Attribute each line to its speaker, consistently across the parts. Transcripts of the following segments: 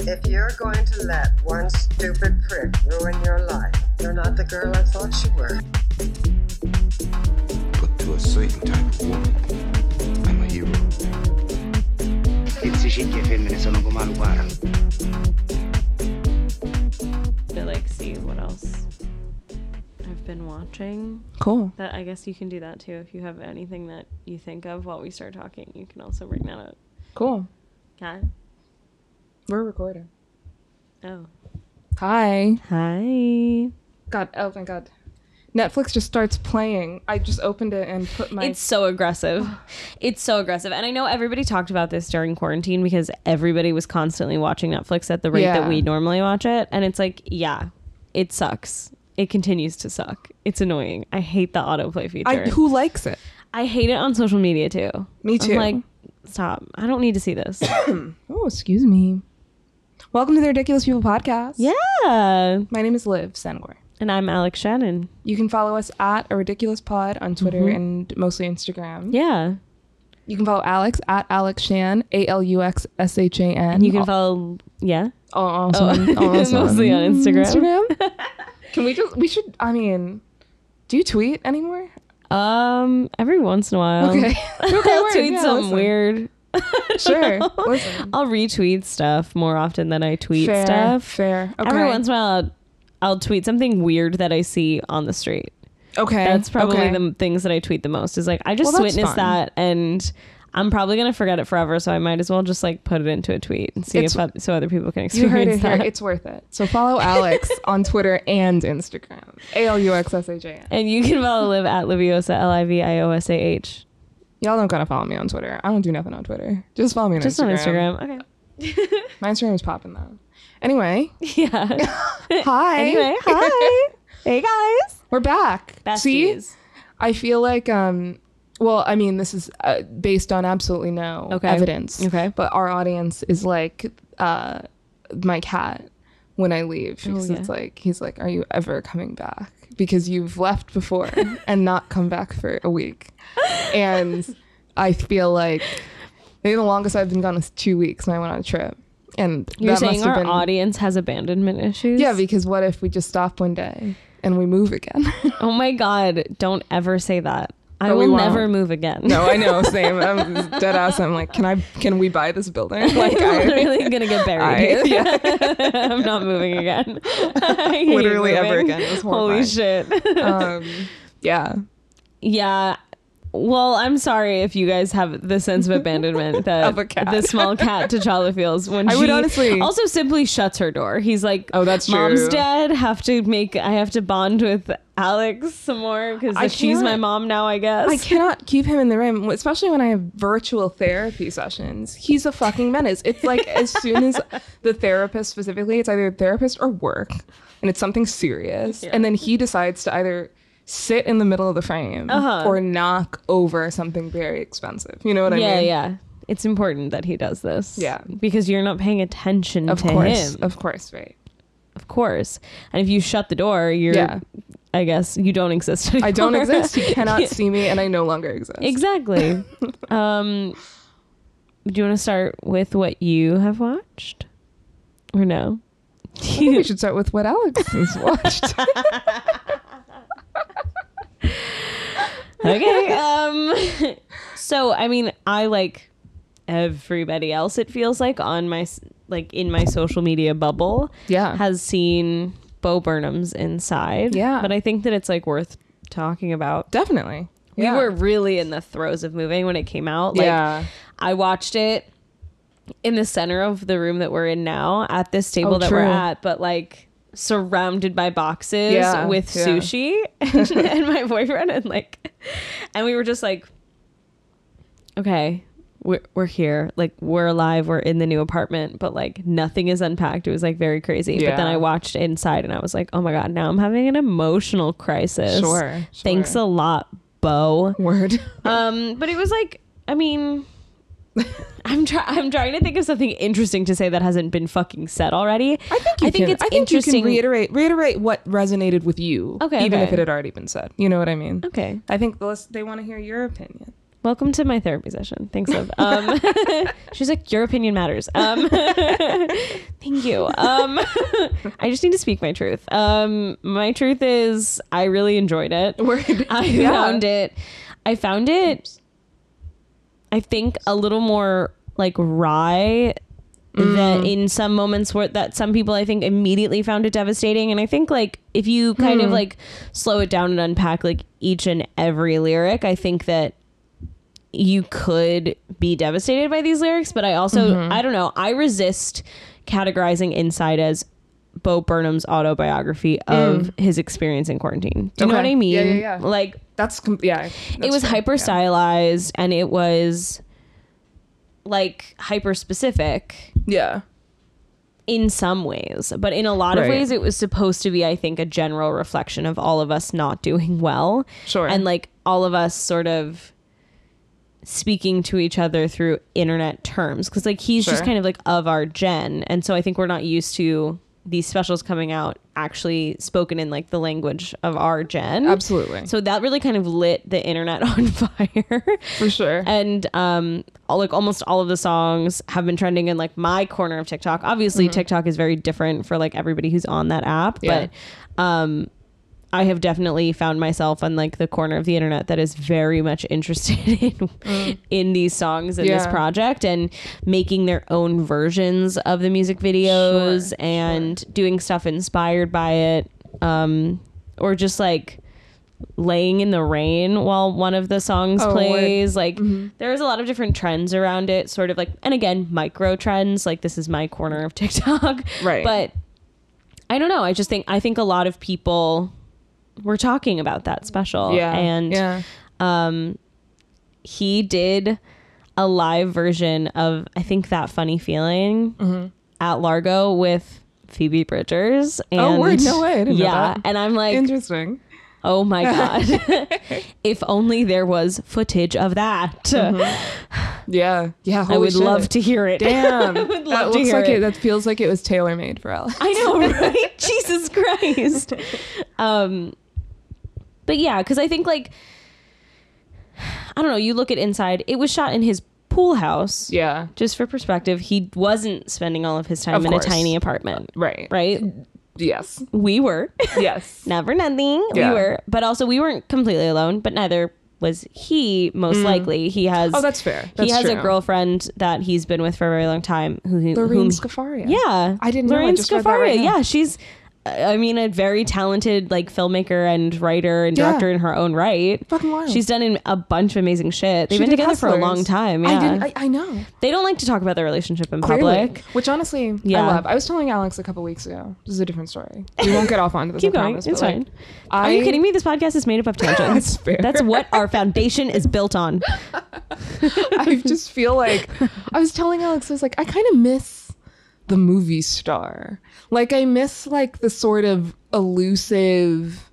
Speaker 1: If you're going to let one stupid prick ruin your life, you're not the girl I thought you were.
Speaker 2: But to a certain type of woman, I'm a hero.
Speaker 3: Tizi cicchi e femmine sono come l'uguale.
Speaker 4: to like see what else I've been watching.
Speaker 5: Cool.
Speaker 4: That I guess you can do that too. If you have anything that you think of while we start talking, you can also bring that up.
Speaker 5: Cool.
Speaker 4: Hi.
Speaker 5: We're recording.
Speaker 4: Oh.
Speaker 5: Hi.
Speaker 4: Hi.
Speaker 5: God, oh thank God. Netflix just starts playing. I just opened it and put my
Speaker 4: It's so aggressive. It's so aggressive. And I know everybody talked about this during quarantine because everybody was constantly watching Netflix at the rate that
Speaker 5: Yeah.
Speaker 4: we normally watch it. And it's like, yeah, it sucks. It continues to suck. It's annoying. I hate the autoplay feature.
Speaker 5: I,
Speaker 4: I,
Speaker 5: who likes it?
Speaker 4: hate it on social media too.
Speaker 5: Me too.
Speaker 4: I'm like, stop. I don't need to see this.
Speaker 5: Oh, excuse me. Welcome to the Ridiculous People Podcast.
Speaker 4: yeah.
Speaker 5: My name is Liv Sangor.
Speaker 4: And I'm Alex Shannon.
Speaker 5: You can follow us at a ridiculous pod on Twitter and mostly Instagram.
Speaker 4: Mm-hmm. Yeah.
Speaker 5: You can follow Alex at Alex Shan, A L U X S H A N. Oh,
Speaker 4: You can follow, yeah.
Speaker 5: also, on- also
Speaker 4: Mostly on Instagram.
Speaker 5: Instagram. can we just? We should. I mean, do you tweet anymore?
Speaker 4: Um, every once in a while.
Speaker 5: Okay. okay.
Speaker 4: Um, I'll
Speaker 5: word.
Speaker 4: tweet
Speaker 5: Yeah,
Speaker 4: something
Speaker 5: listen.
Speaker 4: weird.
Speaker 5: Sure.
Speaker 4: know.
Speaker 5: Listen.
Speaker 4: I'll retweet stuff more often than I tweet
Speaker 5: fair,
Speaker 4: stuff.
Speaker 5: Fair. Okay.
Speaker 4: Every once in a while, I'll, I'll tweet something weird that I see on the street.
Speaker 5: okay.
Speaker 4: That's probably
Speaker 5: okay.
Speaker 4: the m- things that I tweet the most. Is like I just
Speaker 5: Well, that's
Speaker 4: witnessed
Speaker 5: fun.
Speaker 4: that, and I'm probably gonna forget it forever. So I might as well just like put it into a tweet and see
Speaker 5: It's-
Speaker 4: if oth- so other people can
Speaker 5: You
Speaker 4: experience
Speaker 5: heard it
Speaker 4: that.
Speaker 5: here. It's worth it. So follow Alex on Twitter and Instagram. A L U X S H A N.
Speaker 4: and you can follow Liv at Liviosa L I V I O S A H.
Speaker 5: Y'all don't gotta follow me on Twitter. I don't do nothing on Twitter. Just follow me on
Speaker 4: Just
Speaker 5: Instagram.
Speaker 4: on Instagram. Okay.
Speaker 5: My Instagram is popping though. Anyway,
Speaker 4: Yeah.
Speaker 5: hi.
Speaker 4: anyway, hi. hey guys.
Speaker 5: We're back. See,
Speaker 4: Besties.
Speaker 5: I feel like um. Well, I mean, this is uh, based on absolutely no
Speaker 4: Okay.
Speaker 5: evidence.
Speaker 4: Okay.
Speaker 5: But our audience is like uh, my cat when I leave. Because It's
Speaker 4: Oh, yeah.
Speaker 5: like he's like, "Are you ever coming back?" Because you've left before and not come back for a week, and I feel like maybe the longest I've been gone is two weeks, and I went on a trip. And
Speaker 4: You're
Speaker 5: that
Speaker 4: saying
Speaker 5: must have
Speaker 4: our
Speaker 5: been
Speaker 4: audience has abandonment issues?
Speaker 5: yeah, because what if we just stop one day and we move again?
Speaker 4: oh my God. Don't ever say that. I
Speaker 5: But we
Speaker 4: will
Speaker 5: won't.
Speaker 4: never move again.
Speaker 5: No, I know. Same. I'm dead ass. I'm like, can I? Can we buy this building?
Speaker 4: I'm
Speaker 5: Like, I,
Speaker 4: literally gonna get buried
Speaker 5: I-
Speaker 4: here.
Speaker 5: yeah.
Speaker 4: I'm not moving again. I hate
Speaker 5: Literally ever
Speaker 4: moving.
Speaker 5: again. It was
Speaker 4: Holy
Speaker 5: horrifying.
Speaker 4: shit.
Speaker 5: Um, yeah.
Speaker 4: yeah. Well, I'm sorry if you guys have the sense of abandonment that
Speaker 5: Of a cat.
Speaker 4: the small cat T'Challa feels when
Speaker 5: I
Speaker 4: she
Speaker 5: would honestly-
Speaker 4: also simply shuts her door. He's like,
Speaker 5: Oh, that's
Speaker 4: Mom's
Speaker 5: true.
Speaker 4: dead. Have to make. I have to bond with Alex some more
Speaker 5: I
Speaker 4: because she's my
Speaker 5: can't-
Speaker 4: mom now. I guess.
Speaker 5: I cannot keep him in the room, especially when I have virtual therapy sessions. He's a fucking menace. It's like as soon as the therapist specifically, it's either therapist or work, and it's something serious, and then he decides to either sit in the middle of the frame
Speaker 4: Uh-huh.
Speaker 5: or knock over something very expensive. You know what I
Speaker 4: yeah,
Speaker 5: mean?
Speaker 4: yeah. It's important that he does this.
Speaker 5: Yeah.
Speaker 4: Because you're not paying attention
Speaker 5: Of
Speaker 4: to
Speaker 5: course.
Speaker 4: him.
Speaker 5: Of course. Right.
Speaker 4: Of course. And if you shut the door, you're
Speaker 5: Yeah.
Speaker 4: I guess you don't exist anymore.
Speaker 5: I don't exist. You cannot
Speaker 4: Yeah.
Speaker 5: see me, and I no longer exist.
Speaker 4: Exactly. um do you want to start with what you have watched? Or no?
Speaker 5: I think we should start with what Alex has watched.
Speaker 4: okay. Um so I mean, I like everybody else it feels like on my s- like in my social media bubble.
Speaker 5: yeah.
Speaker 4: has seen Bo Burnham's Inside.
Speaker 5: Yeah.
Speaker 4: But I think that it's like worth talking about.
Speaker 5: Definitely.
Speaker 4: We were really in the throes of moving when it came out. Like
Speaker 5: yeah.
Speaker 4: I watched it in the center of the room that we're in now at this table
Speaker 5: Oh,
Speaker 4: that we're
Speaker 5: true.
Speaker 4: at, but like surrounded by boxes
Speaker 5: Yeah,
Speaker 4: with
Speaker 5: yeah.
Speaker 4: sushi and, and my boyfriend and like and we were just like okay we're, we're here like we're alive we're in the new apartment but like nothing is unpacked it was like very crazy but then
Speaker 5: Yeah.
Speaker 4: i watched inside and i was like oh my god now i'm having an emotional crisis
Speaker 5: Sure,
Speaker 4: thanks
Speaker 5: sure.
Speaker 4: a lot bo
Speaker 5: Word.
Speaker 4: um, but it was like, I mean, I'm try- I'm trying to think of something interesting to say that hasn't been fucking said already.
Speaker 5: I think you
Speaker 4: I think
Speaker 5: can-
Speaker 4: it's
Speaker 5: I think
Speaker 4: interesting.
Speaker 5: You can reiterate reiterate what resonated with you.
Speaker 4: Okay,
Speaker 5: Even
Speaker 4: okay.
Speaker 5: if it had already been said. You know what I mean?
Speaker 4: okay.
Speaker 5: I think the list, they want to hear your opinion.
Speaker 4: Welcome to my therapy session. Thanks, love. Um, she's like, your opinion matters. Um, thank you. Um, I just need to speak my truth. Um, my truth is, I really enjoyed it.
Speaker 5: Word.
Speaker 4: I
Speaker 5: Yeah.
Speaker 4: found it. I found it. I think a little more like wry
Speaker 5: Mm-hmm.
Speaker 4: that in some moments where that some people I think immediately found it devastating. And I think like if you kind
Speaker 5: Hmm.
Speaker 4: of like slow it down and unpack like each and every lyric, I think that you could be devastated by these lyrics. But I also
Speaker 5: Mm-hmm.
Speaker 4: I don't know, I resist categorizing inside as Bo Burnham's autobiography of his experience in quarantine. Do you know
Speaker 5: Mm. Okay.
Speaker 4: what I mean?
Speaker 5: Yeah, yeah, yeah.
Speaker 4: Like
Speaker 5: That's com- yeah.
Speaker 4: it was hyper stylized and it was like hyper specific
Speaker 5: Yeah.
Speaker 4: in some ways, but in a lot of
Speaker 5: Right.
Speaker 4: ways, it was supposed to be, I think, a general reflection of all of us not doing well.
Speaker 5: Sure.
Speaker 4: And like all of us sort of speaking to each other through internet terms. Cause like he's just
Speaker 5: Sure.
Speaker 4: kind of like of our gen. And so I think we're not used to these specials coming out actually spoken in like the language of our gen.
Speaker 5: Absolutely.
Speaker 4: So that really kind of lit the internet on fire.
Speaker 5: For sure.
Speaker 4: And um, all- like almost all of the songs have been trending in like my corner of TikTok. Obviously, TikTok is very different for like everybody who's on that app,
Speaker 5: Mm-hmm. Yeah.
Speaker 4: but um, I have definitely found myself on like the corner of the internet that is very much interested in in these songs and this
Speaker 5: Mm. Yeah.
Speaker 4: project and making their own versions of the music videos
Speaker 5: Sure,
Speaker 4: and doing stuff inspired by it. Um, or just like laying in the rain while one of the songs
Speaker 5: Oh, Lord.
Speaker 4: plays. Like
Speaker 5: Mm-hmm.
Speaker 4: there's a lot of different trends around it, sort of like and again, micro trends. Like this is my corner of TikTok.
Speaker 5: Right.
Speaker 4: But I don't know. I just think I think a lot of people were talking about that special.
Speaker 5: yeah.
Speaker 4: And
Speaker 5: yeah.
Speaker 4: he did a live version of I think that funny feeling
Speaker 5: Mm-hmm.
Speaker 4: at Largo with Phoebe Bridgers. And
Speaker 5: Oh, word. No way. I didn't know
Speaker 4: yeah.
Speaker 5: that.
Speaker 4: And I'm like
Speaker 5: Interesting.
Speaker 4: Oh my god! if only there was footage of that.
Speaker 5: Yeah. Yeah.
Speaker 4: I would love to hear it.
Speaker 5: Mm-hmm.
Speaker 4: would
Speaker 5: Damn. that
Speaker 4: love to
Speaker 5: looks
Speaker 4: hear
Speaker 5: like
Speaker 4: it.
Speaker 5: it. That feels like it was tailor made for Alex.
Speaker 4: I know, right? Jesus Christ. Um, but yeah, because I think like I don't know. You look at inside; it was shot in his pool house.
Speaker 5: Yeah.
Speaker 4: Just for perspective, he wasn't spending all of his time
Speaker 5: Of
Speaker 4: in
Speaker 5: course.
Speaker 4: a tiny apartment,
Speaker 5: Right.
Speaker 4: right?
Speaker 5: Yes.
Speaker 4: We were.
Speaker 5: Yes.
Speaker 4: never nothing.
Speaker 5: Yeah.
Speaker 4: We were, but also we weren't completely alone. But neither was he. Most likely, he has.
Speaker 5: Mm. Oh, that's fair.
Speaker 4: he
Speaker 5: That's
Speaker 4: has a
Speaker 5: true.
Speaker 4: girlfriend that he's been with for a very long time. Who, who
Speaker 5: Lorraine
Speaker 4: whom-
Speaker 5: Scafaria.
Speaker 4: Yeah,
Speaker 5: I didn't know. I
Speaker 4: Lorraine
Speaker 5: just read that right now.
Speaker 4: yeah, she's. uh, I mean, a very talented like filmmaker and writer and
Speaker 5: Yeah.
Speaker 4: director in her own right.
Speaker 5: Fucking wild.
Speaker 4: She's done in a bunch of amazing shit. They've
Speaker 5: She
Speaker 4: been
Speaker 5: did
Speaker 4: together for a
Speaker 5: Hustlers.
Speaker 4: long time. Yeah,
Speaker 5: I didn't. I, I know.
Speaker 4: they don't like to talk about their relationship in
Speaker 5: Clearly.
Speaker 4: public.
Speaker 5: Which honestly,
Speaker 4: Yeah.
Speaker 5: I love. I was telling Alex a couple weeks ago. This is a different story. We won't get off onto this.
Speaker 4: Keep
Speaker 5: I
Speaker 4: going.
Speaker 5: promise,
Speaker 4: it's
Speaker 5: but,
Speaker 4: fine.
Speaker 5: like, I,
Speaker 4: Are you kidding me? This podcast is made up of tangents.
Speaker 5: That's fair.
Speaker 4: That's what our foundation is built on.
Speaker 5: I just feel like I was telling Alex, I was like, I kind of miss the movie star. Like I miss like the sort of elusive,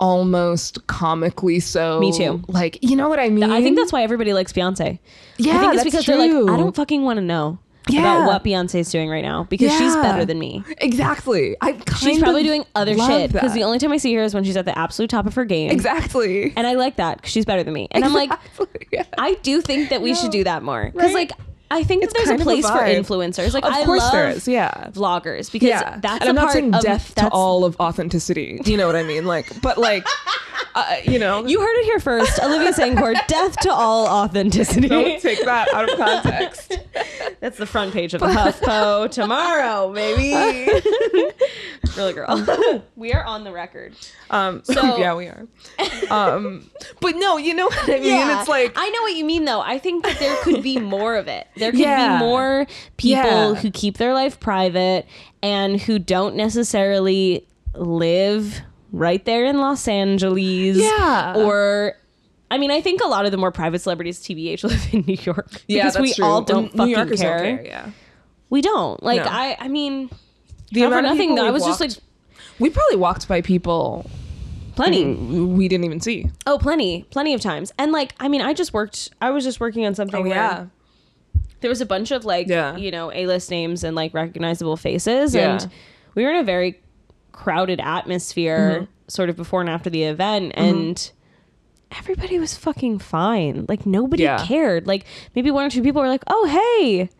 Speaker 5: almost comically so.
Speaker 4: Me too.
Speaker 5: Like you know what I mean?
Speaker 4: I think that's why everybody likes Beyonce.
Speaker 5: yeah.
Speaker 4: I think it's
Speaker 5: that's
Speaker 4: because
Speaker 5: true.
Speaker 4: they're like, I don't fucking want to know about
Speaker 5: Yeah.
Speaker 4: what Beyonce's doing right now because she's
Speaker 5: Yeah.
Speaker 4: better than me.
Speaker 5: exactly. I kind
Speaker 4: She's probably
Speaker 5: of
Speaker 4: doing other
Speaker 5: love
Speaker 4: shit because
Speaker 5: that.
Speaker 4: the only time I see her is when she's at the absolute top of her game.
Speaker 5: exactly.
Speaker 4: And I like that because she's better than me. And I'm like,
Speaker 5: Exactly, yeah.
Speaker 4: I do think that we should do that more because,
Speaker 5: Right?
Speaker 4: like, I think that there's
Speaker 5: kind
Speaker 4: a
Speaker 5: of a
Speaker 4: place for
Speaker 5: vibe.
Speaker 4: influencers. Like,
Speaker 5: Of
Speaker 4: I
Speaker 5: course
Speaker 4: love
Speaker 5: there is, yeah.
Speaker 4: vloggers because
Speaker 5: yeah.
Speaker 4: that's
Speaker 5: and
Speaker 4: a
Speaker 5: I'm not
Speaker 4: part
Speaker 5: saying
Speaker 4: of
Speaker 5: death to
Speaker 4: that's-
Speaker 5: all of authenticity. Do you know what I mean? Like, but like, uh, you know,
Speaker 4: You heard it here first. Olivia Sangor, death to all authenticity.
Speaker 5: don't take that out of context.
Speaker 4: That's the front page of the HuffPo tomorrow, baby. really, girl. we are on the record.
Speaker 5: Um,
Speaker 4: So-
Speaker 5: yeah, we are. Um, but no, you know what I mean. It's like
Speaker 4: I know what you mean, though. I think that there could be more of it. There could
Speaker 5: Yeah.
Speaker 4: be more people
Speaker 5: Yeah.
Speaker 4: who keep their life private and who don't necessarily live right there in Los Angeles.
Speaker 5: Yeah.
Speaker 4: Or. I mean, I think a lot of the more private celebrities, TBH, live in New York because
Speaker 5: yeah, that's
Speaker 4: we
Speaker 5: true.
Speaker 4: all don't
Speaker 5: New
Speaker 4: fucking
Speaker 5: Yorkers
Speaker 4: care.
Speaker 5: Don't care. Yeah,
Speaker 4: We don't. Like,
Speaker 5: No.
Speaker 4: I, I mean,
Speaker 5: the
Speaker 4: not for
Speaker 5: amount of
Speaker 4: nothing
Speaker 5: people
Speaker 4: though. I
Speaker 5: we've
Speaker 4: was just like
Speaker 5: walked- we probably walked by people
Speaker 4: plenty.
Speaker 5: we didn't even see.
Speaker 4: Oh, plenty, plenty of times. And like, I mean, I just worked. I was just working on
Speaker 5: Oh,
Speaker 4: something. where there was a bunch of like,
Speaker 5: Yeah.
Speaker 4: you know, A list names and like recognizable faces,
Speaker 5: Yeah.
Speaker 4: and we were in a very
Speaker 5: Mm-hmm.
Speaker 4: crowded atmosphere, sort of before and after the event, and everybody was fucking fine. Like nobody
Speaker 5: Yeah.
Speaker 4: cared. Like maybe one or two people were like, "Oh, hey."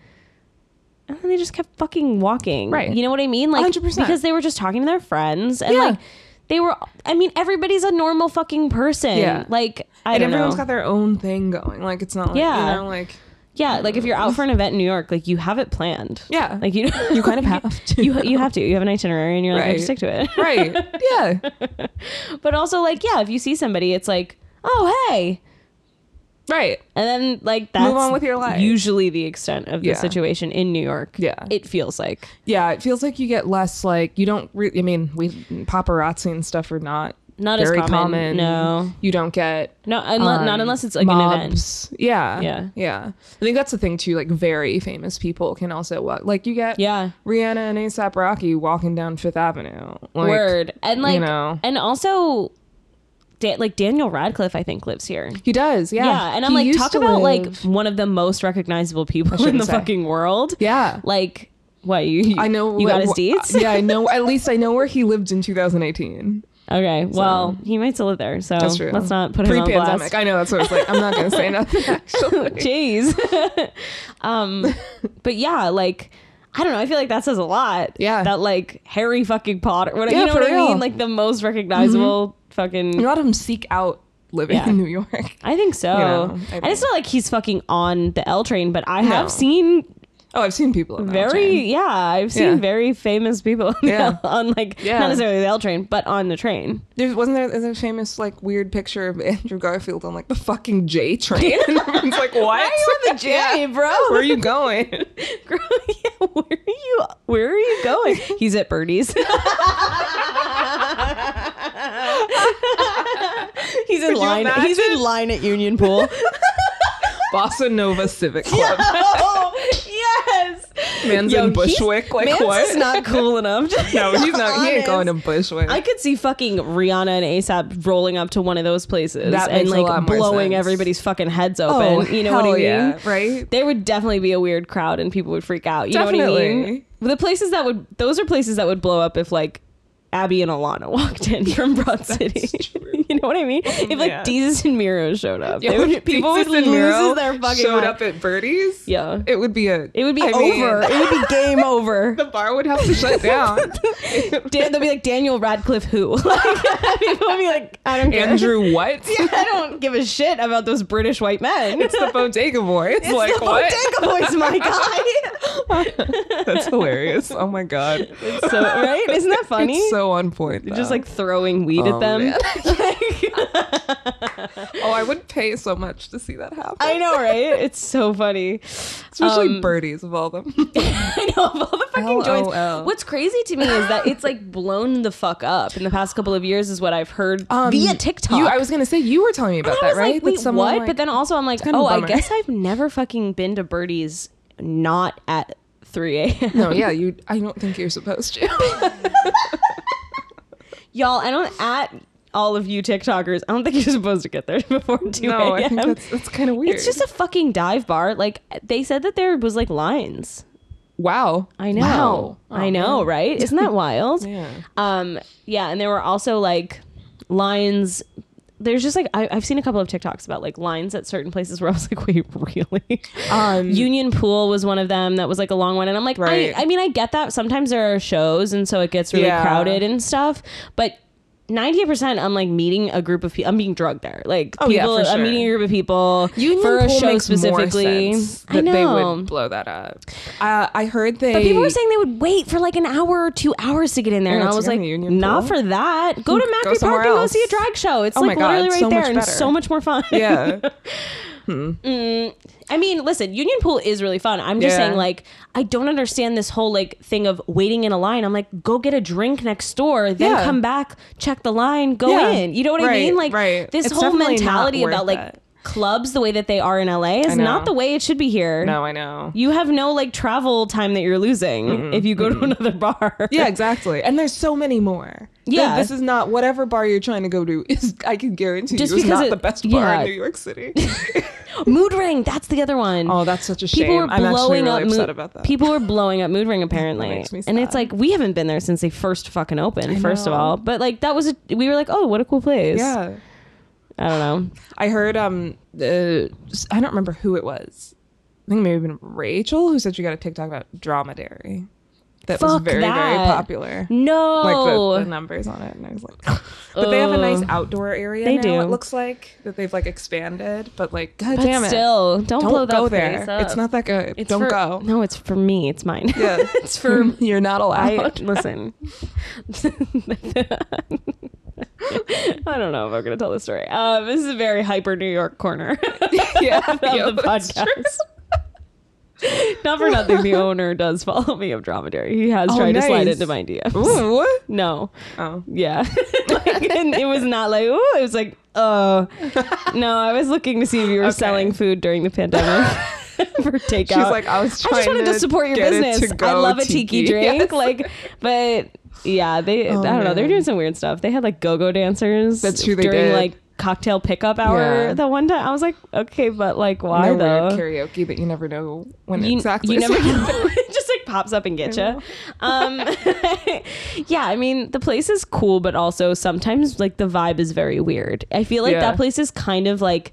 Speaker 4: And then they just kept fucking walking.
Speaker 5: Right.
Speaker 4: You know what I mean? Like
Speaker 5: 100%.
Speaker 4: because they were just talking to their friends and
Speaker 5: Yeah.
Speaker 4: like they were I mean everybody's a normal fucking person.
Speaker 5: Yeah.
Speaker 4: Like I
Speaker 5: and
Speaker 4: don't
Speaker 5: everyone's
Speaker 4: know.
Speaker 5: got their own thing going. Like it's not like
Speaker 4: Yeah.
Speaker 5: you know, like
Speaker 4: yeah, like if you're out for an event in New York, like you have it planned.
Speaker 5: Yeah.
Speaker 4: Like you
Speaker 5: You kind of have to.
Speaker 4: You you have to. You have an itinerary and you're like I have to
Speaker 5: Right.
Speaker 4: stick to it.
Speaker 5: right. Yeah.
Speaker 4: But also like yeah, if you see somebody it's like, "Oh, hey."
Speaker 5: Right.
Speaker 4: And then like that's
Speaker 5: on with your life.
Speaker 4: usually the extent of the
Speaker 5: Yeah.
Speaker 4: situation in New York.
Speaker 5: Yeah.
Speaker 4: It feels like.
Speaker 5: Yeah, it feels like you get less like you don't really I mean, we paparazzi and stuff are not
Speaker 4: Not as
Speaker 5: very
Speaker 4: common, no.
Speaker 5: You don't get
Speaker 4: No, unle-
Speaker 5: um,
Speaker 4: not unless it's like an event.
Speaker 5: mobs. Yeah.
Speaker 4: Yeah.
Speaker 5: Yeah. I think that's the thing too. Like very famous people can also walk. Like you get
Speaker 4: Yeah.
Speaker 5: Rihanna and ASAP Rocky walking down Fifth Avenue. Like,
Speaker 4: Word. And like
Speaker 5: know.
Speaker 4: and also da- like Daniel Radcliffe I think lives here.
Speaker 5: He does. Yeah.
Speaker 4: Yeah, and I'm
Speaker 5: He
Speaker 4: like
Speaker 5: used
Speaker 4: talk
Speaker 5: to
Speaker 4: about like
Speaker 5: live-
Speaker 4: one of the most recognizable people in
Speaker 5: shouldn't
Speaker 4: the
Speaker 5: say.
Speaker 4: fucking world.
Speaker 5: Yeah.
Speaker 4: Like what you, you
Speaker 5: I know
Speaker 4: you got his
Speaker 5: wh- uh,
Speaker 4: deeds?
Speaker 5: yeah, I know. At least I know where he lived in 2018.
Speaker 4: Okay. Well, he might still live there, so
Speaker 5: That's true.
Speaker 4: let's not put him on blast.
Speaker 5: Pre-pandemic. I know that's what I was like. I'm not gonna say nothing. Actually.
Speaker 4: Jeez. um, but yeah, like I don't know. I feel like that says a lot.
Speaker 5: Yeah.
Speaker 4: That like Harry fucking Potter. What, you
Speaker 5: Yeah,
Speaker 4: know
Speaker 5: for
Speaker 4: what I
Speaker 5: real.
Speaker 4: mean? Like the most recognizable
Speaker 5: A
Speaker 4: fucking.
Speaker 5: lot of them seek out living
Speaker 4: Yeah.
Speaker 5: in New York.
Speaker 4: I think so.
Speaker 5: Yeah, I
Speaker 4: And it's
Speaker 5: think-
Speaker 4: not like he's fucking on the L train, but I have
Speaker 5: No.
Speaker 4: seen
Speaker 5: Oh, I've seen people. In that
Speaker 4: very
Speaker 5: train.
Speaker 4: yeah, I've seen
Speaker 5: Yeah.
Speaker 4: very famous people on, the
Speaker 5: Yeah.
Speaker 4: L- on like
Speaker 5: Yeah.
Speaker 4: not necessarily the L train, but on the train.
Speaker 5: There wasn't there, there's a famous like weird picture of Andrew Garfield on like the fucking J train. and everyone's like, what?
Speaker 4: Why are you on the J, bro?
Speaker 5: Where are you going?
Speaker 4: Girl, yeah, where are you? Where are you going? He's at Birdie's. He's in
Speaker 5: you
Speaker 4: line. He's in
Speaker 5: imagine?
Speaker 4: line at Union Pool.
Speaker 5: Bossa Nova Civic Club.
Speaker 4: oh yes.
Speaker 5: Man's in Bushwick. Like
Speaker 4: Mans
Speaker 5: what?
Speaker 4: is not cool enough. to
Speaker 5: no,
Speaker 4: be
Speaker 5: he's not. He ain't going to
Speaker 4: honest.
Speaker 5: Bushwick.
Speaker 4: I could see fucking Rihanna and ASAP rolling up to one of those places
Speaker 5: That
Speaker 4: and
Speaker 5: makes a
Speaker 4: like
Speaker 5: lot more
Speaker 4: blowing
Speaker 5: sense. Oh,
Speaker 4: everybody's fucking heads open. you know what I
Speaker 5: hell
Speaker 4: mean?
Speaker 5: yeah, right?
Speaker 4: There would definitely be a weird crowd and people would freak out. You know what I mean?
Speaker 5: Definitely.
Speaker 4: The places that would those are places that would blow up if like Abby and Alana walked in from Broad City. you know what I mean? If like
Speaker 5: Mm-hmm. Yeah.
Speaker 4: Jesus and Miro showed up, they would, people would
Speaker 5: Jesus
Speaker 4: lose
Speaker 5: and Miro
Speaker 4: their fucking
Speaker 5: showed
Speaker 4: mind.
Speaker 5: up at Birdie's.
Speaker 4: Yeah.
Speaker 5: it would be a.
Speaker 4: It would be
Speaker 5: I
Speaker 4: over.
Speaker 5: mean,
Speaker 4: it would be game over.
Speaker 5: the bar would have to shut down.
Speaker 4: Dan, they'll be like Daniel Radcliffe who? Like, people would be like, I don't care.
Speaker 5: Andrew what?
Speaker 4: I don't give a shit about those British white men. It's
Speaker 5: It's the bodega boy. It's, like
Speaker 4: the
Speaker 5: what?
Speaker 4: bodega boys, my guy.
Speaker 5: That's hilarious. Oh my god.
Speaker 4: so right? Isn't that funny?
Speaker 5: It's so on point.
Speaker 4: Just
Speaker 5: though.
Speaker 4: like throwing weed at
Speaker 5: Oh,
Speaker 4: them.
Speaker 5: man.
Speaker 4: Like-
Speaker 5: oh, I would pay so much to see that happen.
Speaker 4: I know, right? It's so funny.
Speaker 5: Especially
Speaker 4: um,
Speaker 5: birdies of all them.
Speaker 4: I know of all the fucking joints.
Speaker 5: LOL.
Speaker 4: What's crazy to me is that it's like blown the fuck up in the past couple of years, is what I've heard
Speaker 5: Um,
Speaker 4: via TikTok.
Speaker 5: You, I was gonna say you were telling me about
Speaker 4: I
Speaker 5: that,
Speaker 4: was
Speaker 5: right?
Speaker 4: Like,
Speaker 5: That
Speaker 4: Wait,
Speaker 5: someone,
Speaker 4: what?
Speaker 5: like-
Speaker 4: but then also I'm like,
Speaker 5: kind of
Speaker 4: oh,
Speaker 5: a
Speaker 4: I
Speaker 5: bummer.
Speaker 4: guess I've never fucking been to Birdie's not at 3 a.m.
Speaker 5: no, yeah, you. I don't think you're supposed to.
Speaker 4: Y'all, I don't at all of you TikTokers. I don't think you're supposed to get there before 2
Speaker 5: no, I
Speaker 4: a.m.
Speaker 5: think that's that's kind of weird.
Speaker 4: it's just a fucking dive bar. Like they said that there was like lines.
Speaker 5: wow.
Speaker 4: I know.
Speaker 5: Wow.
Speaker 4: I know, right? Isn't that wild?
Speaker 5: Yeah.
Speaker 4: Um, yeah, and there were also like lines. There's just like I, I've seen a couple of TikToks about like lines at certain places where I was like, wait, really?
Speaker 5: Um,
Speaker 4: Union Pool was one of them that was like a long one, and I'm like,
Speaker 5: Right.
Speaker 4: I, I mean, I get that. Sometimes there are shows, and so it gets really
Speaker 5: Yeah.
Speaker 4: crowded and stuff, but. 90% I'm like meeting a group of people. I'm being drugged there. Like
Speaker 5: Oh, yeah,
Speaker 4: people
Speaker 5: for
Speaker 4: I'm
Speaker 5: sure.
Speaker 4: meeting a group of people
Speaker 5: Union
Speaker 4: for a
Speaker 5: Pool
Speaker 4: show
Speaker 5: makes more
Speaker 4: specifically.
Speaker 5: sense
Speaker 4: I
Speaker 5: that
Speaker 4: know.
Speaker 5: they would blow that up. Uh, I heard they.
Speaker 4: But people were saying they would wait for like an hour or two hours to get in there,
Speaker 5: Yeah,
Speaker 4: and I
Speaker 5: to
Speaker 4: was
Speaker 5: get in
Speaker 4: like,
Speaker 5: the Oh, Union
Speaker 4: not
Speaker 5: Pool.
Speaker 4: for that. Go to Macri
Speaker 5: somewhere
Speaker 4: Park and go
Speaker 5: else.
Speaker 4: see a drag show. It's
Speaker 5: Oh my
Speaker 4: like
Speaker 5: God,
Speaker 4: literally right
Speaker 5: so
Speaker 4: there
Speaker 5: much
Speaker 4: and
Speaker 5: better.
Speaker 4: so much more fun.
Speaker 5: yeah.
Speaker 4: I mean, listen, Union Pool is really fun. I'm just
Speaker 5: Yeah.
Speaker 4: saying, like, I don't understand this whole like thing of waiting in a line. I'm like, go get a drink next door, then
Speaker 5: Yeah.
Speaker 4: come back, check the line, go
Speaker 5: Yeah.
Speaker 4: in. You know what I
Speaker 5: Right,
Speaker 4: mean? Like
Speaker 5: right.
Speaker 4: this
Speaker 5: It's
Speaker 4: whole
Speaker 5: definitely not
Speaker 4: mentality
Speaker 5: worth
Speaker 4: about like
Speaker 5: it.
Speaker 4: clubs the way that they are in LA is
Speaker 5: I know.
Speaker 4: not the way it should be here.
Speaker 5: No, I know.
Speaker 4: You have no like travel time that you're losing if you go to another bar.
Speaker 5: Yeah, exactly. And there's so many more. Th-
Speaker 4: Yeah.
Speaker 5: this is not whatever bar you're trying to go to is. I can guarantee
Speaker 4: Just
Speaker 5: you, it's
Speaker 4: because
Speaker 5: not
Speaker 4: it-
Speaker 5: the best bar
Speaker 4: yeah.
Speaker 5: in New York City.
Speaker 4: Mood Ring, that's the other one.
Speaker 5: oh, that's such a shame.
Speaker 4: people were
Speaker 5: I'm actually
Speaker 4: blowing up.
Speaker 5: really upset
Speaker 4: Mood-
Speaker 5: about that.
Speaker 4: People were blowing up Mood Ring apparently,
Speaker 5: makes me
Speaker 4: and it's
Speaker 5: sad.
Speaker 4: like we haven't been there since they first fucking opened. First of all, but like that was a, we were like, oh, what a cool place.
Speaker 5: yeah,
Speaker 4: I don't know.
Speaker 5: I heard um the I don't remember who it was. I think maybe even Rachel who said she got a TikTok about dromedary. That was
Speaker 4: Fuck
Speaker 5: very very
Speaker 4: that.
Speaker 5: popular.
Speaker 4: No.
Speaker 5: Like the, the numbers on it, and I was like, but they have a nice
Speaker 4: Ugh.
Speaker 5: outdoor area.
Speaker 4: They
Speaker 5: now,
Speaker 4: do.
Speaker 5: It looks like that they've like expanded, but like, god
Speaker 4: but
Speaker 5: damn it,
Speaker 4: still, don't,
Speaker 5: don't
Speaker 4: blow that
Speaker 5: go
Speaker 4: place
Speaker 5: there.
Speaker 4: up.
Speaker 5: It's not that good.
Speaker 4: It's
Speaker 5: don't
Speaker 4: for-
Speaker 5: go.
Speaker 4: No, it's for me. It's mine.
Speaker 5: Yeah.
Speaker 4: it's for me.
Speaker 5: You're not
Speaker 4: I
Speaker 5: allowed.
Speaker 4: listen. I don't know if I'm gonna tell the story. Um, this is a very hyper New York corner
Speaker 5: yeah,
Speaker 4: of
Speaker 5: yeah,
Speaker 4: the
Speaker 5: that's true.
Speaker 4: podcast. Not for nothing, the owner does follow me of Dromedary. He has
Speaker 5: Oh,
Speaker 4: tried to slide
Speaker 5: nice.
Speaker 4: into my DMs.
Speaker 5: Ooh, what?
Speaker 4: No,
Speaker 5: Oh,
Speaker 4: yeah, like, and it was not like oh, it was like oh. No, I was looking to see if you were
Speaker 5: Okay.
Speaker 4: selling food during the pandemic for takeout.
Speaker 5: she's like, I was.
Speaker 4: I
Speaker 5: Trying
Speaker 4: just wanted to, support your
Speaker 5: get it
Speaker 4: business.
Speaker 5: to
Speaker 4: I
Speaker 5: go,
Speaker 4: love a tiki, drink.
Speaker 5: Yes.
Speaker 4: Like, but yeah, they, I
Speaker 5: Oh,
Speaker 4: don't know. They're
Speaker 5: man.
Speaker 4: doing some weird stuff. They had like go go dancers.
Speaker 5: That's true, they
Speaker 4: during
Speaker 5: did.
Speaker 4: like cocktail pickup hour
Speaker 5: Yeah.
Speaker 4: the one time. I was like, okay, but like, why
Speaker 5: No
Speaker 4: though?
Speaker 5: weird karaoke that you never know when
Speaker 4: you,
Speaker 5: exactly.
Speaker 4: you
Speaker 5: it's
Speaker 4: never
Speaker 5: gonna
Speaker 4: know. it just like pops up and gets you. Um, yeah, I mean the place is cool, but also sometimes like the vibe is very weird. I feel like
Speaker 5: Yeah.
Speaker 4: that place is kind of like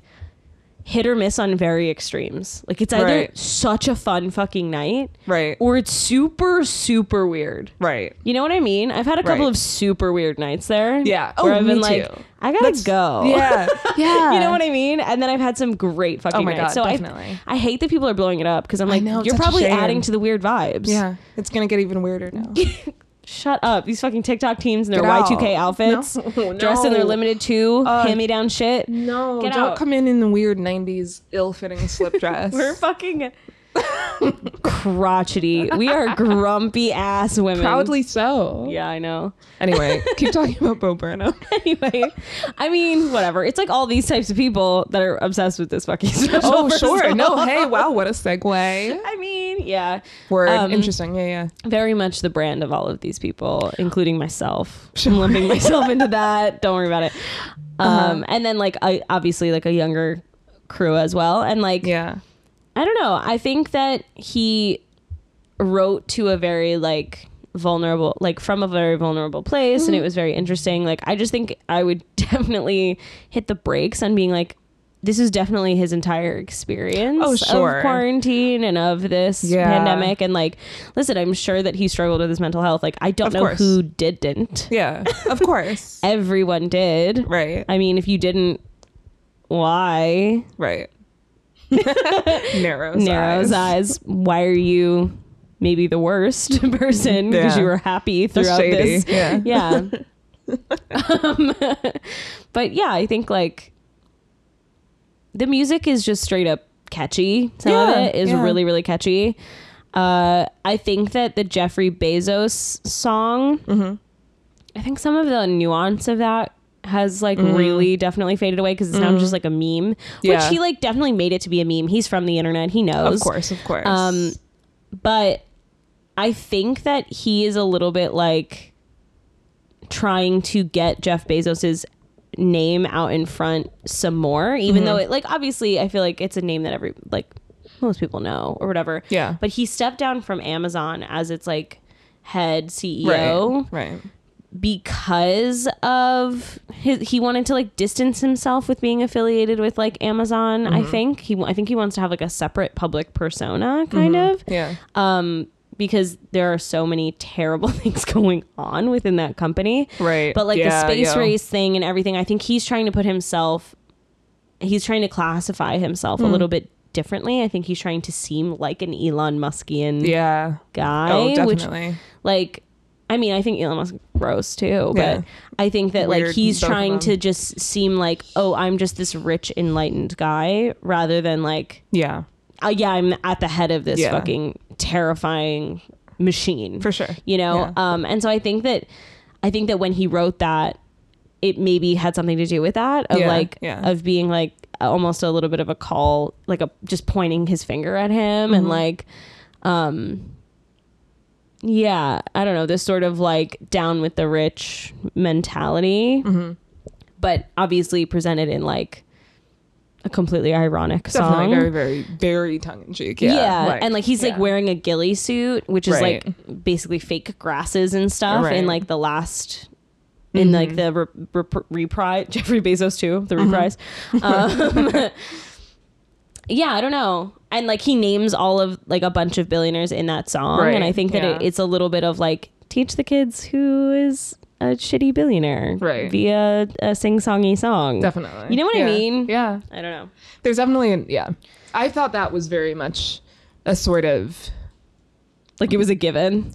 Speaker 4: hit or miss on very extremes. Like it's either
Speaker 5: Right.
Speaker 4: such a fun fucking night,
Speaker 5: Right.
Speaker 4: or it's super super weird.
Speaker 5: Right.
Speaker 4: You know what I mean? I've had a couple
Speaker 5: Right.
Speaker 4: of super weird nights there.
Speaker 5: Yeah.
Speaker 4: Where
Speaker 5: Oh,
Speaker 4: I've been
Speaker 5: me
Speaker 4: like,
Speaker 5: too.
Speaker 4: I gotta go.
Speaker 5: Yeah. yeah.
Speaker 4: You know what I mean? And then I've had some great fucking
Speaker 5: Oh my
Speaker 4: nights.
Speaker 5: God,
Speaker 4: so
Speaker 5: definitely.
Speaker 4: I, I hate that people are blowing it up because I'm like,
Speaker 5: know, it's
Speaker 4: you're
Speaker 5: such a
Speaker 4: probably
Speaker 5: shame.
Speaker 4: adding to the weird vibes.
Speaker 5: Yeah. It's gonna get even weirder now.
Speaker 4: Shut up. These fucking TikTok teams and their
Speaker 5: Get out.
Speaker 4: Y2K outfits,
Speaker 5: No,
Speaker 4: dressed in their
Speaker 5: no.
Speaker 4: limited two,
Speaker 5: Uh,
Speaker 4: hand me down shit.
Speaker 5: No,
Speaker 4: Get
Speaker 5: don't
Speaker 4: out.
Speaker 5: come in in the weird '90s ill-fitting slip dress.
Speaker 4: We're fucking crotchety. We are grumpy ass women.
Speaker 5: proudly so.
Speaker 4: Yeah, I know.
Speaker 5: Anyway, keep talking about Bo Burnham.
Speaker 4: anyway, I mean, whatever. It's like all these types of people that are obsessed with this fucking special.
Speaker 5: oh,
Speaker 4: first
Speaker 5: sure.
Speaker 4: of
Speaker 5: No,
Speaker 4: all.
Speaker 5: hey, wow, what a segue.
Speaker 4: I mean, yeah.
Speaker 5: Word.
Speaker 4: Um,
Speaker 5: Interesting. Yeah, yeah.
Speaker 4: Very much the brand of all of these people, including myself. I'm lumping myself into that. Don't worry about it. Um, And then, like, I, obviously, like a younger crew as well. And, like,
Speaker 5: Yeah.
Speaker 4: I don't know. I think that he wrote to a very like vulnerable like from a very vulnerable place
Speaker 5: Mm-hmm.
Speaker 4: and it was very interesting. Like I just think I would definitely hit the brakes on being like this is definitely his entire experience
Speaker 5: Oh, sure.
Speaker 4: of quarantine and of this
Speaker 5: Yeah.
Speaker 4: pandemic and like listen, I'm sure that he struggled with his mental health. Like I don't
Speaker 5: Of
Speaker 4: know
Speaker 5: course.
Speaker 4: who didn't.
Speaker 5: Yeah. Of course.
Speaker 4: Everyone did.
Speaker 5: right.
Speaker 4: I mean, if you didn't why?
Speaker 5: Right. Narrows.
Speaker 4: narrows
Speaker 5: eyes.
Speaker 4: eyes. Why are you maybe the worst person because
Speaker 5: Yeah.
Speaker 4: you were happy throughout
Speaker 5: shady,
Speaker 4: this?
Speaker 5: yeah.
Speaker 4: yeah. um, but yeah, I think like the music is just straight up catchy. Some of
Speaker 5: Yeah,
Speaker 4: it is
Speaker 5: yeah.
Speaker 4: really really catchy. Uh, I think that the Jeffrey Bezos song.
Speaker 5: Mm-hmm.
Speaker 4: I think some of the nuance of that has like really definitely faded away because it's now just like a meme,
Speaker 5: Mm. Yeah.
Speaker 4: which he like definitely made it to be a meme. He's from the internet, he knows,
Speaker 5: Of course. Of course.
Speaker 4: Um, But I think that he is a little bit like trying to get Jeff Bezos's name out in front some more, even
Speaker 5: Mm-hmm.
Speaker 4: though it like obviously I feel like it's a name that every like most people know or whatever.
Speaker 5: Yeah.
Speaker 4: But he stepped down from Amazon as its like head CEO
Speaker 5: Right. Right.
Speaker 4: because of his he wanted to like distance himself with being affiliated with like Amazon I
Speaker 5: Mm-hmm.
Speaker 4: think he I think he wants to have like a separate public persona kind of
Speaker 5: Yeah.
Speaker 4: um because there are so many terrible things going on within that company
Speaker 5: Right.
Speaker 4: but like
Speaker 5: Yeah,
Speaker 4: the space
Speaker 5: yo.
Speaker 4: race thing and everything I think he's trying to put himself he's trying to classify himself
Speaker 5: Hmm.
Speaker 4: a little bit differently I think he's trying to seem like an Elon Muskian
Speaker 5: Yeah.
Speaker 4: guy
Speaker 5: Oh,
Speaker 4: which
Speaker 5: definitely.
Speaker 4: like I mean, I think Elon Musk gross too, but
Speaker 5: Yeah.
Speaker 4: I think that like
Speaker 5: Weird,
Speaker 4: he's
Speaker 5: both of
Speaker 4: trying
Speaker 5: them.
Speaker 4: to just seem like, oh, I'm just this rich enlightened guy, rather than like,
Speaker 5: yeah.
Speaker 4: oh yeah, I'm at the head of this
Speaker 5: Yeah.
Speaker 4: fucking terrifying machine
Speaker 5: For sure.
Speaker 4: you know. Um, and so I think that I think that when he wrote that, it maybe had something to do with that of
Speaker 5: Yeah,
Speaker 4: like
Speaker 5: yeah.
Speaker 4: of being like almost a little bit of a call, like a just pointing his finger at him and
Speaker 5: Mm-hmm.
Speaker 4: like, um, yeah, I don't know, this sort of like down with the rich mentality,
Speaker 5: Mm-hmm.
Speaker 4: but obviously presented in like a completely ironic
Speaker 5: Definitely
Speaker 4: song.
Speaker 5: very, very, very tongue in cheek. Yeah.
Speaker 4: Yeah. and like he's like
Speaker 5: yeah.
Speaker 4: wearing a ghillie suit, which is
Speaker 5: Right.
Speaker 4: like basically fake grasses and stuff,
Speaker 5: Right. Mm-hmm.
Speaker 4: and like the last in like the re- re- reprise Jeffrey Bezos too the reprise. Um, yeah, I don't know. And like he names all of like a bunch of billionaires in that song,
Speaker 5: Right,
Speaker 4: and I think that it,
Speaker 5: yeah.
Speaker 4: it's a little bit of like teach the kids who is a shitty billionaire
Speaker 5: Right.
Speaker 4: via a sing-songy song. You
Speaker 5: Definitely.
Speaker 4: know what I
Speaker 5: Yeah.
Speaker 4: mean?
Speaker 5: Yeah.
Speaker 4: I don't know.
Speaker 5: There's definitely an yeah. I thought that was very much a sort of
Speaker 4: Like it was a given.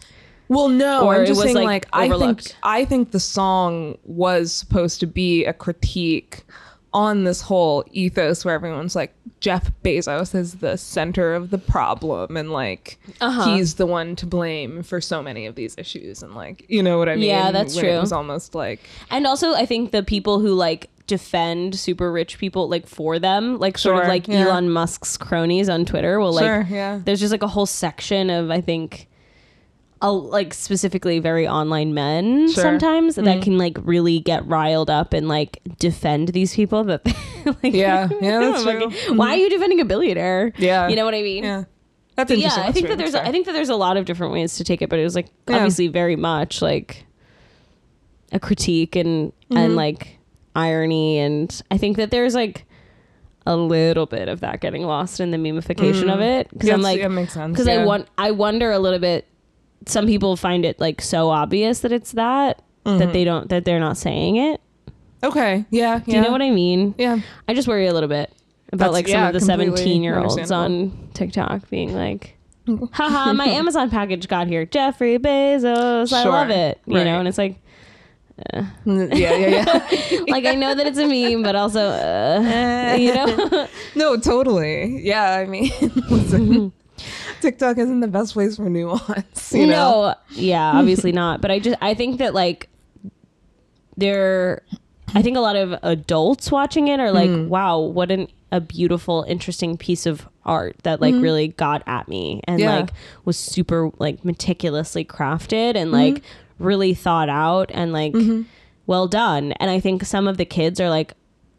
Speaker 5: Well, no,
Speaker 4: Or
Speaker 5: I'm
Speaker 4: it
Speaker 5: just
Speaker 4: was,
Speaker 5: saying
Speaker 4: like,
Speaker 5: like, I think
Speaker 4: overlooked.
Speaker 5: I think the song was supposed to be a critique on this whole ethos where everyone's like Jeff Bezos is the center of the problem and like
Speaker 4: Uh-huh.
Speaker 5: he's the one to blame for so many of these issues and like you know what I mean?
Speaker 4: Yeah, that's
Speaker 5: When
Speaker 4: true.
Speaker 5: It was almost like
Speaker 4: And also, I think the people who like defend super rich people like for them, like sort of
Speaker 5: Sure,
Speaker 4: like
Speaker 5: yeah.
Speaker 4: Elon Musk's cronies on Twitter will like
Speaker 5: Sure, yeah.
Speaker 4: there's just like a whole section of I think a, like specifically very online men
Speaker 5: Sure. Mm-hmm.
Speaker 4: sometimes that can like really get riled up and like defend these people that like
Speaker 5: Yeah, yeah, that's
Speaker 4: like,
Speaker 5: true. Mm-hmm.
Speaker 4: why are you defending a billionaire
Speaker 5: Yeah.
Speaker 4: you know what I mean
Speaker 5: yeah, that's
Speaker 4: yeah
Speaker 5: interesting.
Speaker 4: I
Speaker 5: That's
Speaker 4: think
Speaker 5: very
Speaker 4: that there's
Speaker 5: interesting.
Speaker 4: I think that there's a lot of different ways to take it, but it was like
Speaker 5: Yeah.
Speaker 4: obviously very much like a critique and
Speaker 5: Mm-hmm.
Speaker 4: and like irony, and I think that there's like a little bit of that getting lost in the memification of it because I'm
Speaker 5: Mm. Yes,
Speaker 4: like
Speaker 5: yeah, makes sense,
Speaker 4: because I
Speaker 5: yeah.
Speaker 4: want I wonder a little bit. Some people find it like so obvious that it's that
Speaker 5: Mm-hmm.
Speaker 4: that they don't that they're not saying it.
Speaker 5: okay, yeah,
Speaker 4: Do you know what I mean?
Speaker 5: Yeah.
Speaker 4: I just worry a little bit about
Speaker 5: That's-
Speaker 4: like some
Speaker 5: yeah,
Speaker 4: of the
Speaker 5: completely
Speaker 4: 17 year olds
Speaker 5: understandable.
Speaker 4: on TikTok being like, haha, my Amazon package got here. Jeffrey Bezos. I
Speaker 5: Sure.
Speaker 4: love it. You
Speaker 5: Right.
Speaker 4: know, and it's like,
Speaker 5: yeah, yeah, yeah.
Speaker 4: like I know that it's a meme, but also, uh, you know,
Speaker 5: No, totally. Yeah, I mean, listen, TikTok isn't the best place for nuance. You know?
Speaker 4: no, yeah, obviously not. But I just, I think that like there, I think a lot of adults watching it are like,
Speaker 5: Hmm.
Speaker 4: wow, what an a beautiful, interesting piece of art that like really got at me and
Speaker 5: Hmm. Yeah.
Speaker 4: like was super like meticulously crafted
Speaker 5: Hmm.
Speaker 4: and like really thought out and like
Speaker 5: Mm-hmm.
Speaker 4: well done. And I think some of the kids are like,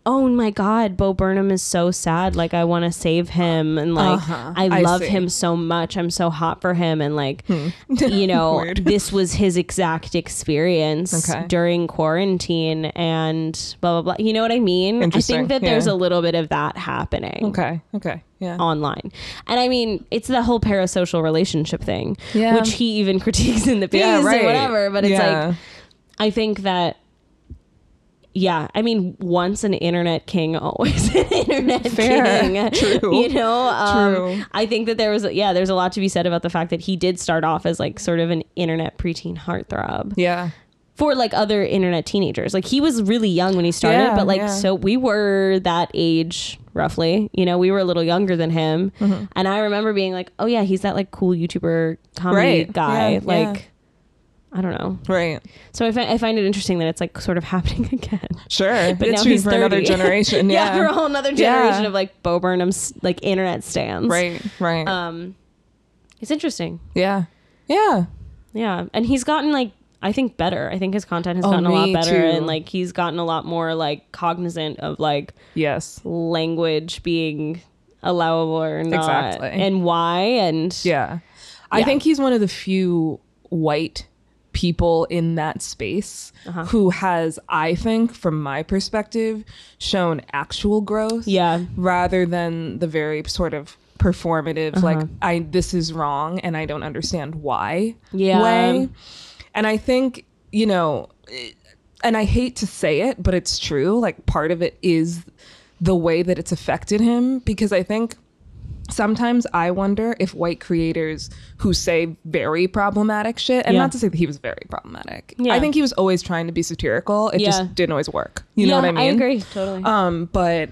Speaker 4: Oh my God, Bo Burnham is so sad. Like, I want to save him. And, like,
Speaker 5: Uh-huh.
Speaker 4: I
Speaker 5: I
Speaker 4: love
Speaker 5: see.
Speaker 4: him so much. I'm so hot for him. And, like, you know,
Speaker 5: Hmm. Weird.
Speaker 4: this was his exact experience
Speaker 5: Okay.
Speaker 4: during quarantine and blah, blah, blah. You know what I mean? I
Speaker 5: Interesting,
Speaker 4: think that there's
Speaker 5: yeah.
Speaker 4: a little bit of that happening
Speaker 5: Okay. Okay. Yeah.
Speaker 4: online. And I mean, it's the whole parasocial relationship thing,
Speaker 5: Yeah.
Speaker 4: which he even critiques in the piece
Speaker 5: Yeah, right.
Speaker 4: or whatever. But it's
Speaker 5: Yeah.
Speaker 4: like, I think that. Yeah, I mean, once an internet king, always an internet
Speaker 5: Fair.
Speaker 4: king.
Speaker 5: True.
Speaker 4: You know, um,
Speaker 5: True.
Speaker 4: I think that there was, yeah, there's a lot to be said about the fact that he did start off as like sort of an internet preteen heartthrob
Speaker 5: yeah.
Speaker 4: for like other internet teenagers. Like he was really young when he started,
Speaker 5: Yeah,
Speaker 4: but like
Speaker 5: yeah.
Speaker 4: so we were that age roughly. You know, we were a little younger than him.
Speaker 5: Mm-hmm.
Speaker 4: And I remember being like, "Oh yeah, he's that like cool YouTuber comedy
Speaker 5: Right.
Speaker 4: guy."
Speaker 5: Yeah,
Speaker 4: like I don't know.
Speaker 5: Right.
Speaker 4: So I, fi- I find it interesting that it's like sort of happening again.
Speaker 5: Sure.
Speaker 4: But
Speaker 5: it's
Speaker 4: now
Speaker 5: true
Speaker 4: he's
Speaker 5: for another
Speaker 4: 30.
Speaker 5: generation.
Speaker 4: yeah,
Speaker 5: Yeah.
Speaker 4: for a whole another generation
Speaker 5: Yeah.
Speaker 4: of like Bo Burnham's like internet stands.
Speaker 5: Right. Right.
Speaker 4: Um it's interesting.
Speaker 5: yeah. Yeah.
Speaker 4: Yeah, and he's gotten like I think better. I think his content has
Speaker 5: Oh,
Speaker 4: gotten a lot
Speaker 5: me
Speaker 4: better,
Speaker 5: too.
Speaker 4: and like he's gotten a lot more like cognizant of like
Speaker 5: Yes.
Speaker 4: language being allowable or not,
Speaker 5: Exactly.
Speaker 4: and why, and
Speaker 5: Yeah. I
Speaker 4: Yeah.
Speaker 5: think he's one of the few white people in that space
Speaker 4: Uh-huh.
Speaker 5: who has, I think, from my perspective, shown actual growth.
Speaker 4: Yeah.
Speaker 5: Rather than the very sort of performative,
Speaker 4: Uh-huh.
Speaker 5: like, I this is wrong and I don't understand why
Speaker 4: Yeah.
Speaker 5: way. And I think, you know, it- and I hate to say it, but it's true. Like part of it is the way that it's affected him because I think sometimes I wonder if white creators who say very problematic shit, and
Speaker 4: Yeah.
Speaker 5: not to say that he was very problematic.
Speaker 4: Yeah.
Speaker 5: I think he was always trying to be satirical. It
Speaker 4: Yeah.
Speaker 5: just didn't always work. You
Speaker 4: Yeah,
Speaker 5: know what I mean?
Speaker 4: agree totally.
Speaker 5: Um, but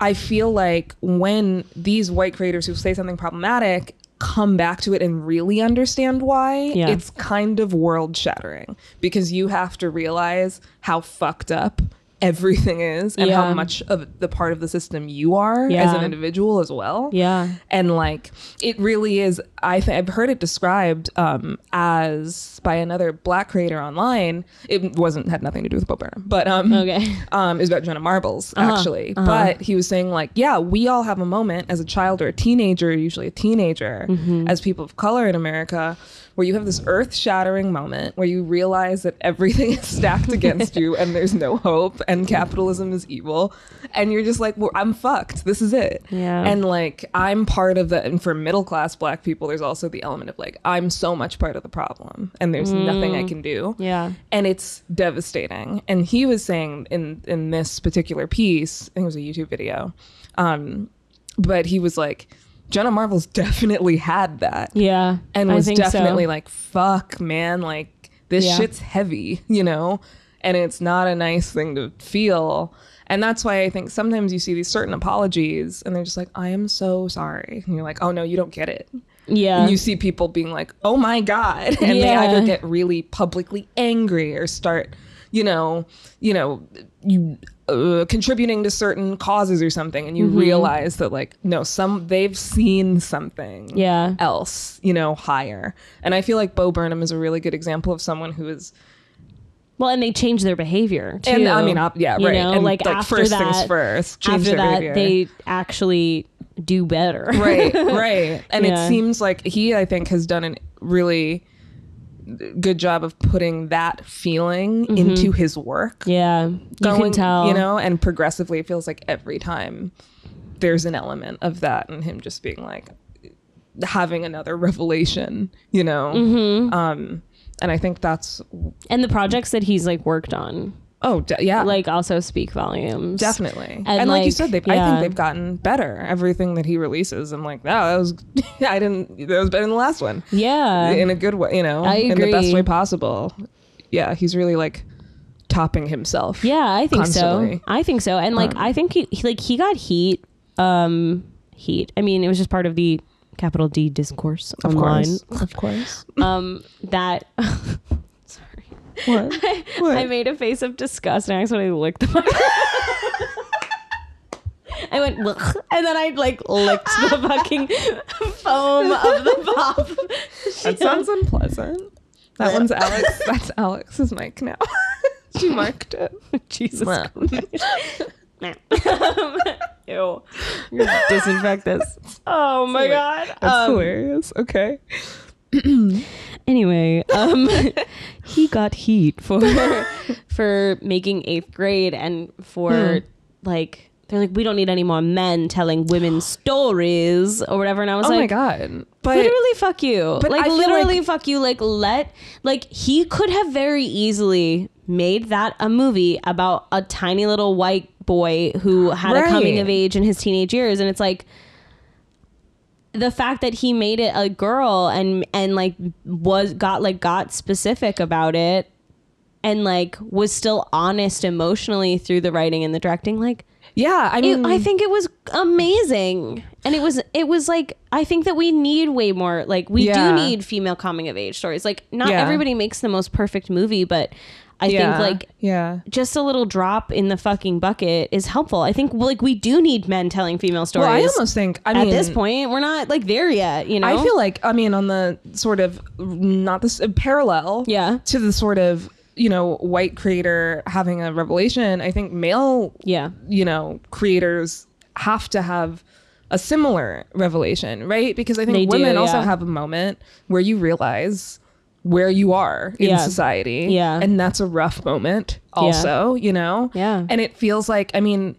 Speaker 5: I feel like when these white creators who say something problematic come back to it and really understand why,
Speaker 4: Yeah.
Speaker 5: it's kind of world shattering because you have to realize how fucked up everything is and
Speaker 4: Yeah.
Speaker 5: how much of the part of the system you are as
Speaker 4: Yeah.
Speaker 5: an individual as well
Speaker 4: Yeah.
Speaker 5: and like it really is i th- i've heard it described um as by another black creator online it wasn't had nothing to do with Bo Burnham, but um
Speaker 4: Okay. Uh-huh.
Speaker 5: um it was about jenna marbles actually but he was saying like yeah we all have a
Speaker 4: Mm-hmm.
Speaker 5: moment as a child or a teenager usually a teenager as people of color in america where you have this earth shattering moment where you realize that everything is stacked against you and there's no hope and capitalism is evil. And you're just like, well, I'm fucked. This is it.
Speaker 4: Yeah.
Speaker 5: And like, I'm part of the, and for middle class black people, there's also the element of like, I'm so much part of the problem and there's nothing I can do
Speaker 4: Yeah.
Speaker 5: and it's devastating. And he was saying in in this particular piece, I think it was a YouTube video, um, but he was like, Jenna Marbles definitely had that,
Speaker 4: Yeah.
Speaker 5: and
Speaker 4: I
Speaker 5: was
Speaker 4: think so.
Speaker 5: definitely like, "Fuck, man, like this
Speaker 4: Yeah.
Speaker 5: shit's heavy," you know, and it's not a nice thing to feel. And that's why I think sometimes you see these certain apologies, and they're just like, "I am so sorry," and you're like, "Oh no, you don't get it."
Speaker 4: Yeah.
Speaker 5: and you see people being like, "Oh my god," and they
Speaker 4: Yeah.
Speaker 5: either get really publicly angry or start, you know, you know, you uh, contributing to certain causes or something, and you
Speaker 4: Mm-hmm.
Speaker 5: realize that like, no, some they've seen something,
Speaker 4: Yeah.
Speaker 5: else, you know, higher. And I feel like Bo Burnham is a really good example of someone who is
Speaker 4: well, and they change their behavior too.
Speaker 5: And, I mean, ob- yeah,
Speaker 4: You
Speaker 5: right.
Speaker 4: know,
Speaker 5: And,
Speaker 4: like,
Speaker 5: like,
Speaker 4: after
Speaker 5: first
Speaker 4: that,
Speaker 5: things first, change
Speaker 4: After
Speaker 5: their
Speaker 4: that,
Speaker 5: behavior.
Speaker 4: they actually do better.
Speaker 5: right right and
Speaker 4: Yeah.
Speaker 5: it seems like he i think has done a really good job of putting that feeling into his work
Speaker 4: yeah. Mm-hmm. You can
Speaker 5: Going-
Speaker 4: tell.
Speaker 5: you know and progressively it feels like every time there's an element of that and him just being like having another revelation you know
Speaker 4: Mm-hmm.
Speaker 5: um and i think that's
Speaker 4: and the projects that he's like worked on,
Speaker 5: oh de- yeah
Speaker 4: like also speak volumes.
Speaker 5: Definitely. And, like, you
Speaker 4: like,
Speaker 5: said, they've, I
Speaker 4: yeah.
Speaker 5: think they've gotten better. Everything that he releases, I'm like, wow, that was, I didn't, that was better than the last one.
Speaker 4: Yeah.
Speaker 5: in a good way, you know,
Speaker 4: I
Speaker 5: in the best
Speaker 4: agree.
Speaker 5: way possible. Yeah, he's really like topping himself.
Speaker 4: Yeah, I think so.
Speaker 5: constantly. Um,
Speaker 4: I think so. And like I think he, he like he got heat um heat. I mean, it was just part of the capital D discourse
Speaker 5: of
Speaker 4: online
Speaker 5: course, of course.
Speaker 4: um that sorry.
Speaker 5: What? What?
Speaker 4: I made a face of disgust and I accidentally licked the mic. I went, "Ugh," and then I like licked the fucking foam of the pop.
Speaker 5: that sounds unpleasant. That one's Alex. That's Alex's mic now. she marked it.
Speaker 4: Jesus
Speaker 5: Wow.
Speaker 4: Christ. um, ew. I'm gonna Disinfect this. Oh my god.
Speaker 5: That's
Speaker 4: Um,
Speaker 5: hilarious. Okay.
Speaker 4: anyway, um, he got heat for for making eighth grade and for
Speaker 5: Hmm.
Speaker 4: like they're like we don't need any more men telling women stories or whatever. And I was
Speaker 5: Oh my
Speaker 4: like,
Speaker 5: god. But
Speaker 4: literally fuck you.
Speaker 5: but
Speaker 4: like
Speaker 5: I feel
Speaker 4: literally
Speaker 5: like-
Speaker 4: fuck you. Like let like he could have very easily made that a movie about a tiny little white boy who had a
Speaker 5: Right.
Speaker 4: coming of age in his teenage years and it's like the fact that he made it a girl and and like was got like got specific about it and like was still honest emotionally through the writing and the directing like
Speaker 5: yeah, I
Speaker 4: it-
Speaker 5: mean,
Speaker 4: I think it was amazing. And it was it was like I think that we need way more like we
Speaker 5: Yeah.
Speaker 4: do need female coming of age stories. Like not
Speaker 5: Yeah.
Speaker 4: everybody makes the most perfect movie, but I
Speaker 5: yeah,
Speaker 4: think like
Speaker 5: yeah.
Speaker 4: just a little drop in the fucking bucket is helpful. I think like we do need men telling female stories.
Speaker 5: Well, I almost think I
Speaker 4: at
Speaker 5: mean
Speaker 4: this point we're not like there yet, you know.
Speaker 5: I feel like I mean on the sort of not this uh, parallel
Speaker 4: Yeah.
Speaker 5: to the sort of you know white creator having a revelation I think male
Speaker 4: yeah.
Speaker 5: you know creators have to have a similar revelation right because I think
Speaker 4: They do,
Speaker 5: women also
Speaker 4: yeah.
Speaker 5: have a moment where you realize where you are in
Speaker 4: Yeah.
Speaker 5: society
Speaker 4: Yeah.
Speaker 5: and that's a rough moment also you know
Speaker 4: Yeah.
Speaker 5: and it feels like I mean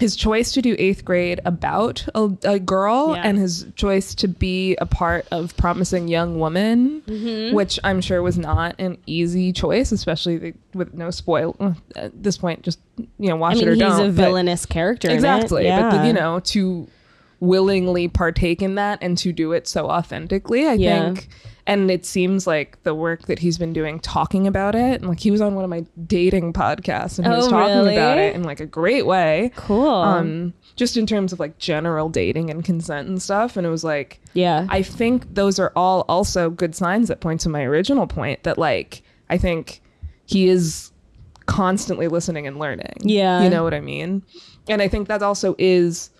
Speaker 5: his choice to do eighth grade about a, a girl
Speaker 4: Yeah.
Speaker 5: and his choice to be a part of promising young woman
Speaker 4: Mm-hmm.
Speaker 5: which i'm sure was not an easy choice especially the, with no spoil uh, at this point just you know
Speaker 4: I
Speaker 5: watch it
Speaker 4: mean,
Speaker 5: or
Speaker 4: he's
Speaker 5: don't
Speaker 4: a
Speaker 5: but-
Speaker 4: villainous character. in it.
Speaker 5: exactly but
Speaker 4: Yeah.
Speaker 5: the, you know to willingly partake in that and to do it so authentically i
Speaker 4: Yeah.
Speaker 5: think and it seems like the work that he's been doing talking about it and like he was on one of my dating podcasts and he was
Speaker 4: Oh,
Speaker 5: talking about
Speaker 4: really?
Speaker 5: it in like a great way
Speaker 4: Cool.
Speaker 5: um just in terms of like general dating and consent and stuff and it was like
Speaker 4: yeah.
Speaker 5: i think those are all also good signs that point to my original point that like i think he is constantly listening and learning
Speaker 4: Yeah.
Speaker 5: you know what i mean and i think that also is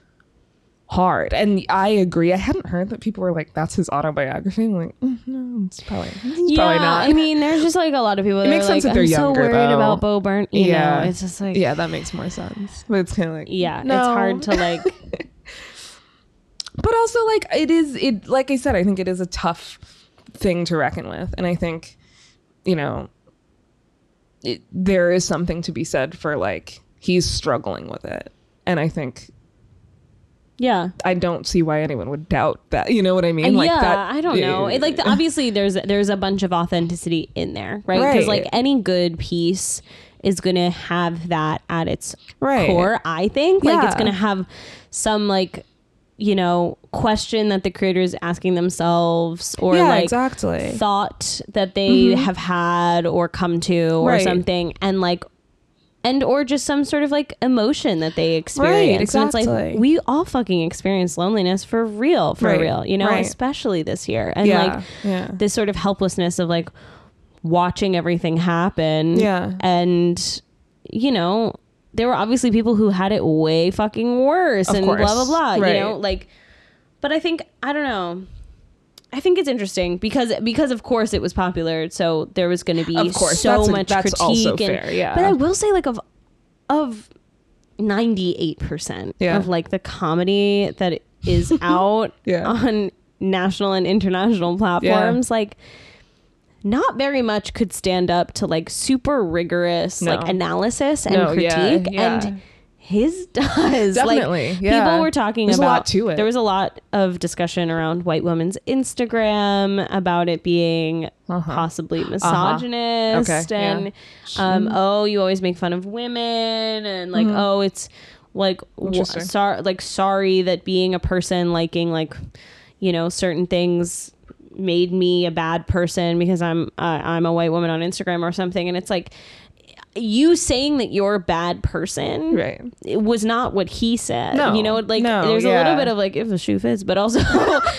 Speaker 5: hard and i agree i hadn't heard that people were like that's his autobiography i'm like mm, no it's probably, it's probably not
Speaker 4: I mean, there's just like a lot of people. It
Speaker 5: makes
Speaker 4: are, like,
Speaker 5: sense that they're
Speaker 4: I'm
Speaker 5: younger,
Speaker 4: so worried
Speaker 5: though.
Speaker 4: about Bo Burn. You
Speaker 5: Yeah.
Speaker 4: know, it's just like
Speaker 5: yeah that makes more sense but it's kind of like
Speaker 4: yeah, it's
Speaker 5: no.
Speaker 4: hard to like.
Speaker 5: but also like it is it like i said i think it is a tough thing to reckon with. And I think, you know, it, there is something to be said for like he's struggling with it. And I think
Speaker 4: Yeah.
Speaker 5: I don't see why anyone would doubt that. You know what I mean?
Speaker 4: yeah,
Speaker 5: that,
Speaker 4: I don't know. It, like the, obviously, there's there's a bunch of authenticity in there, right? Because
Speaker 5: Right.
Speaker 4: like any good piece is gonna have that at its
Speaker 5: Right.
Speaker 4: core. I think like it's
Speaker 5: Yeah.
Speaker 4: gonna have some like you know question that the creator is asking themselves or
Speaker 5: Yeah,
Speaker 4: like
Speaker 5: exactly. Mm-hmm.
Speaker 4: thought that they have had or come to or
Speaker 5: Right.
Speaker 4: something, and like and or just some sort of like emotion that they experience. And it's
Speaker 5: exactly.
Speaker 4: like we all fucking experience loneliness for real, for
Speaker 5: Right,
Speaker 4: real, you know,
Speaker 5: right.
Speaker 4: especially this year. And
Speaker 5: Yeah,
Speaker 4: like
Speaker 5: yeah.
Speaker 4: this sort of helplessness of like watching everything happen.
Speaker 5: Yeah.
Speaker 4: And you know, there were obviously people who had it way fucking worse and
Speaker 5: course,
Speaker 4: blah blah blah.
Speaker 5: right.
Speaker 4: You know, like but I think I don't know. I think it's interesting because because of course it was popular, so there was going to be
Speaker 5: Of course,
Speaker 4: so
Speaker 5: that's a-
Speaker 4: much
Speaker 5: that's
Speaker 4: critique.
Speaker 5: also
Speaker 4: and-
Speaker 5: fair, yeah.
Speaker 4: But I will say, like of of ninety eight percent
Speaker 5: Yeah.
Speaker 4: of like the comedy that is out
Speaker 5: Yeah.
Speaker 4: on national and international platforms, like not very much could stand up to like super rigorous
Speaker 5: No.
Speaker 4: like analysis and
Speaker 5: No, yeah,
Speaker 4: critique
Speaker 5: yeah.
Speaker 4: and his does Like,
Speaker 5: Definitely, yeah.
Speaker 4: people were talking
Speaker 5: There's a
Speaker 4: about
Speaker 5: lot to it.
Speaker 4: there was a lot of discussion around white women's Instagram about it being possibly misogynist
Speaker 5: Uh-huh. Okay, yeah.
Speaker 4: and um, oh, you always make fun of women and like oh, it's like w-
Speaker 5: Mm-hmm. Interesting.
Speaker 4: sorry, like sorry that being a person liking like you know certain things made me a bad person because I'm uh, I'm a white woman on Instagram or something, and it's like you saying that you're a bad person
Speaker 5: Right.
Speaker 4: it was not what he said.
Speaker 5: No.
Speaker 4: you know, like
Speaker 5: No,
Speaker 4: there's a
Speaker 5: yeah.
Speaker 4: little bit of like if the shoe fits, but also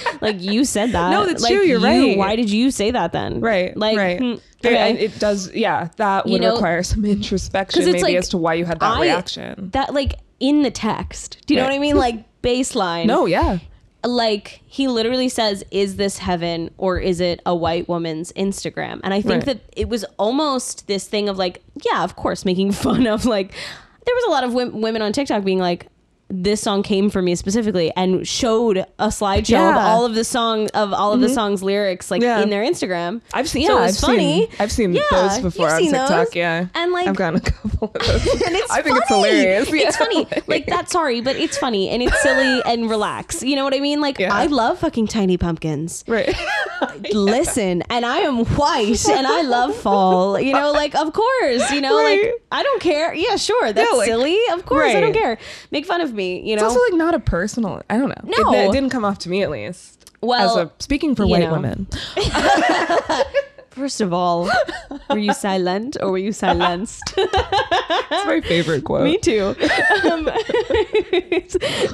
Speaker 4: like you said that.
Speaker 5: No, that's
Speaker 4: like,
Speaker 5: true, you're right.
Speaker 4: Why did you say that then?
Speaker 5: Right.
Speaker 4: Like,
Speaker 5: right.
Speaker 4: hmm,
Speaker 5: There-
Speaker 4: okay.
Speaker 5: and it does. Yeah, that would
Speaker 4: You know-
Speaker 5: require some introspection,
Speaker 4: 'Cause
Speaker 5: maybe
Speaker 4: it's like,
Speaker 5: as to why you had that
Speaker 4: I-
Speaker 5: reaction.
Speaker 4: that like in the text. Do you know
Speaker 5: Right.
Speaker 4: what I mean? Like baseline.
Speaker 5: no. Yeah.
Speaker 4: like he literally says, "Is this heaven or is it a white woman's Instagram?" And I think
Speaker 5: Right.
Speaker 4: that it was almost this thing of like, yeah, of course, making fun of like there was a lot of wom- women on TikTok being like. This song came for me specifically, and showed a slideshow of
Speaker 5: Yeah. Mm-hmm.
Speaker 4: all of the song of all of the song's lyrics, like
Speaker 5: Yeah.
Speaker 4: in their Instagram.
Speaker 5: I've seen.
Speaker 4: So
Speaker 5: Yeah,
Speaker 4: it
Speaker 5: I've
Speaker 4: was funny.
Speaker 5: seen. I've seen
Speaker 4: Yeah,
Speaker 5: those before
Speaker 4: you've
Speaker 5: on
Speaker 4: seen
Speaker 5: TikTok.
Speaker 4: those.
Speaker 5: Yeah.
Speaker 4: And, like-
Speaker 5: I've gotten a couple of those.
Speaker 4: and it's
Speaker 5: I think it's
Speaker 4: funny.
Speaker 5: hilarious.
Speaker 4: It's
Speaker 5: Yeah,
Speaker 4: funny.
Speaker 5: like-
Speaker 4: Like that's sorry, but it's funny and it's silly and relax. You know what I mean? Like
Speaker 5: Yeah.
Speaker 4: I love fucking tiny pumpkins.
Speaker 5: right.
Speaker 4: Listen, and I am white and I love fall. You know, like of course, you know,
Speaker 5: Right.
Speaker 4: like I don't care. Yeah, sure. That's
Speaker 5: like-
Speaker 4: silly. Of course, I don't
Speaker 5: Right.
Speaker 4: care. Make fun of me, you know.
Speaker 5: It's also like not a personal. I don't know.
Speaker 4: No.
Speaker 5: it, it didn't come off to me at least.
Speaker 4: well,
Speaker 5: as a speaking for
Speaker 4: you
Speaker 5: white
Speaker 4: know.
Speaker 5: women,
Speaker 4: first of all, were you silent or were you silenced?
Speaker 5: it's my favorite quote.
Speaker 4: Me too. Um,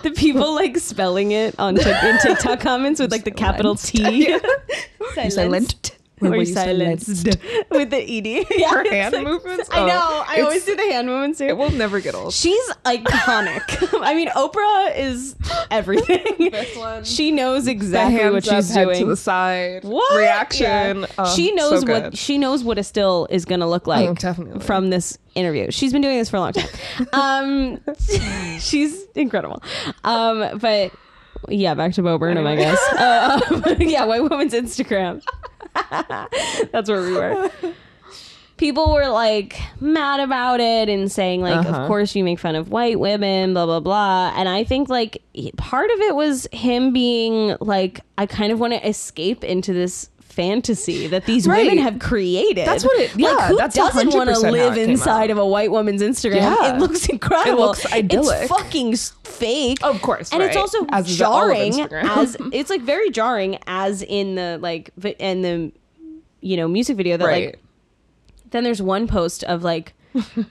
Speaker 4: the people like spelling it on Tik in TikTok comments with like the capital T.
Speaker 5: silenced?
Speaker 4: Or
Speaker 5: Or were
Speaker 4: you
Speaker 5: you
Speaker 4: silenced with the ed. Yeah,
Speaker 5: Her
Speaker 4: it's
Speaker 5: hand
Speaker 4: like-
Speaker 5: movements?
Speaker 4: I
Speaker 5: Oh,
Speaker 4: know. I
Speaker 5: it's-
Speaker 4: always do the hand movements
Speaker 5: It
Speaker 4: too.
Speaker 5: will never get old.
Speaker 4: She's iconic. I mean, Oprah is everything.
Speaker 5: This one.
Speaker 4: She knows
Speaker 5: The
Speaker 4: exactly
Speaker 5: hands
Speaker 4: what
Speaker 5: up,
Speaker 4: she's
Speaker 5: head
Speaker 4: doing.
Speaker 5: to the side.
Speaker 4: What?
Speaker 5: reaction?
Speaker 4: Yeah.
Speaker 5: Oh,
Speaker 4: she knows
Speaker 5: so
Speaker 4: what
Speaker 5: good.
Speaker 4: she knows what a still is going to look like.
Speaker 5: Oh, definitely.
Speaker 4: From this interview, she's been doing this for a long time. um, she's incredible. Um, but yeah, back to Bo Burnham, I guess. Uh, um, yeah, white woman's Instagram. That's where we were. People were like mad about it and saying like,
Speaker 5: Uh-huh.
Speaker 4: of course you make fun of white women, blah blah blah. And I think like he- part of it was him being like, I kind of want to escape into this fantasy that these women
Speaker 5: Right.
Speaker 4: have created.
Speaker 5: That's what it-
Speaker 4: like.
Speaker 5: yeah,
Speaker 4: Who
Speaker 5: that's
Speaker 4: doesn't want to
Speaker 5: 100% how it
Speaker 4: live
Speaker 5: came
Speaker 4: inside
Speaker 5: out.
Speaker 4: of a white woman's Instagram?
Speaker 5: Yeah.
Speaker 4: It looks incredible.
Speaker 5: looks idyllic.
Speaker 4: It's fucking s- fake.
Speaker 5: Of course,
Speaker 4: and it's
Speaker 5: right.
Speaker 4: also
Speaker 5: As is all of
Speaker 4: jarring.
Speaker 5: Instagram.
Speaker 4: As it's like very jarring, as in the like vi- and the you know music video that
Speaker 5: right.
Speaker 4: like then there's one post of like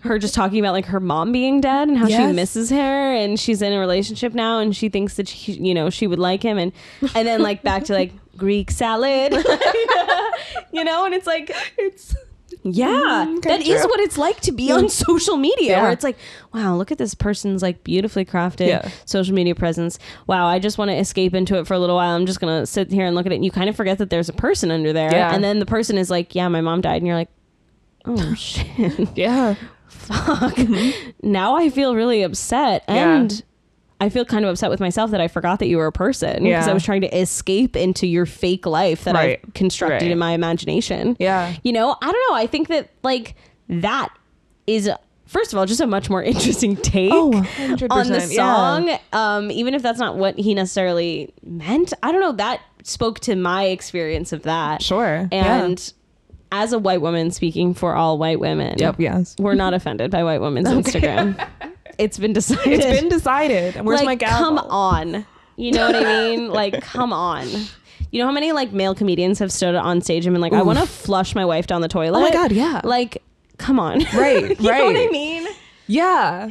Speaker 4: her just talking about like her mom being dead and how she
Speaker 5: Yes.
Speaker 4: misses her and she's in a relationship now and she thinks that she you know she would like him and and then like back to like greek salad you know and it's like it's yeah
Speaker 5: Mm,
Speaker 4: that
Speaker 5: kinda
Speaker 4: is
Speaker 5: true.
Speaker 4: what it's like to be on social media
Speaker 5: Yeah.
Speaker 4: where it's like wow look at this person's like beautifully crafted
Speaker 5: Yeah.
Speaker 4: social media presence wow i just want to escape into it for a little while i'm just gonna sit here and look at it and you kind of forget that there's a person under there
Speaker 5: Yeah.
Speaker 4: and then the person is like yeah my mom died and you're like oh shit
Speaker 5: yeah.
Speaker 4: fuck now i feel really upset
Speaker 5: Mm-hmm. Yeah.
Speaker 4: and I feel kind of upset with myself that I forgot that you were a person because
Speaker 5: Yeah.
Speaker 4: I was trying to escape into your fake life that I
Speaker 5: Right.
Speaker 4: constructed
Speaker 5: Right.
Speaker 4: in my imagination.
Speaker 5: Yeah.
Speaker 4: You know, I don't know. I think that like that is first of all just a much more interesting take
Speaker 5: Oh, 100%,
Speaker 4: on the
Speaker 5: yeah.
Speaker 4: song. Um, even if that's not what he necessarily meant, I don't know. That spoke to my experience of that.
Speaker 5: Sure, yeah.
Speaker 4: And as a white woman speaking for all white women,
Speaker 5: Yep, yes.
Speaker 4: we're not offended by white women's Instagram. It's been decided.
Speaker 5: It's been decided. Where's
Speaker 4: like,
Speaker 5: my gavel?
Speaker 4: Come on. You know what I mean? Like, come on. You know how many like male comedians have stood on stage and been like, I want to flush my wife down the toilet.
Speaker 5: Oh God, yeah.
Speaker 4: Like, come on.
Speaker 5: Right,
Speaker 4: you know what I
Speaker 5: right. Oh
Speaker 4: mean?
Speaker 5: Yeah.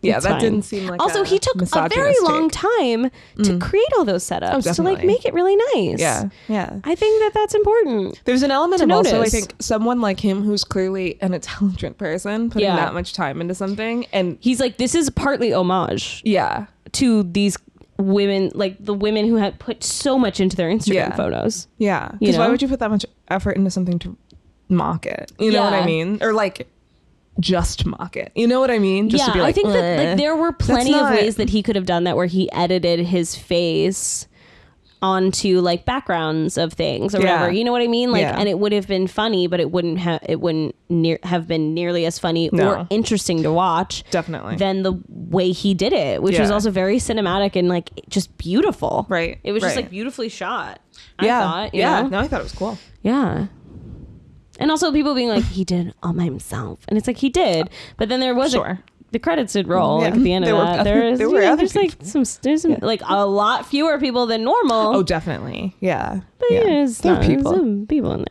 Speaker 5: Yeah,
Speaker 4: It's
Speaker 5: that
Speaker 4: fine.
Speaker 5: didn't seem like
Speaker 4: also
Speaker 5: a
Speaker 4: he took a very
Speaker 5: misogynist
Speaker 4: long
Speaker 5: take. Mm.
Speaker 4: time
Speaker 5: Oh,
Speaker 4: to create all those setups to like
Speaker 5: definitely.
Speaker 4: make it really nice.
Speaker 5: Yeah. Yeah.
Speaker 4: I think that that's important.
Speaker 5: There's an element
Speaker 4: to
Speaker 5: of also, I
Speaker 4: notice.
Speaker 5: think, someone like him who's clearly an intelligent person putting
Speaker 4: Yeah.
Speaker 5: that much time into something. And
Speaker 4: He's like, this is partly homage
Speaker 5: yeah,
Speaker 4: to these women, like the women who had put so much into their Instagram
Speaker 5: Yeah.
Speaker 4: photos.
Speaker 5: yeah.
Speaker 4: You
Speaker 5: Because why
Speaker 4: know?
Speaker 5: would you put that much effort into something to mock it? You know what
Speaker 4: Yeah.
Speaker 5: I mean? Or like just mock it. You know what I mean? Just
Speaker 4: yeah,
Speaker 5: to be like,
Speaker 4: I think that
Speaker 5: "Ugh."
Speaker 4: like there were plenty
Speaker 5: not-
Speaker 4: of ways that he could have done that, where he edited his face onto like backgrounds of things or
Speaker 5: Yeah.
Speaker 4: whatever. You know what I mean? Like,
Speaker 5: Yeah.
Speaker 4: and it would have been funny, but it wouldn't have it wouldn't near have been nearly as funny
Speaker 5: No.
Speaker 4: or interesting to watch
Speaker 5: Definitely.
Speaker 4: than the way he did it, which was
Speaker 5: Yeah.
Speaker 4: also very cinematic and like just beautiful.
Speaker 5: Right,
Speaker 4: It was just
Speaker 5: right.
Speaker 4: like beautifully shot.
Speaker 5: yeah.
Speaker 4: I thought, you
Speaker 5: yeah.
Speaker 4: know?
Speaker 5: No, I thought it was cool.
Speaker 4: Yeah. And also people being like, he did it all by himself. And it's like, he did. But then there was a-
Speaker 5: Sure.
Speaker 4: the credits did roll
Speaker 5: Yeah.
Speaker 4: like at the end
Speaker 5: There
Speaker 4: of
Speaker 5: were
Speaker 4: that.
Speaker 5: other-
Speaker 4: there is
Speaker 5: there were
Speaker 4: yeah,
Speaker 5: other
Speaker 4: there's like some, there's some like a lot fewer people than normal.
Speaker 5: Oh, definitely. Yeah.
Speaker 4: but
Speaker 5: yeah.
Speaker 4: yeah, it's
Speaker 5: There are
Speaker 4: not- there's
Speaker 5: people.
Speaker 4: some people in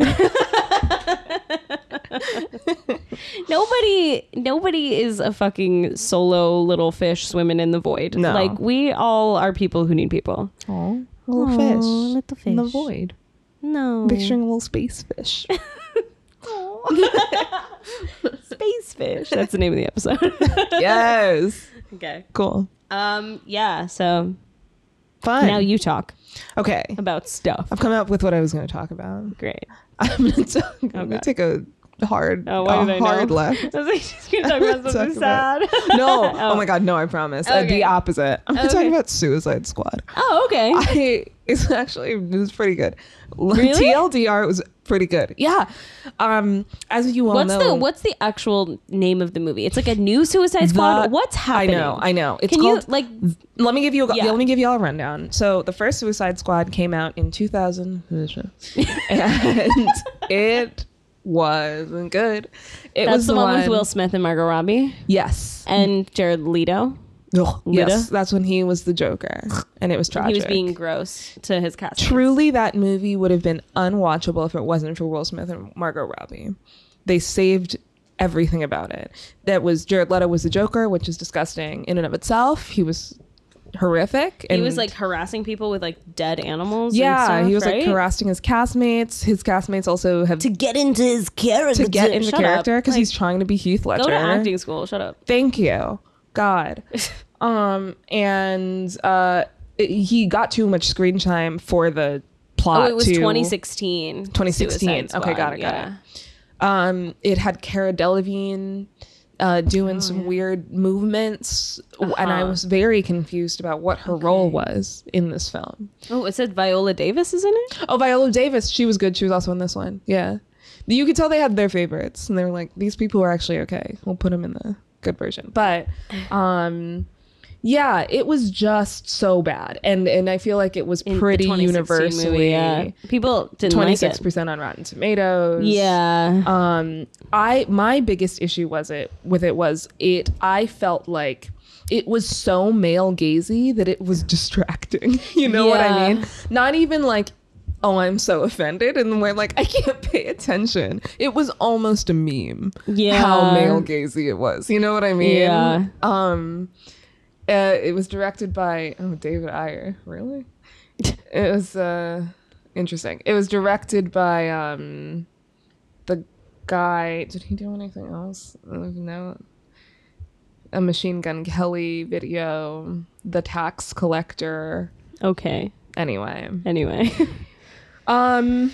Speaker 4: there. nobody nobody is a fucking solo little fish swimming in the void.
Speaker 5: No.
Speaker 4: Like we all are people who need people.
Speaker 5: Aw, little
Speaker 4: Aw,
Speaker 5: fish.
Speaker 4: little
Speaker 5: In the
Speaker 4: fish.
Speaker 5: void.
Speaker 4: No.
Speaker 5: Picturing a little space fish.
Speaker 4: Space fish. That's the name of the episode.
Speaker 5: yes.
Speaker 4: okay.
Speaker 5: Cool.
Speaker 4: Um. Yeah. So
Speaker 5: Fun.
Speaker 4: now you talk
Speaker 5: okay.
Speaker 4: about stuff.
Speaker 5: I've come up with what I was going to talk about.
Speaker 4: Great.
Speaker 5: I'm going to I'm gonna
Speaker 4: God.
Speaker 5: take a hard,
Speaker 4: Oh, why
Speaker 5: a
Speaker 4: did I know?
Speaker 5: hard left.
Speaker 4: I was like, she's gonna talk about something
Speaker 5: Talk about
Speaker 4: sad.
Speaker 5: No. oh. my God. No, I promise. Uh,
Speaker 4: Okay.
Speaker 5: the opposite. I'm going to
Speaker 4: Okay.
Speaker 5: talk about Suicide Squad.
Speaker 4: Oh, okay.
Speaker 5: I it's actually it was pretty good.
Speaker 4: Really?
Speaker 5: TLDR was pretty good. Yeah. Um as you all
Speaker 4: What's
Speaker 5: know
Speaker 4: the What's the actual name of the movie? It's like a new Suicide Squad.
Speaker 5: The-
Speaker 4: what's happening?
Speaker 5: I know, I know. It's
Speaker 4: Can
Speaker 5: called.
Speaker 4: you like?
Speaker 5: let me give you. A,
Speaker 4: Yeah.
Speaker 5: Let me give you all a rundown. So the first Suicide Squad came out in 2000, and it wasn't good. It
Speaker 4: That's
Speaker 5: was
Speaker 4: the, one, with Will Smith and Margot Robbie
Speaker 5: Yes.
Speaker 4: and Jared Leto.
Speaker 5: Ugh, yes.
Speaker 4: Lita?
Speaker 5: That's when he was the Joker, and it was tragic.
Speaker 4: He was being gross to his cast.
Speaker 5: Truly, that movie would have been unwatchable if it wasn't for Will Smith and Margot Robbie. They saved everything about it. That was Jared Leto was the Joker, which is disgusting in and of itself. He was horrific.
Speaker 4: He
Speaker 5: and-
Speaker 4: was like harassing people with like dead animals. and
Speaker 5: Yeah,
Speaker 4: stuff,
Speaker 5: he was
Speaker 4: right?
Speaker 5: like harassing his castmates. His castmates also have to,
Speaker 4: get into his character.
Speaker 5: get into
Speaker 4: Shut up.
Speaker 5: character because
Speaker 4: Like,
Speaker 5: he's trying to be Heath Ledger.
Speaker 4: go to acting school. Shut up.
Speaker 5: Thank you, God. um, and uh, it- he got too much screen time for the plot.
Speaker 4: Oh, it was
Speaker 5: to-
Speaker 4: 2016.
Speaker 5: 2016.
Speaker 4: Suicide
Speaker 5: Okay, got it,
Speaker 4: Squad,
Speaker 5: got Um, it had Cara Delevingne. Uh,
Speaker 4: Oh,
Speaker 5: doing some weird movements, and
Speaker 4: Uh-huh.
Speaker 5: I was very confused about what her role was in this film.
Speaker 4: Oh, it said Viola Davis is in it.
Speaker 5: Oh, Viola Davis, she was good. She was also in this one. Yeah. You could tell they had their favorites and they were like, these people are actually okay. We'll put them in the good version. But um yeah, it was just so bad. And and I feel like it was
Speaker 4: In the
Speaker 5: pretty
Speaker 4: 2016
Speaker 5: universally
Speaker 4: movie, yeah. People didn't like it.
Speaker 5: 26% on Rotten Tomatoes.
Speaker 4: Yeah.
Speaker 5: Um I my biggest issue was it with it was it I felt like it was so male gazy that it was distracting. You know what I
Speaker 4: Yeah.
Speaker 5: mean? Not even like oh I'm so offended and we're like I can't pay attention. It was almost a meme.
Speaker 4: Yeah.
Speaker 5: How male gazy it was. You know what I mean?
Speaker 4: Yeah.
Speaker 5: Um uh, it was directed by oh David Ayer. Really? it was uh interesting. It was directed by um the guy did he do anything else I don't even know a machine gun kelly video the tax collector
Speaker 4: okay.
Speaker 5: anyway
Speaker 4: Anyway.
Speaker 5: um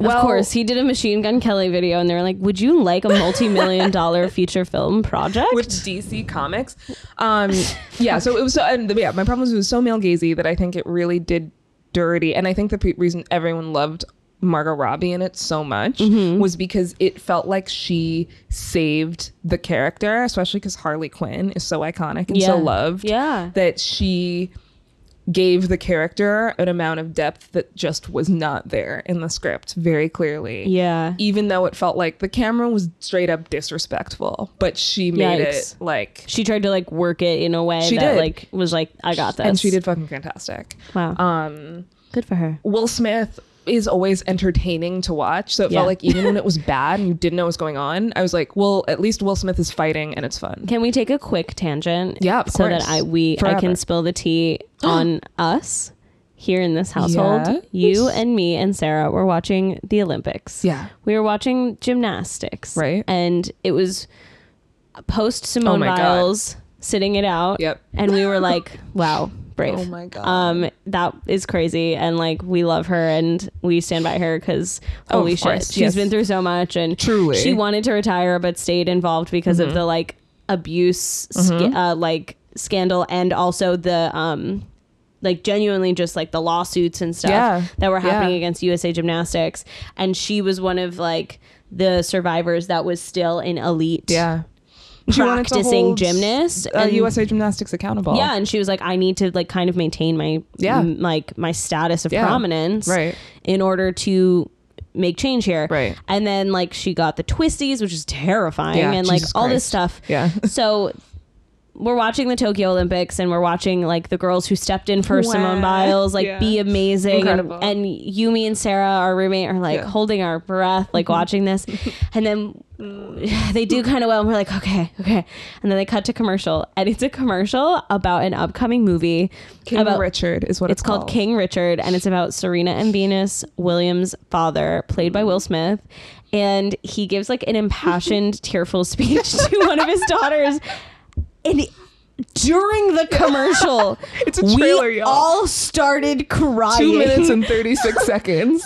Speaker 5: Well-
Speaker 4: of course, he did a Machine Gun Kelly video, and they were like, "Would you like a multi-million dollar feature film project?"
Speaker 5: with DC Comics. Um, yeah, so it was so, and the, yeah, my problem was it was so male gazy that I think it really did dirty. And I think the pe- reason everyone loved Margot Robbie in it so much
Speaker 4: Mm-hmm.
Speaker 5: was because it felt like she saved the character, especially because Harley Quinn is so iconic and so
Speaker 4: Yeah.
Speaker 5: loved.
Speaker 4: Yeah.
Speaker 5: That she gave the character an amount of depth that just was not there in the script very clearly
Speaker 4: yeah,
Speaker 5: even though it felt like the camera was straight up disrespectful, but she made
Speaker 4: Yikes.
Speaker 5: it like
Speaker 4: she tried to like work it in a way
Speaker 5: She
Speaker 4: that
Speaker 5: did.
Speaker 4: like was like, "I got this,"
Speaker 5: and she did fucking fantastic.
Speaker 4: Wow,
Speaker 5: Um
Speaker 4: good for her.
Speaker 5: Will Smith is always entertaining to watch, so it
Speaker 4: Yeah.
Speaker 5: felt like even when it was bad and you didn't know what was going on, I was like, well, at least Will Smith is fighting and it's fun.
Speaker 4: Can we take a quick tangent?
Speaker 5: Yeah, of
Speaker 4: so that
Speaker 5: course.
Speaker 4: I we I
Speaker 5: Forever.
Speaker 4: can spill the tea on us here in this household.
Speaker 5: Yes.
Speaker 4: You and me and Sarah were watching the Olympics.
Speaker 5: Yeah.
Speaker 4: we were watching gymnastics.
Speaker 5: Right. Oh
Speaker 4: and it was post Simone
Speaker 5: my God.
Speaker 4: Biles sitting it out.
Speaker 5: Yep.
Speaker 4: and we were like, wow, brave.
Speaker 5: Oh my God.
Speaker 4: Um, that is crazy, and like we love her and we stand by her because holy
Speaker 5: Oh, of
Speaker 4: shit,
Speaker 5: course,
Speaker 4: she's
Speaker 5: yes.
Speaker 4: been through so much, and
Speaker 5: Truly.
Speaker 4: she wanted to retire but stayed involved because
Speaker 5: Mm-hmm.
Speaker 4: of the like abuse sca- uh, like scandal and also the um like genuinely just like the lawsuits and stuff
Speaker 5: Yeah.
Speaker 4: that were happening
Speaker 5: Yeah.
Speaker 4: against USA Gymnastics and she was one of like the survivors that was still an elite
Speaker 5: Yeah. She wanted to
Speaker 4: practicing
Speaker 5: hold,
Speaker 4: gymnast
Speaker 5: uh,
Speaker 4: and-
Speaker 5: USA Gymnastics accountable.
Speaker 4: yeah and she was like I need to like kind of maintain my
Speaker 5: Yeah.
Speaker 4: m- like my status of
Speaker 5: Yeah.
Speaker 4: prominence
Speaker 5: Right.
Speaker 4: in order to make change here
Speaker 5: Right.
Speaker 4: and then like she got the twisties which is terrifying
Speaker 5: Yeah,
Speaker 4: and like
Speaker 5: Jesus
Speaker 4: all this
Speaker 5: Christ.
Speaker 4: stuff
Speaker 5: Yeah.
Speaker 4: so we're watching the Tokyo Olympics and we're watching like the girls who stepped in for
Speaker 5: Wow.
Speaker 4: Simone Biles like
Speaker 5: Yeah.
Speaker 4: be amazing and,
Speaker 5: Incredible.
Speaker 4: and Yumi and Sarah our roommate are like
Speaker 5: Yeah. Mm-hmm.
Speaker 4: holding our breath like watching this and then they do kind of well and we're like okay okay and then they cut to commercial and it's a commercial about an upcoming movie
Speaker 5: King
Speaker 4: about
Speaker 5: Richard is what
Speaker 4: it's called King Richard, and it's about Serena and Venus Williams' father, played
Speaker 5: Mm-hmm.
Speaker 4: by Will Smith. And he gives like an impassioned, tearful speech to one of his daughters. And during the commercial,
Speaker 5: It's a trailer,
Speaker 4: we
Speaker 5: y'all.
Speaker 4: all started crying.
Speaker 5: Two minutes and thirty six seconds.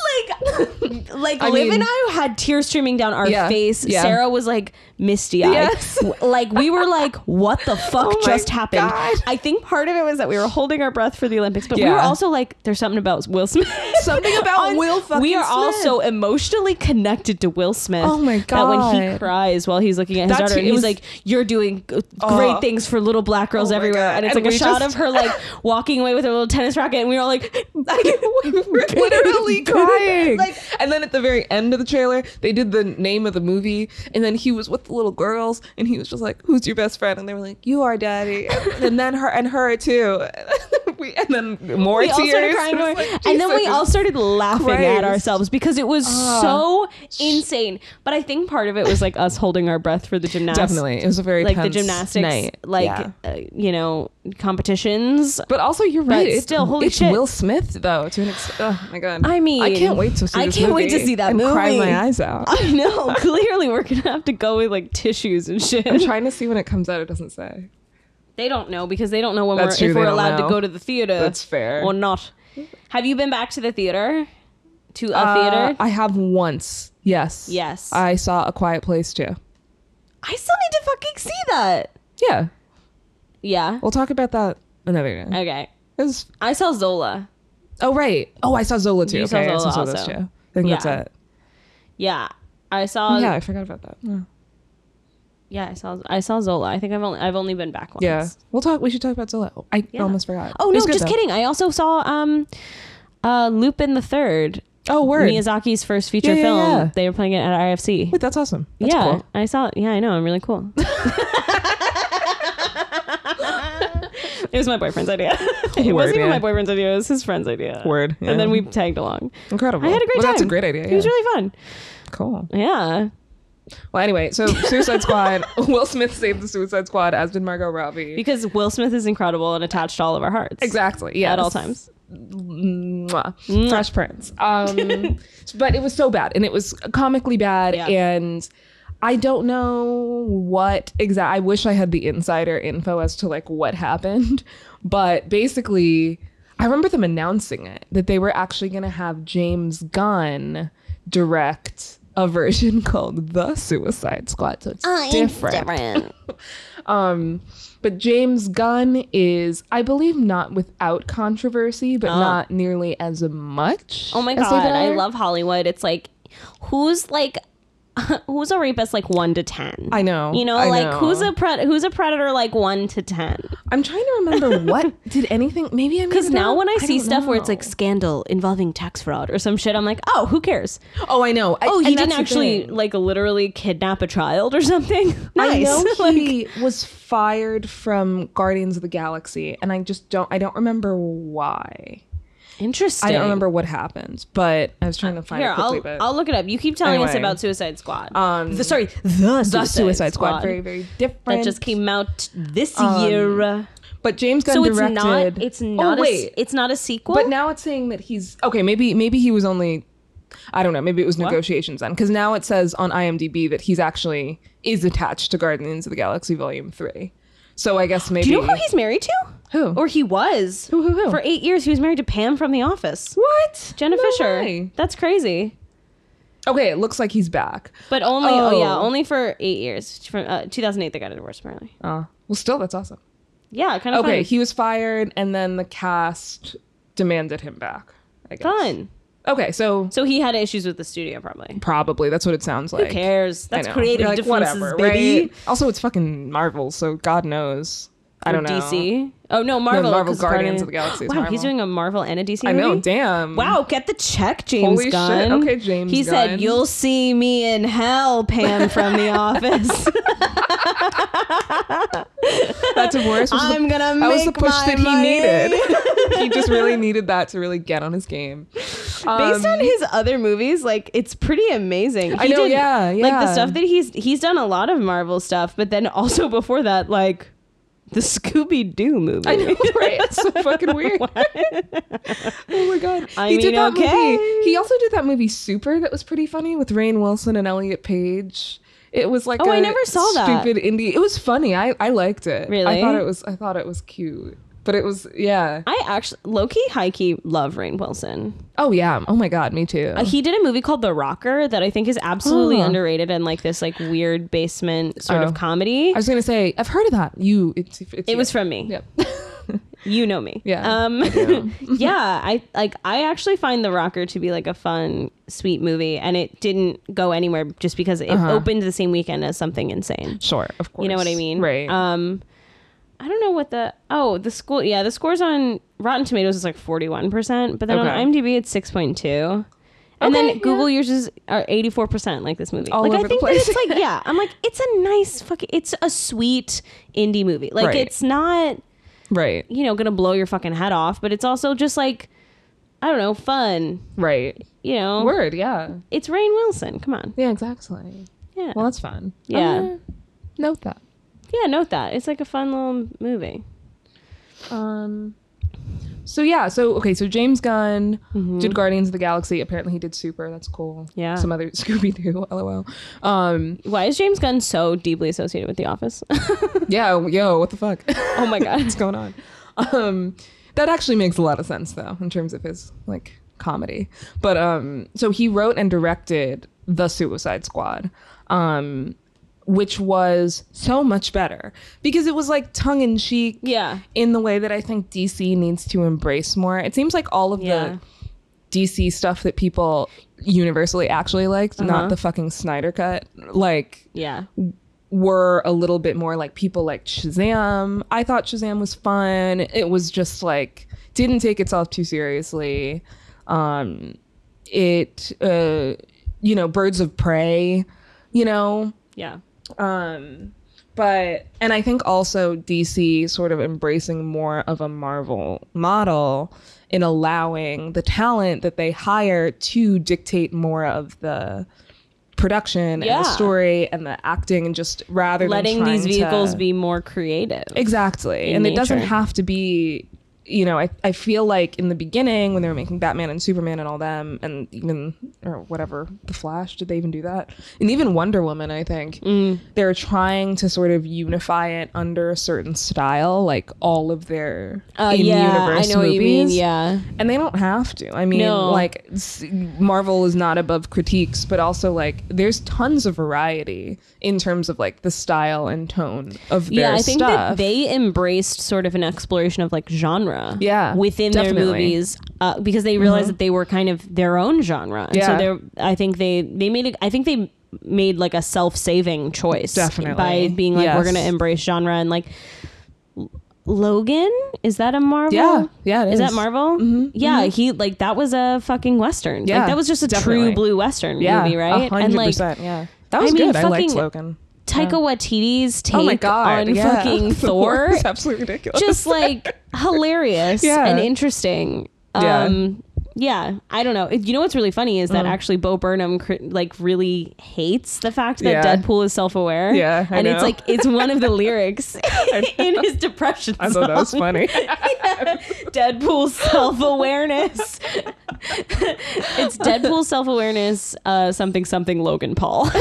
Speaker 4: like, like
Speaker 5: I
Speaker 4: Liv
Speaker 5: mean-
Speaker 4: and I had tears streaming down our
Speaker 5: Yeah,
Speaker 4: face.
Speaker 5: yeah.
Speaker 4: Sarah was like misty eyed.
Speaker 5: Yes.
Speaker 4: Like we were like, what the fuck
Speaker 5: Oh my
Speaker 4: just happened?
Speaker 5: God.
Speaker 4: I think part of it was that we were holding our breath for the Olympics, but we
Speaker 5: Yeah.
Speaker 4: were also like, there's something about Will Smith.
Speaker 5: Something about Will fucking
Speaker 4: We are
Speaker 5: Smith.
Speaker 4: also emotionally connected to Will Smith.
Speaker 5: Oh my
Speaker 4: That when he
Speaker 5: God.
Speaker 4: cries while he's looking at his
Speaker 5: That's-
Speaker 4: daughter,
Speaker 5: it
Speaker 4: he's
Speaker 5: was-
Speaker 4: like, you're doing g-
Speaker 5: Oh.
Speaker 4: great things for little black girls
Speaker 5: Oh my
Speaker 4: everywhere,
Speaker 5: God.
Speaker 4: and it's
Speaker 5: And
Speaker 4: like a
Speaker 5: we
Speaker 4: shot
Speaker 5: just-
Speaker 4: of her like walking away with a little tennis racket, and we were all like,
Speaker 5: literally crying.
Speaker 4: Like-
Speaker 5: and then at the very end of the trailer, they did the name of the movie, and then he was with the little girls, and he was just like, "Who's your best friend?" And they were like, "You are, daddy." And then her and her too. We- and then more
Speaker 4: we
Speaker 5: tears.
Speaker 4: all started crying
Speaker 5: It was
Speaker 4: more.
Speaker 5: like,
Speaker 4: and then we
Speaker 5: Jesus.
Speaker 4: all started laughing at
Speaker 5: Christ.
Speaker 4: ourselves because it was so insane. But I think part of it was like us holding our breath for the gymnastics.
Speaker 5: definitely it was a very
Speaker 4: Like the
Speaker 5: tense
Speaker 4: gymnastics,
Speaker 5: night.
Speaker 4: like
Speaker 5: Yeah.
Speaker 4: uh, you know, competitions.
Speaker 5: But also, you're right. It's,
Speaker 4: still, holy
Speaker 5: it's
Speaker 4: shit.
Speaker 5: Will Smith, though. To an extent, oh my god.
Speaker 4: I mean,
Speaker 5: I can't wait to see.
Speaker 4: I
Speaker 5: this
Speaker 4: can't wait to
Speaker 5: movie
Speaker 4: see that
Speaker 5: and Cry
Speaker 4: movie.
Speaker 5: my eyes out.
Speaker 4: I know. Clearly, we're gonna have to go with like tissues and shit.
Speaker 5: I'm trying to see when it comes out. It doesn't say.
Speaker 4: They don't know because they don't know when
Speaker 5: That's
Speaker 4: we're
Speaker 5: true,
Speaker 4: if
Speaker 5: they
Speaker 4: we're
Speaker 5: don't
Speaker 4: allowed
Speaker 5: know.
Speaker 4: to go to the theater.
Speaker 5: That's fair.
Speaker 4: Or not. Have you been back to the theater? To a
Speaker 5: Uh,
Speaker 4: theater?
Speaker 5: I have once. Yes.
Speaker 4: Yes.
Speaker 5: I saw A Quiet Place too.
Speaker 4: I still need to fucking see that.
Speaker 5: Yeah.
Speaker 4: Yeah.
Speaker 5: We'll talk about that another day.
Speaker 4: Okay.
Speaker 5: It was,
Speaker 4: I saw Zola.
Speaker 5: oh, right. Oh, I saw Zola too.
Speaker 4: You saw
Speaker 5: okay. I
Speaker 4: Zola
Speaker 5: saw Zola
Speaker 4: also.
Speaker 5: too. I think that's
Speaker 4: Yeah. Uh,
Speaker 5: it.
Speaker 4: Yeah. I saw
Speaker 5: yeah, I
Speaker 4: yeah.
Speaker 5: forgot about that. Yeah.
Speaker 4: I saw I saw Zola. I think I've only I've only been back once.
Speaker 5: Yeah. We'll talk. We should talk about Zola. I
Speaker 4: Yeah.
Speaker 5: almost forgot.
Speaker 4: Oh
Speaker 5: It
Speaker 4: no,
Speaker 5: was good,
Speaker 4: just
Speaker 5: though.
Speaker 4: kidding. I also saw um uh Lupin the Third.
Speaker 5: Oh, word.
Speaker 4: Miyazaki's first feature
Speaker 5: Yeah, yeah,
Speaker 4: film.
Speaker 5: yeah.
Speaker 4: They were playing it at IFC.
Speaker 5: Wait, that's awesome. That's
Speaker 4: yeah,
Speaker 5: cool.
Speaker 4: I saw it. Yeah, I know. I'm really cool. it was my boyfriend's idea. it
Speaker 5: Word,
Speaker 4: wasn't even
Speaker 5: yeah.
Speaker 4: my boyfriend's idea. It was his friend's idea.
Speaker 5: Word, yeah.
Speaker 4: And then we tagged along.
Speaker 5: Incredible.
Speaker 4: I had a great
Speaker 5: well,
Speaker 4: time.
Speaker 5: That's a great idea.
Speaker 4: It was
Speaker 5: yeah.
Speaker 4: really fun.
Speaker 5: cool.
Speaker 4: Yeah.
Speaker 5: Well, anyway, so Suicide Squad. Will Smith saved the Suicide Squad, as did Margot Robbie.
Speaker 4: Because Will Smith is incredible and attached to all of our hearts.
Speaker 5: exactly. Yeah.
Speaker 4: At all times.
Speaker 5: Mwah. Fresh Prince. Um, but it was so bad, and it was comically bad,
Speaker 4: Yeah.
Speaker 5: and I don't know what exact. I wish I had the insider info as to like what happened, but basically, I remember them announcing it that they were actually going to have James Gunn direct a version called The Suicide Squad. So it's
Speaker 4: Oh,
Speaker 5: different. Um, but James Gunn is, I believe, not without controversy, but not nearly as much.
Speaker 4: Oh my
Speaker 5: as
Speaker 4: god,
Speaker 5: David
Speaker 4: I
Speaker 5: Ayer.
Speaker 4: love Hollywood. It's like who's like who's a rapist like 1 to 10?
Speaker 5: I know,
Speaker 4: You know,
Speaker 5: I
Speaker 4: like
Speaker 5: know.
Speaker 4: who's a pred- who's a predator like 1 to 10?
Speaker 5: I'm trying to remember what did anything. Maybe I
Speaker 4: Cuz
Speaker 5: made it
Speaker 4: now
Speaker 5: up.
Speaker 4: when I see
Speaker 5: don't
Speaker 4: stuff where it's
Speaker 5: know.
Speaker 4: like scandal involving tax fraud or some shit, I'm like, "Oh, who cares?"
Speaker 5: oh, I know. I-
Speaker 4: Oh,
Speaker 5: and
Speaker 4: he
Speaker 5: that's
Speaker 4: didn't
Speaker 5: the
Speaker 4: actually
Speaker 5: thing.
Speaker 4: like literally kidnap a child or something. nice.
Speaker 5: I know
Speaker 4: Like,
Speaker 5: he was fired from Guardians of the Galaxy, and I just don't. I don't remember why.
Speaker 4: interesting.
Speaker 5: I don't remember what happened, but I was trying to find
Speaker 4: Here,
Speaker 5: it quickly.
Speaker 4: I'll,
Speaker 5: but
Speaker 4: I'll look it up. You keep telling us
Speaker 5: Anyway.
Speaker 4: about Suicide Squad.
Speaker 5: Um,
Speaker 4: the, sorry, the Suicide,
Speaker 5: the Suicide Squad, very Um, very different.
Speaker 4: that just came out this year.
Speaker 5: But James Gunn
Speaker 4: So it's
Speaker 5: directed.
Speaker 4: not. It's not. a,
Speaker 5: Oh, wait.
Speaker 4: s- It's not a sequel.
Speaker 5: But now it's saying that he's okay. Maybe maybe he was only, I don't know. Maybe it was negotiations then, because now it says on IMDb that he's actually is attached to Guardians of the Galaxy Volume Three. So I guess maybe
Speaker 4: do you know who he's married to?
Speaker 5: Who?
Speaker 4: Or he was?
Speaker 5: Who, who, who?
Speaker 4: For eight years, he was married to Pam from The Office.
Speaker 5: what
Speaker 4: Jenna
Speaker 5: No
Speaker 4: Fisher.
Speaker 5: way.
Speaker 4: That's crazy.
Speaker 5: Okay, it looks like he's back.
Speaker 4: But only. Oh,
Speaker 5: Oh.
Speaker 4: yeah, only for eight years. From uh, 2008, they got a divorce apparently.
Speaker 5: Uh, well, still that's awesome.
Speaker 4: Yeah, kind of
Speaker 5: Okay,
Speaker 4: okay,
Speaker 5: he was fired, and then the cast demanded him back. I guess.
Speaker 4: fun. Fun.
Speaker 5: Okay, so
Speaker 4: So he had issues with the studio probably.
Speaker 5: probably that's what it sounds like.
Speaker 4: Who cares?
Speaker 5: I
Speaker 4: That's
Speaker 5: know.
Speaker 4: creative
Speaker 5: You're like,
Speaker 4: differences,
Speaker 5: whatever,
Speaker 4: baby.
Speaker 5: right? Also, it's fucking Marvel, so God knows. I
Speaker 4: Or
Speaker 5: don't know.
Speaker 4: DC. Oh no, Marvel.
Speaker 5: Marvel
Speaker 4: 'cause
Speaker 5: Guardians of the Galaxy is
Speaker 4: Wow, he's
Speaker 5: Marvel.
Speaker 4: doing a Marvel and a DC.
Speaker 5: I know.
Speaker 4: movie?
Speaker 5: Damn.
Speaker 4: Wow, get the check, James
Speaker 5: Holy shit.
Speaker 4: Gunn.
Speaker 5: Okay, James
Speaker 4: He
Speaker 5: Gunn.
Speaker 4: said, "You'll see me in hell, Pam from The Office.
Speaker 5: That divorce was the,
Speaker 4: I'm gonna
Speaker 5: that was
Speaker 4: make
Speaker 5: the push
Speaker 4: my
Speaker 5: that he
Speaker 4: money."
Speaker 5: needed. he just really needed that to really get on his game.
Speaker 4: Based
Speaker 5: Um,
Speaker 4: on his other movies, like it's pretty amazing.
Speaker 5: I know, yeah,
Speaker 4: Like the
Speaker 5: yeah.
Speaker 4: stuff that he's he's done a lot of Marvel stuff, but then also before that, like the Scooby Doo movie.
Speaker 5: I know, right? It's so fucking weird. oh my god.
Speaker 4: I
Speaker 5: he
Speaker 4: mean,
Speaker 5: did that
Speaker 4: okay.
Speaker 5: movie. He also did that movie Super that was pretty funny with Rain Wilson and Elliot Page. It was like
Speaker 4: Oh,
Speaker 5: I
Speaker 4: I never saw that.
Speaker 5: stupid indie. It was funny. I, I liked it.
Speaker 4: Really?
Speaker 5: I thought it was I thought it was cute. But it was yeah.
Speaker 4: I actually Loki Heike love Rain Wilson.
Speaker 5: Oh yeah. Oh my god, me too.
Speaker 4: Uh, he did a movie called The Rocker that I think is absolutely
Speaker 5: Oh.
Speaker 4: underrated and like this like weird basement sort
Speaker 5: Oh.
Speaker 4: of comedy.
Speaker 5: I was gonna say, I've heard of that. You, it's, it's
Speaker 4: it was from me.
Speaker 5: Yep.
Speaker 4: You know me.
Speaker 5: Yeah,
Speaker 4: Um yeah, I like I actually find The Rocker to be like a fun, sweet movie and it didn't go anywhere just because it opened the same weekend as something insane.
Speaker 5: sure, Uh-huh. of course.
Speaker 4: You know what I mean?
Speaker 5: Right.
Speaker 4: Um I don't know what the oh, the school yeah, the scores on Rotten Tomatoes is like 41%, but then
Speaker 5: Okay.
Speaker 4: on IMDb it's 6.2. And
Speaker 5: Okay,
Speaker 4: then Google uses are 84% like this movie.
Speaker 5: All
Speaker 4: like
Speaker 5: over
Speaker 4: I
Speaker 5: the
Speaker 4: think
Speaker 5: place.
Speaker 4: that it's like yeah, I'm like it's a nice fucking it's a sweet indie movie. Like
Speaker 5: Right.
Speaker 4: it's not
Speaker 5: right.
Speaker 4: you know, gonna blow your fucking head off, but it's also just like, I don't know, fun.
Speaker 5: Right.
Speaker 4: You know,
Speaker 5: Word. Yeah.
Speaker 4: it's Rain Wilson. Come on,
Speaker 5: Yeah. Exactly.
Speaker 4: yeah,
Speaker 5: Well, that's fun. I'm
Speaker 4: Yeah.
Speaker 5: gonna Note that.
Speaker 4: yeah. Note that it's like a fun little movie.
Speaker 5: Um. So yeah. So okay. So James Gunn did Guardians of the Galaxy. Apparently, he did Super. That's cool.
Speaker 4: Mm-hmm. Yeah.
Speaker 5: Some other Scooby Doo. LOL. Um.
Speaker 4: Why is James Gunn so deeply associated with The Office?
Speaker 5: Yeah. Yo. What the fuck?
Speaker 4: oh my god,
Speaker 5: What's going on? Um. That actually makes a lot of sense though in terms of his like comedy. But um. So he wrote and directed The Suicide Squad. Um. Which was so much better because it was like tongue in cheek.
Speaker 4: yeah,
Speaker 5: in the way that I think DC needs to embrace more. It seems like all of
Speaker 4: Yeah.
Speaker 5: the DC stuff that people universally actually liked,
Speaker 4: Uh-huh.
Speaker 5: not the fucking Snyder cut, like
Speaker 4: yeah.
Speaker 5: were a little bit more like people liked Shazam. I thought Shazam was fun. It was just like didn't take itself too seriously. Um it uh you know, Birds of Prey, you know,
Speaker 4: Yeah.
Speaker 5: um but and i think also dc sort of embracing more of a marvel model in allowing the talent that they hire to dictate more of the production
Speaker 4: Yeah.
Speaker 5: and the story and the acting and just rather
Speaker 4: Letting
Speaker 5: than
Speaker 4: these
Speaker 5: trying to-
Speaker 4: vehicles be more creative.
Speaker 5: exactly and it doesn't
Speaker 4: nature.
Speaker 5: have to be you know, I, I feel like in the beginning when they were making Batman and Superman and all them and even or whatever, The Flash, did they even do that? And even Wonder Woman, I think.
Speaker 4: Mm.
Speaker 5: They're trying to sort of unify it under a certain style, like all of their
Speaker 4: Uh,
Speaker 5: in
Speaker 4: yeah, I
Speaker 5: universe
Speaker 4: know what you mean.
Speaker 5: movies.
Speaker 4: Yeah.
Speaker 5: And they don't have to. I mean,
Speaker 4: No.
Speaker 5: like s- Marvel is not above critiques, but also like there's tons of variety in terms of like the style and tone of their
Speaker 4: yeah, I think
Speaker 5: stuff.
Speaker 4: that they embraced sort of an exploration of like genre
Speaker 5: Yeah,
Speaker 4: within their
Speaker 5: definitely. Mm-hmm.
Speaker 4: movies uh, because they realized that they were kind of their own genre. And so
Speaker 5: Yeah.
Speaker 4: they're I think they they made it, I think they made like a self-saving choice
Speaker 5: Definitely.
Speaker 4: by being like we're
Speaker 5: Yes.
Speaker 4: going to embrace genre and like L- Logan is that a Marvel?
Speaker 5: Yeah. Yeah, it
Speaker 4: is that
Speaker 5: is. Mm-hmm,
Speaker 4: Marvel? Yeah, he like that was a fucking western.
Speaker 5: Yeah,
Speaker 4: like, that was just a true
Speaker 5: definitely.
Speaker 4: blue western
Speaker 5: yeah,
Speaker 4: movie, right? And like
Speaker 5: 100%, yeah. That was
Speaker 4: I mean,
Speaker 5: good. I liked
Speaker 4: fucking-
Speaker 5: Logan.
Speaker 4: Taika Waititi's take
Speaker 5: oh my god,
Speaker 4: on
Speaker 5: yeah.
Speaker 4: fucking Thor
Speaker 5: It's absolutely ridiculous.
Speaker 4: just like hilarious
Speaker 5: Yeah.
Speaker 4: and interesting.
Speaker 5: Yeah. Oh.
Speaker 4: Um, yeah, I don't know. You know what's really funny is that actually Bo Burnham cr- like really hates the fact that
Speaker 5: Yeah.
Speaker 4: Deadpool is self-aware.
Speaker 5: Yeah, I
Speaker 4: and it's
Speaker 5: know.
Speaker 4: like it's one of the lyrics in his depression.
Speaker 5: I thought that was
Speaker 4: song.
Speaker 5: funny.
Speaker 4: Deadpool's self-awareness. it's Deadpool's self-awareness. Uh, something something Logan Paul.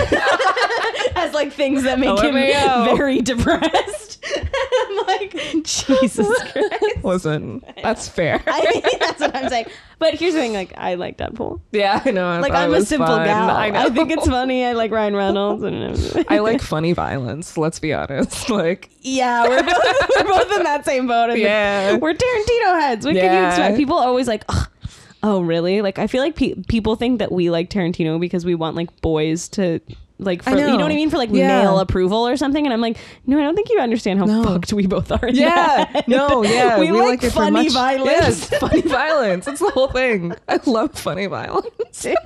Speaker 4: As like things that make
Speaker 5: LMAO.
Speaker 4: him very depressed. I'm like Jesus Christ.
Speaker 5: Listen, that's fair.
Speaker 4: I think that's what I'm saying. But here's the thing: like, I like Deadpool.
Speaker 5: yeah, I know. I
Speaker 4: Like,
Speaker 5: thought it
Speaker 4: I'm a
Speaker 5: was
Speaker 4: simple
Speaker 5: fun.
Speaker 4: gal.
Speaker 5: I,
Speaker 4: I,
Speaker 5: know.
Speaker 4: think it's funny. I like Ryan Reynolds. And
Speaker 5: I like funny violence. Let's be honest. Like,
Speaker 4: yeah, we're both, we're both in that same boat. And
Speaker 5: Yeah.
Speaker 4: we're Tarantino heads. What can you
Speaker 5: Yeah.
Speaker 4: expect? People are always like, "Ugh, oh, really? Like, I feel like pe- people think that we like Tarantino because we want like boys to. Like for,
Speaker 5: I
Speaker 4: you know
Speaker 5: know.
Speaker 4: what I mean for like
Speaker 5: Yeah.
Speaker 4: male approval or something, and I'm like, no, I don't think you understand how
Speaker 5: No.
Speaker 4: fucked we both are. in
Speaker 5: yeah,
Speaker 4: that."
Speaker 5: no, yeah.
Speaker 4: we, like,
Speaker 5: it for
Speaker 4: funny
Speaker 5: much-
Speaker 4: violence.
Speaker 5: Yes, funny violence. It's the whole thing. I love funny violence.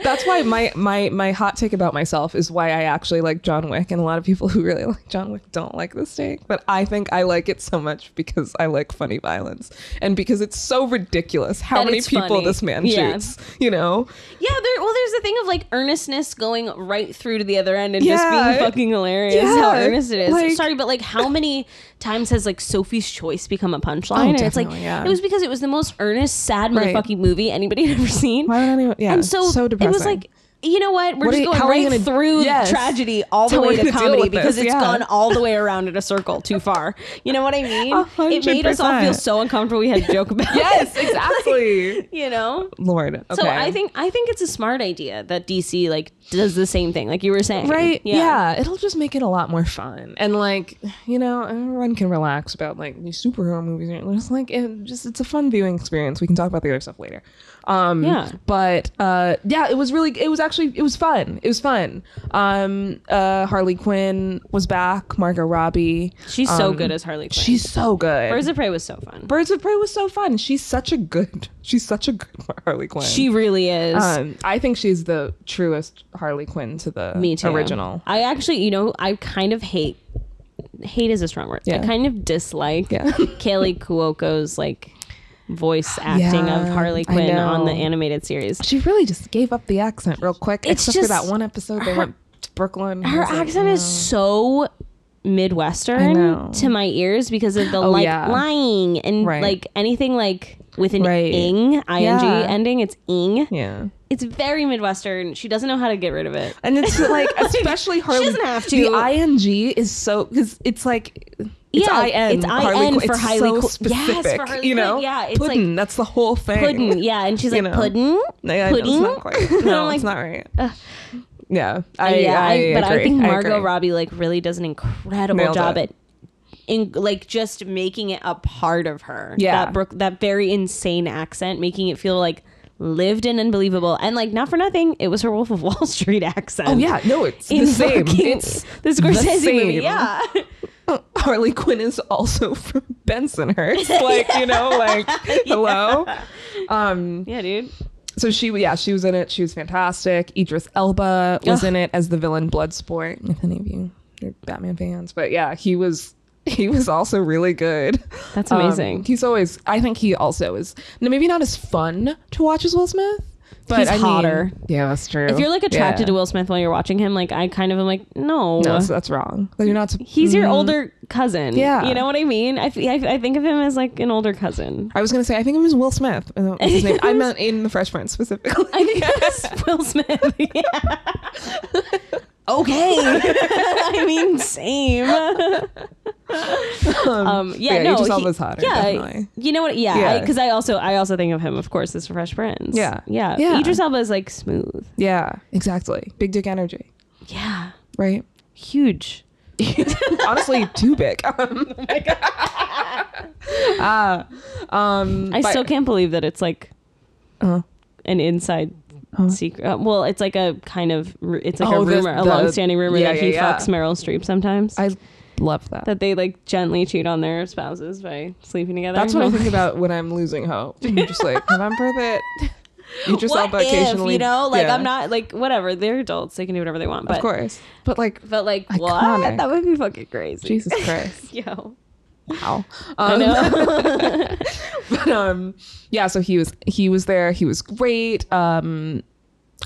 Speaker 5: That's why my my my hot take about myself is why I actually like John Wick, and a lot of people who really like John Wick don't like this take, but I think I like it so much because I like funny violence and because it's so ridiculous how
Speaker 4: That
Speaker 5: many
Speaker 4: it's
Speaker 5: people
Speaker 4: funny.
Speaker 5: this man
Speaker 4: Yeah.
Speaker 5: shoots. You know,
Speaker 4: Yeah, there, well, there's the thing of like earnestness going right through to the other end and just
Speaker 5: Yeah.
Speaker 4: being fucking hilarious. How
Speaker 5: Yeah.
Speaker 4: earnest it is.
Speaker 5: Like-
Speaker 4: Sorry, but like, how many times has like Sophie's Choice become a punchline?
Speaker 5: Oh,
Speaker 4: and it's like
Speaker 5: definitely, yeah.
Speaker 4: it was because it was the most earnest, sad
Speaker 5: Right.
Speaker 4: motherfucking movie anybody had ever seen.
Speaker 5: why would anyone? Yeah,
Speaker 4: and so,
Speaker 5: so
Speaker 4: it
Speaker 5: depressing.
Speaker 4: was like, you know what? We're
Speaker 5: What are
Speaker 4: just
Speaker 5: you-
Speaker 4: going
Speaker 5: how are
Speaker 4: right
Speaker 5: you gonna-
Speaker 4: through
Speaker 5: Yes.
Speaker 4: tragedy all the
Speaker 5: Tell
Speaker 4: way
Speaker 5: me
Speaker 4: to
Speaker 5: to deal
Speaker 4: comedy
Speaker 5: with this,
Speaker 4: because it's
Speaker 5: yeah.
Speaker 4: gone all the way around in a circle too far. You know what I mean?
Speaker 5: A
Speaker 4: It made us all feel
Speaker 5: 100%.
Speaker 4: so uncomfortable. We had to joke about.
Speaker 5: yes,
Speaker 4: it.
Speaker 5: exactly.
Speaker 4: You know.
Speaker 5: Lord, okay.
Speaker 4: So I think I think it's a smart idea that DC like does the same thing, like you were saying,
Speaker 5: right yeah. it'll just make it a lot more fun and like you know everyone can relax about like these superhero movies and it's like it just it's a fun viewing experience we can talk about the other stuff later um
Speaker 4: Yeah.
Speaker 5: but uh yeah it was really it was actually it was fun it was fun um uh harley quinn was back margot robbie
Speaker 4: She's so
Speaker 5: Um,
Speaker 4: good as Harley Quinn.
Speaker 5: she's so good
Speaker 4: Birds of Prey was so fun.
Speaker 5: birds of prey was so fun she's such a good she's such a good harley quinn
Speaker 4: she really is.
Speaker 5: um, I think she's the truest Harley Quinn to the
Speaker 4: Me too.
Speaker 5: original.
Speaker 4: I actually, you know, I kind of hate. Hate is a strong word. I
Speaker 5: Yeah.
Speaker 4: kind of dislike
Speaker 5: Yeah.
Speaker 4: Kaylee Cuoco's like voice acting of
Speaker 5: Yeah,
Speaker 4: Harley
Speaker 5: I
Speaker 4: Quinn on the
Speaker 5: know.
Speaker 4: animated series.
Speaker 5: She really just gave up the accent real quick,
Speaker 4: It's
Speaker 5: except for
Speaker 4: just-
Speaker 5: that one episode they went to Brooklyn.
Speaker 4: Her accent
Speaker 5: "Mm,
Speaker 4: is
Speaker 5: Oh.
Speaker 4: so
Speaker 5: know.
Speaker 4: Midwestern to my ears because of the like
Speaker 5: Oh, yeah.
Speaker 4: lying and
Speaker 5: Right.
Speaker 4: like anything like with an
Speaker 5: Right.
Speaker 4: ing ing
Speaker 5: Yeah.
Speaker 4: ending. It's ing.
Speaker 5: yeah,
Speaker 4: It's very Midwestern. She doesn't know how to get rid of it.
Speaker 5: and it's like especially Harley.
Speaker 4: doesn't have to.
Speaker 5: The ing is so because it's like. It's
Speaker 4: Yeah,
Speaker 5: IN,
Speaker 4: it's
Speaker 5: Harley
Speaker 4: IN
Speaker 5: Quinn.
Speaker 4: for
Speaker 5: It's
Speaker 4: Harley
Speaker 5: so
Speaker 4: Quinn. Yes, for
Speaker 5: specific,
Speaker 4: Harley
Speaker 5: you know?
Speaker 4: Quinn. Yeah, it's like-
Speaker 5: Puddin', that's the whole thing.
Speaker 4: Puddin, yeah, and she's
Speaker 5: You
Speaker 4: like
Speaker 5: know.
Speaker 4: puddin.
Speaker 5: Yeah, I know, it's
Speaker 4: Puddin?
Speaker 5: not quite-
Speaker 4: I'm
Speaker 5: No,
Speaker 4: like, uh,
Speaker 5: it's not right. yeah, I,
Speaker 4: yeah,
Speaker 5: I,
Speaker 4: I- but I
Speaker 5: agree.
Speaker 4: think Margot
Speaker 5: agree.
Speaker 4: Robbie like really does an incredible
Speaker 5: Nailed
Speaker 4: job
Speaker 5: it.
Speaker 4: at in like just making it a part of her.
Speaker 5: Yeah.
Speaker 4: that Brook, that very insane accent, making it feel like lived in and believable, and like not for nothing, it was her Wolf of Wall Street accent.
Speaker 5: Oh yeah, no, it's
Speaker 4: in
Speaker 5: the same.
Speaker 4: fucking-
Speaker 5: It's
Speaker 4: the Scorsese movie.
Speaker 5: same.
Speaker 4: Yeah,
Speaker 5: Harley Quinn is also from Bensonhurst. Like, you know, like hello. Um
Speaker 4: yeah, dude.
Speaker 5: so she yeah, she was in it. She was fantastic. Idris Elba was
Speaker 4: Ugh.
Speaker 5: in it as the villain Bloodsport, if any of you are Batman fans. But yeah, he was he was also really good.
Speaker 4: That's
Speaker 5: Um,
Speaker 4: amazing.
Speaker 5: he's always I think he also is now maybe not as fun to watch as Will Smith. But
Speaker 4: He's
Speaker 5: I mean-
Speaker 4: hotter.
Speaker 5: yeah, that's true.
Speaker 4: If you're like attracted
Speaker 5: Yeah.
Speaker 4: to Will Smith while you're watching him, like I kind of am like, no,
Speaker 5: no, so that's wrong. Like, you're not. sup-
Speaker 4: he's your older cousin.
Speaker 5: Yeah.
Speaker 4: you know what I mean. I, f- I, f- I think of him as like an older cousin.
Speaker 5: I was gonna say I think it was Will Smith. Uh, what's his name? I meant in the Fresh Prince specifically.
Speaker 4: I think that's Will Smith. Yeah. okay, I mean same. Um, yeah,
Speaker 5: yeah,
Speaker 4: no,
Speaker 5: Idris
Speaker 4: he-
Speaker 5: Elba's hotter,
Speaker 4: Yeah,
Speaker 5: definitely.
Speaker 4: you know what? Yeah,
Speaker 5: Yeah.
Speaker 4: because I also I also think of him, of course, as Fresh Prince.
Speaker 5: Yeah.
Speaker 4: yeah,
Speaker 5: Yeah.
Speaker 4: Idris Elba is like smooth.
Speaker 5: yeah, exactly. Big dick energy,
Speaker 4: Yeah,
Speaker 5: right?
Speaker 4: huge.
Speaker 5: Honestly, too big. Um, Ah, um,
Speaker 4: I
Speaker 5: but-
Speaker 4: still can't believe that it's like
Speaker 5: Uh,
Speaker 4: an inside secret. uh, well, it's like a kind of ru- it's like a
Speaker 5: Uh-huh. Oh, the-
Speaker 4: rumor, a
Speaker 5: the-
Speaker 4: long-standing rumor
Speaker 5: yeah,
Speaker 4: that he
Speaker 5: yeah, yeah.
Speaker 4: fucks Meryl Streep sometimes.
Speaker 5: I love that.
Speaker 4: that they like gently cheat on their spouses by sleeping together.
Speaker 5: That's what I think about when I'm losing hope. I'm just like, remember that. You just
Speaker 4: What
Speaker 5: Elba
Speaker 4: if
Speaker 5: occasionally,
Speaker 4: you know? Like
Speaker 5: yeah,
Speaker 4: I'm not like whatever. They're adults. They can do whatever they want. But
Speaker 5: of course, but like
Speaker 4: But like what?
Speaker 5: Iconic.
Speaker 4: That would be fucking crazy.
Speaker 5: Jesus Christ,
Speaker 4: Yo.
Speaker 5: wow. Um,
Speaker 4: I know.
Speaker 5: but um yeah so he was he was there he was great um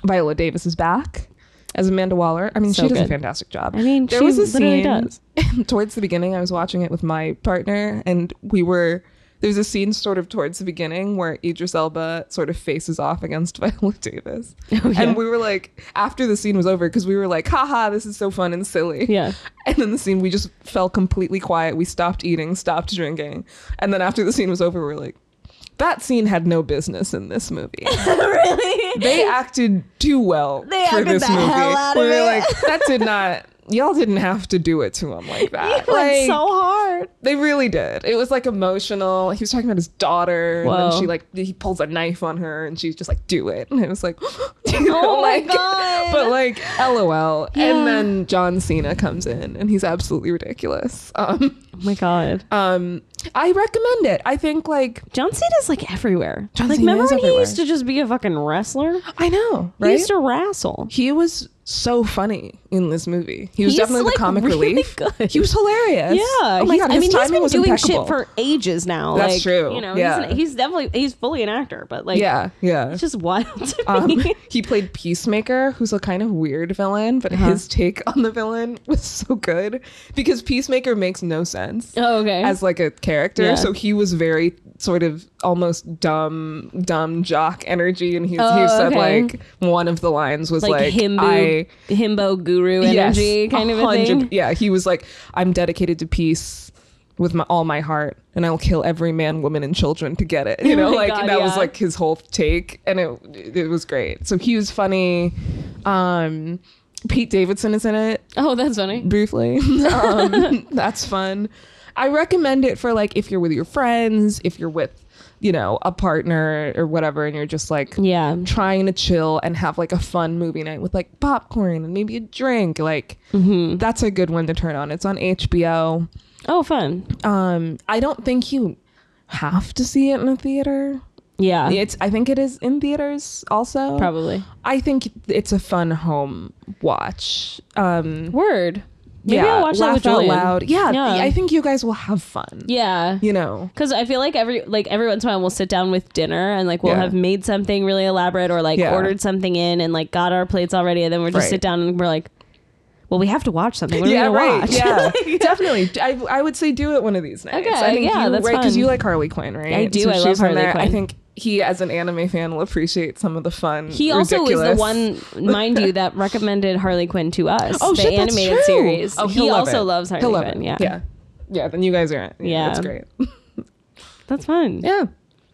Speaker 5: viola davis is back as amanda waller i mean
Speaker 4: So
Speaker 5: she does
Speaker 4: good.
Speaker 5: a fantastic job
Speaker 4: I mean, she literally does.
Speaker 5: towards the beginning i was watching it with my partner and we were there's a scene sort of towards the beginning where Idris Elba sort of faces off against Viola Davis.
Speaker 4: Oh,
Speaker 5: And we were like, after the scene was over, because we were like, haha, this is so fun and silly.
Speaker 4: Yeah.
Speaker 5: And then the scene, we just fell completely quiet. We stopped eating, stopped drinking. And then after the scene was over, we were like, that scene had no business in this movie.
Speaker 4: really?
Speaker 5: They acted too well
Speaker 4: They
Speaker 5: for
Speaker 4: acted
Speaker 5: this
Speaker 4: the
Speaker 5: movie.
Speaker 4: hell out of
Speaker 5: we were
Speaker 4: it.
Speaker 5: like, that did not. Y'all didn't have to do it to him like that.
Speaker 4: Like,
Speaker 5: Like,
Speaker 4: so hard.
Speaker 5: they really did. It was like emotional. He was talking about his daughter, and
Speaker 4: Whoa.
Speaker 5: then she like he pulls a knife on her, and she's just like, "Do it." And it was like, you
Speaker 4: Oh
Speaker 5: know,
Speaker 4: my
Speaker 5: like,
Speaker 4: God.
Speaker 5: But like, lol.
Speaker 4: Yeah.
Speaker 5: And then John Cena comes in, and he's absolutely ridiculous. Um,
Speaker 4: Oh my god.
Speaker 5: um, I recommend it. I think like
Speaker 4: John Cena's like everywhere.
Speaker 5: John
Speaker 4: like
Speaker 5: Cena
Speaker 4: remember
Speaker 5: is
Speaker 4: when he
Speaker 5: everywhere.
Speaker 4: used to just be a fucking wrestler?
Speaker 5: I know,
Speaker 4: He
Speaker 5: right?
Speaker 4: used to wrestle.
Speaker 5: He was so funny in this movie. He was
Speaker 4: He's,
Speaker 5: definitely
Speaker 4: like,
Speaker 5: the comic
Speaker 4: really
Speaker 5: relief.
Speaker 4: good.
Speaker 5: He was hilarious.
Speaker 4: Yeah,
Speaker 5: Oh my
Speaker 4: he's-
Speaker 5: God,
Speaker 4: I
Speaker 5: his
Speaker 4: mean, he's
Speaker 5: timing
Speaker 4: been
Speaker 5: was
Speaker 4: doing
Speaker 5: impeccable.
Speaker 4: shit for ages now.
Speaker 5: That's
Speaker 4: like,
Speaker 5: true.
Speaker 4: You know,
Speaker 5: Yeah.
Speaker 4: he's, an- he's definitely he's fully an actor, but like,
Speaker 5: Yeah, yeah.
Speaker 4: it's just wild to
Speaker 5: Um,
Speaker 4: me.
Speaker 5: he played Peacemaker, who's a kind of weird villain, but
Speaker 4: Uh-huh.
Speaker 5: his take on the villain was so good because Peacemaker makes no sense
Speaker 4: Oh, okay.
Speaker 5: as like a character.
Speaker 4: Yeah.
Speaker 5: So he was very sort of almost dumb, dumb jock energy, and he, he
Speaker 4: Oh,
Speaker 5: said
Speaker 4: okay.
Speaker 5: like one of the lines was
Speaker 4: like,
Speaker 5: like,
Speaker 4: himbo,
Speaker 5: I
Speaker 4: himbo guru
Speaker 5: Yes,
Speaker 4: energy kind of a
Speaker 5: 100
Speaker 4: thing.
Speaker 5: Yeah, he was like, I'm dedicated to peace with my, all my heart, and I'll kill every man, woman, and children to get it. You know,
Speaker 4: Oh my
Speaker 5: like
Speaker 4: God,
Speaker 5: that was
Speaker 4: yeah.
Speaker 5: like his whole take, and it it was great. So he was funny. Um, Pete Davidson is in it
Speaker 4: Oh, that's funny.
Speaker 5: briefly. um, that's fun. I recommend it for like if you're with your friends, if you're with, you know, a partner or whatever, and you're just like
Speaker 4: Yeah.
Speaker 5: trying to chill and have like a fun movie night with like popcorn and maybe a drink. Like
Speaker 4: Mm-hmm.
Speaker 5: that's a good one to turn on. It's on HBO.
Speaker 4: Oh, fun.
Speaker 5: Um, I don't think you have to see it in a theater.
Speaker 4: Yeah.
Speaker 5: It's I think it is in theaters also.
Speaker 4: Probably.
Speaker 5: I think it's a fun home watch. Um,
Speaker 4: Word. Maybe
Speaker 5: yeah,
Speaker 4: I'll watch that
Speaker 5: laugh
Speaker 4: with
Speaker 5: out
Speaker 4: Julian.
Speaker 5: loud. Yeah,
Speaker 4: Yeah.
Speaker 5: I think you guys will have fun.
Speaker 4: Yeah.
Speaker 5: You know,
Speaker 4: Cause I feel like every like every once in a while we'll sit down with dinner and like we'll
Speaker 5: Yeah.
Speaker 4: have made something really elaborate or like
Speaker 5: Yeah.
Speaker 4: ordered something in and like got our plates already and then we're just
Speaker 5: Right.
Speaker 4: sit down and we're like, well we have to watch something. What are
Speaker 5: yeah,
Speaker 4: we gonna
Speaker 5: right.
Speaker 4: watch?
Speaker 5: Yeah, definitely. I, I would say do it one of these nights.
Speaker 4: Okay,
Speaker 5: I think
Speaker 4: yeah,
Speaker 5: you,
Speaker 4: that's
Speaker 5: right because
Speaker 4: fun.
Speaker 5: you like Harley Quinn, right?
Speaker 4: I do, I love
Speaker 5: she's in
Speaker 4: Harley
Speaker 5: there. I
Speaker 4: Quinn.
Speaker 5: think he, as an anime fan, will appreciate some of the fun.
Speaker 4: He also was
Speaker 5: ridiculous-
Speaker 4: the one, mind you, that recommended Harley Quinn to us.
Speaker 5: Oh
Speaker 4: the
Speaker 5: shit, that's
Speaker 4: animated
Speaker 5: true.
Speaker 4: series.
Speaker 5: Oh, he'll
Speaker 4: he
Speaker 5: love
Speaker 4: also
Speaker 5: it.
Speaker 4: loves Harley
Speaker 5: He'll love
Speaker 4: Quinn.
Speaker 5: it.
Speaker 4: Yeah.
Speaker 5: yeah, yeah. Then you guys are in.
Speaker 4: Yeah.
Speaker 5: Yeah, that's great.
Speaker 4: that's fun.
Speaker 5: Yeah.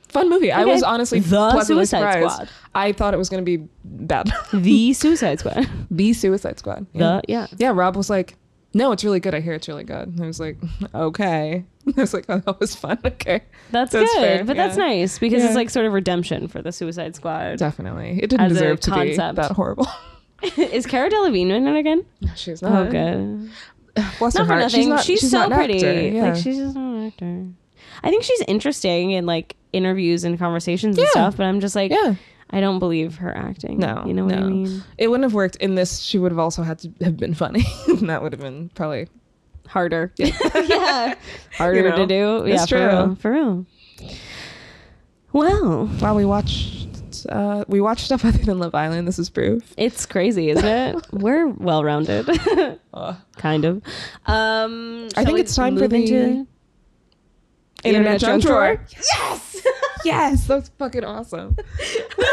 Speaker 5: Fun movie. I
Speaker 4: Okay.
Speaker 5: was honestly
Speaker 4: The
Speaker 5: pleasantly
Speaker 4: Suicide
Speaker 5: surprised.
Speaker 4: Squad.
Speaker 5: I thought it was going to be bad.
Speaker 4: The Suicide Squad.
Speaker 5: the Suicide Squad.
Speaker 4: The yeah.
Speaker 5: Yeah, Rob was like, "No, it's really good. I hear it's really good." And I was like, "Okay." I was like, "Oh, that was fun. Okay,
Speaker 4: That's,
Speaker 5: That's
Speaker 4: good,
Speaker 5: fair,
Speaker 4: but that's
Speaker 5: yeah.
Speaker 4: nice because it's
Speaker 5: Yeah.
Speaker 4: like sort of redemption for the Suicide Squad.
Speaker 5: definitely. It didn't
Speaker 4: As a
Speaker 5: deserve to
Speaker 4: concept.
Speaker 5: be that horrible."
Speaker 4: Is Cara Delevingne in it again?
Speaker 5: no, she's
Speaker 4: Oh,
Speaker 5: not.
Speaker 4: good.
Speaker 5: Bless
Speaker 4: Not
Speaker 5: her
Speaker 4: for
Speaker 5: heart.
Speaker 4: nothing. She's,
Speaker 5: She's not. She's,
Speaker 4: so
Speaker 5: not an
Speaker 4: pretty.
Speaker 5: actor. Yeah.
Speaker 4: Like she's just not an actor. I think she's interesting in like interviews and conversations and
Speaker 5: Yeah.
Speaker 4: stuff, but I'm just like,
Speaker 5: Yeah.
Speaker 4: I don't believe her acting.
Speaker 5: No,
Speaker 4: you know what I
Speaker 5: no.
Speaker 4: mean.
Speaker 5: It wouldn't have worked in this. She would have also had to have been funny. and that would have been probably
Speaker 4: harder. Yeah, harder
Speaker 5: You know,
Speaker 4: to do.
Speaker 5: it's
Speaker 4: Yeah, for
Speaker 5: true.
Speaker 4: real. For real. Well,
Speaker 5: while we watch and uh, we watch stuff other than Love Island. This is proof.
Speaker 4: It's crazy, isn't it? We're well rounded. kind of. Um,
Speaker 5: I
Speaker 4: shall
Speaker 5: think
Speaker 4: we
Speaker 5: it's time for
Speaker 4: move
Speaker 5: the
Speaker 4: into
Speaker 5: Internet junk drawer.
Speaker 4: Yes.
Speaker 5: Yes, that's fucking awesome.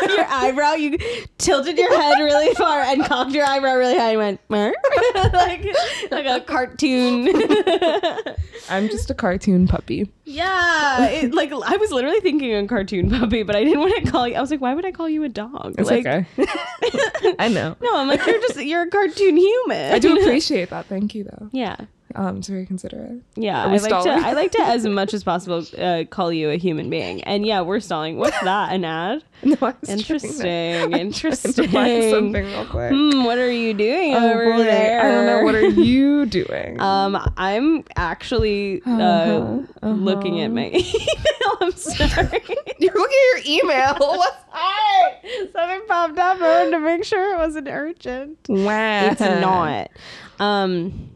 Speaker 4: your eyebrow, you tilted your head really far and cocked your eyebrow really high and went "Mer?" like like a cartoon.
Speaker 5: I'm just a cartoon puppy.
Speaker 4: Yeah, it, like I was literally thinking on cartoon puppy, but I didn't want to call you. I was like, why would I call you a dog?
Speaker 5: It's
Speaker 4: like,
Speaker 5: okay. I know.
Speaker 4: No, I'm like you're just you're a cartoon human.
Speaker 5: I do appreciate that. Thank you, though.
Speaker 4: Yeah,
Speaker 5: Um, it's very considerate.
Speaker 4: yeah.
Speaker 5: Are
Speaker 4: I
Speaker 5: we
Speaker 4: like to
Speaker 5: stalling?
Speaker 4: I like to as much as possible uh, call you a human being. And yeah, we're stalling. What's that? An ad?
Speaker 5: No, I was trying to-
Speaker 4: Interesting.
Speaker 5: I'm trying to find
Speaker 4: Interesting.
Speaker 5: something real quick.
Speaker 4: Hmm, what are you doing
Speaker 5: Oh,
Speaker 4: over
Speaker 5: boy.
Speaker 4: there?
Speaker 5: I don't know. What are you doing?
Speaker 4: Um, I'm actually uh,
Speaker 5: Uh-huh,
Speaker 4: looking at my email. I'm sorry.
Speaker 5: You're looking at your email. What's up?
Speaker 4: Something popped up. I wanted to make sure it wasn't urgent.
Speaker 5: Wow.
Speaker 4: It's not. Um,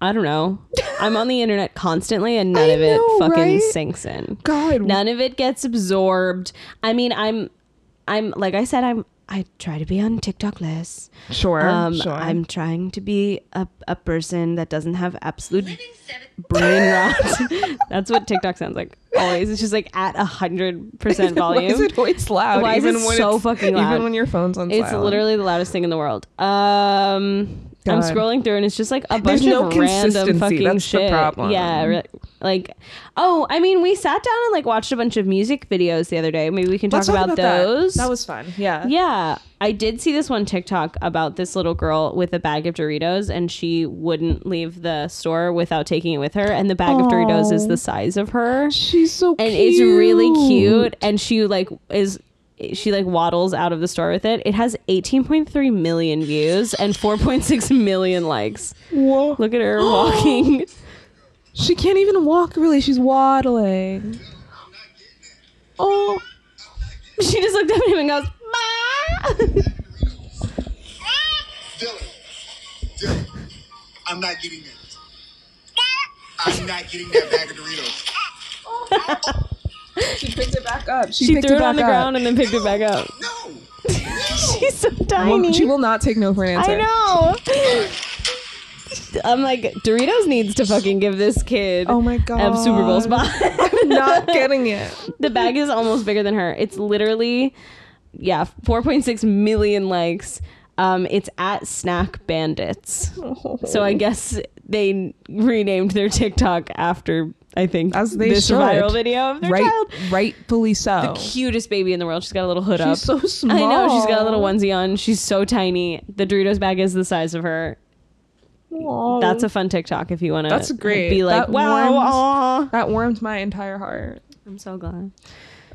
Speaker 4: I don't know. I'm on the internet constantly, and none
Speaker 5: I
Speaker 4: of it
Speaker 5: know,
Speaker 4: fucking
Speaker 5: right?
Speaker 4: sinks in.
Speaker 5: God.
Speaker 4: None of it gets absorbed. I mean, I'm, I'm like I said, I'm. I try to be on TikTok less.
Speaker 5: Sure.
Speaker 4: Um,
Speaker 5: sure.
Speaker 4: I'm trying to be a, a person that doesn't have absolute brain rot. That's what TikTok sounds like. Always, it's just like at hundred percent volume.
Speaker 5: Why is it always loud?
Speaker 4: Why is
Speaker 5: even
Speaker 4: it
Speaker 5: when
Speaker 4: so
Speaker 5: it's-
Speaker 4: fucking loud?
Speaker 5: Even when your phone's on
Speaker 4: It's
Speaker 5: silent.
Speaker 4: literally the loudest thing in the world. Um, I'm
Speaker 5: God.
Speaker 4: scrolling through and it's just like a bunch
Speaker 5: There's no
Speaker 4: of random
Speaker 5: consistency.
Speaker 4: fucking
Speaker 5: That's the
Speaker 4: shit.
Speaker 5: problem.
Speaker 4: Yeah, re- like oh, I mean, we sat down and like watched a bunch of music videos the other day. Maybe we can talk,
Speaker 5: Let's
Speaker 4: about,
Speaker 5: that.
Speaker 4: those.
Speaker 5: That. was fun. Yeah.
Speaker 4: yeah. I did see this one TikTok about this little girl with a bag of Doritos and she wouldn't leave the store without taking it with her and the bag of Doritos is
Speaker 5: Aw.
Speaker 4: the size of her
Speaker 5: She's so
Speaker 4: and it's really cute and she like is she like waddles out of the store with it it has 18.3 million views and 4.6 million likes
Speaker 5: Whoa.
Speaker 4: look at her walking
Speaker 5: She can't even walk really. She's waddling. Oh.
Speaker 4: she just looked up at him and goes "Ma!"
Speaker 6: Dylan, Dylan, I'm not getting that. I'm not getting that bag of Doritos.
Speaker 5: She picked it back up.
Speaker 4: she,
Speaker 5: picked
Speaker 4: threw it, on the
Speaker 5: back up.
Speaker 4: ground and then picked it back up
Speaker 6: No,
Speaker 4: she's so
Speaker 5: Well,
Speaker 4: tiny
Speaker 5: she will not take no for an
Speaker 4: i
Speaker 5: answer.
Speaker 4: know i'm like doritos needs to fucking give this kid
Speaker 5: Oh my god.
Speaker 4: a super bowl spot
Speaker 5: Not getting it.
Speaker 4: the bag is almost bigger than her. It's literally, yeah, 4.6 million likes. Um, it's at Snack Bandits. So I guess they renamed their TikTok after I think
Speaker 5: As they
Speaker 4: this
Speaker 5: should.
Speaker 4: viral video of their
Speaker 5: right,
Speaker 4: child.
Speaker 5: rightfully so.
Speaker 4: Cutest baby in the world. She's got a little hood up.
Speaker 5: She's so small.
Speaker 4: I know she's got a little onesie on. She's so tiny. The Doritos bag is the size of her.
Speaker 5: Aw.
Speaker 4: That's a fun TikTok if you want to.
Speaker 5: Oh. That's great.
Speaker 4: Be like,
Speaker 5: That
Speaker 4: wow,
Speaker 5: warms-
Speaker 4: aw."
Speaker 5: that warmed my entire heart.
Speaker 4: I'm so glad.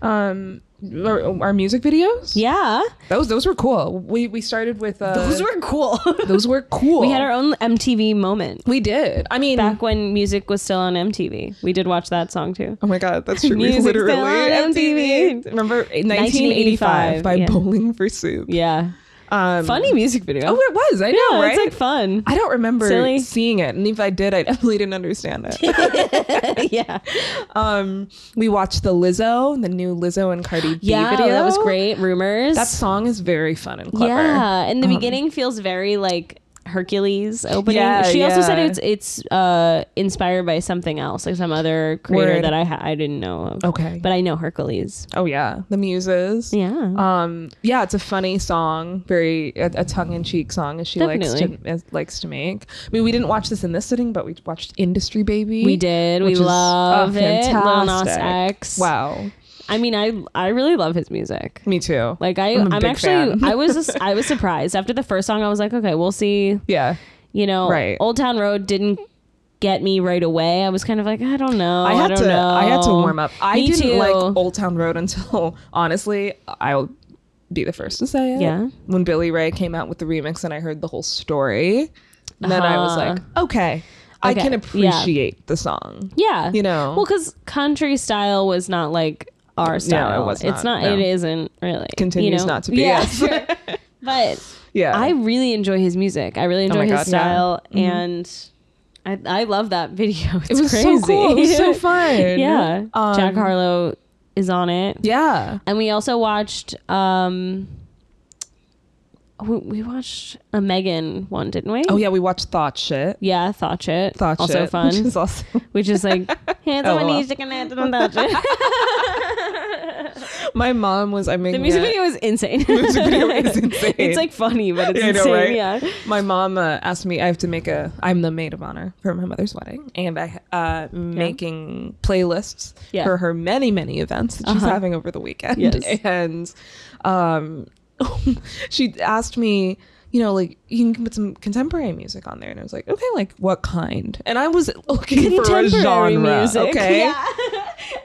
Speaker 5: Um, our, our music videos.
Speaker 4: Yeah,
Speaker 5: those those were cool. We we started with uh,
Speaker 4: those were cool.
Speaker 5: those were cool.
Speaker 4: we had our own MTV moment.
Speaker 5: we did. I mean,
Speaker 4: back when music was still on MTV. We did watch that song too.
Speaker 5: oh my god, that's true. We
Speaker 4: Music's still
Speaker 5: literally
Speaker 4: on MTV.
Speaker 5: Remember 1985 by
Speaker 4: yeah.
Speaker 5: Bowling for Soup.
Speaker 4: Yeah.
Speaker 5: Um,
Speaker 4: Funny music video.
Speaker 5: Oh, it was. I know,
Speaker 4: yeah,
Speaker 5: right?
Speaker 4: it's like fun.
Speaker 5: I don't remember
Speaker 4: Silly.
Speaker 5: seeing it, and if I did, I definitely didn't understand it.
Speaker 4: yeah.
Speaker 5: Um, we watched the Lizzo, the new Lizzo and Cardi B
Speaker 4: Yeah,
Speaker 5: video.
Speaker 4: that was great. Rumors.
Speaker 5: That song is very fun and clever. Uh-huh.
Speaker 4: yeah. And the beginning feels very like Hercules opening.
Speaker 5: Yeah,
Speaker 4: she also said
Speaker 5: yeah.
Speaker 4: it's it's uh inspired by something else, like some other creator
Speaker 5: Word.
Speaker 4: that I ha- I didn't know of.
Speaker 5: Okay.
Speaker 4: But I know Hercules. Uh,
Speaker 5: Oh yeah, the Muses.
Speaker 4: Yeah.
Speaker 5: Um, yeah, it's a funny song, very a, a tongue-in-cheek song, as she likes
Speaker 4: Definitely.
Speaker 5: to as, likes to make. I mean, we didn't watch this in this sitting, but we watched Industry Baby.
Speaker 4: we did. We
Speaker 5: which is, uh,
Speaker 4: love it. Lil Nas
Speaker 5: fantastic.
Speaker 4: X.
Speaker 5: Wow,
Speaker 4: I mean, I I really love his music.
Speaker 5: me too.
Speaker 4: Like I,
Speaker 5: I'm
Speaker 4: I'm,
Speaker 5: a big
Speaker 4: actually,
Speaker 5: fan.
Speaker 4: I was, I was surprised after the first song. I was like, okay, we'll see.
Speaker 5: yeah,
Speaker 4: You know,
Speaker 5: Right.
Speaker 4: Old Town Road didn't get me right away. I was kind of like, Oh, I don't know.
Speaker 5: I had
Speaker 4: don't
Speaker 5: to.
Speaker 4: Know.
Speaker 5: I had to warm up. I
Speaker 4: Me
Speaker 5: didn't
Speaker 4: too.
Speaker 5: like Old Town Road until honestly, I'll be the first to say it.
Speaker 4: Yeah.
Speaker 5: When Billy Ray came out with the remix and I heard the whole story, then I was
Speaker 4: Uh-huh.
Speaker 5: like, okay, I
Speaker 4: Okay,
Speaker 5: can
Speaker 4: yeah.
Speaker 5: appreciate the song.
Speaker 4: yeah,
Speaker 5: you know.
Speaker 4: Well, because country style was not like our style.
Speaker 5: was
Speaker 4: It's
Speaker 5: not,
Speaker 4: not.
Speaker 5: no.
Speaker 4: It isn't really.
Speaker 5: Continues
Speaker 4: you know?
Speaker 5: not to be,
Speaker 4: Yeah,
Speaker 5: yes.
Speaker 4: sure. but
Speaker 5: Yeah.
Speaker 4: I really enjoy his music. I really enjoy
Speaker 5: Oh my
Speaker 4: his
Speaker 5: God, yeah. Mm-hmm.
Speaker 4: style, and I I love that video. It's
Speaker 5: it was
Speaker 4: crazy.
Speaker 5: so cool. It was so fun.
Speaker 4: yeah,
Speaker 5: Um,
Speaker 4: Jack Harlow is on it.
Speaker 5: Yeah.
Speaker 4: And we also watched um we, we watched a Megan one, didn't we?
Speaker 5: Oh yeah, we watched Thought Shit.
Speaker 4: Yeah, Thought Shit.
Speaker 5: Thought
Speaker 4: also
Speaker 5: Shit,
Speaker 4: fun.
Speaker 5: Which is also
Speaker 4: Which is like hands on my
Speaker 5: LOL.
Speaker 4: knees, chicken hands on Thought Shit.
Speaker 5: my mom was. I mean,
Speaker 4: The music video is insane.
Speaker 5: music video is insane.
Speaker 4: it's like funny, but it's
Speaker 5: Yeah, I know,
Speaker 4: insane.
Speaker 5: right?
Speaker 4: Yeah.
Speaker 5: My mom uh, asked me. I have to make a. I'm the maid of honor for my mother's wedding, and I uh, making playlists
Speaker 4: Yeah. Uh-huh.
Speaker 5: for her many many events that she's having over the weekend.
Speaker 4: Yes.
Speaker 5: and um, she asked me. You know, like you can put some contemporary music on there, and I was like, okay, like what kind? And I was looking for a genre. Okay,
Speaker 4: Yeah.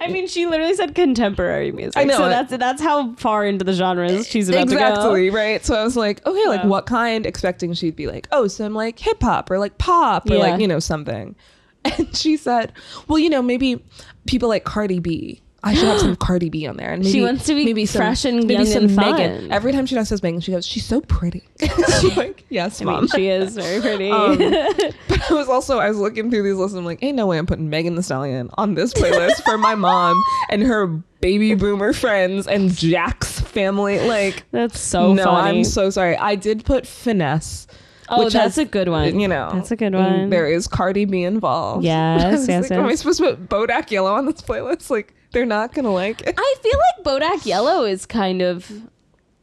Speaker 4: I mean, she literally said contemporary music.
Speaker 5: I know.
Speaker 4: So that's that's how far into the genres she's about to go.
Speaker 5: exactly right so i was like okay like
Speaker 4: Wow.
Speaker 5: what kind expecting she'd be like oh some like hip hop or like pop or
Speaker 4: Yeah.
Speaker 5: like you know something and she said well you know maybe people like cardi b I should have some Cardi B on there, and maybe,
Speaker 4: wants to be
Speaker 5: maybe some,
Speaker 4: fresh and
Speaker 5: maybe
Speaker 4: young
Speaker 5: some
Speaker 4: and
Speaker 5: Megan.
Speaker 4: fun.
Speaker 5: Every time she does says Megan, she goes, "She's so pretty." She's like, yes,
Speaker 4: I
Speaker 5: mom. Um,
Speaker 4: mean, she is very pretty.
Speaker 5: But I was also I was looking through these lists. And I'm like, ain't no way I'm putting Megan the Stallion on this playlist for my mom and her baby boomer friends and Jack's family. Like,
Speaker 4: that's so
Speaker 5: no,
Speaker 4: funny.
Speaker 5: I'm so sorry. I did put finesse.
Speaker 4: oh,
Speaker 5: which
Speaker 4: that's
Speaker 5: has-
Speaker 4: a good one.
Speaker 5: You know,
Speaker 4: that's a good one.
Speaker 5: There is Cardi B involved.
Speaker 4: Yes,
Speaker 5: I was
Speaker 4: yes,
Speaker 5: like, Am I
Speaker 4: yes.
Speaker 5: supposed to put Bodak Yellow on this playlist? Like, they're not gonna like it.
Speaker 4: I feel like Bodak Yellow is kind of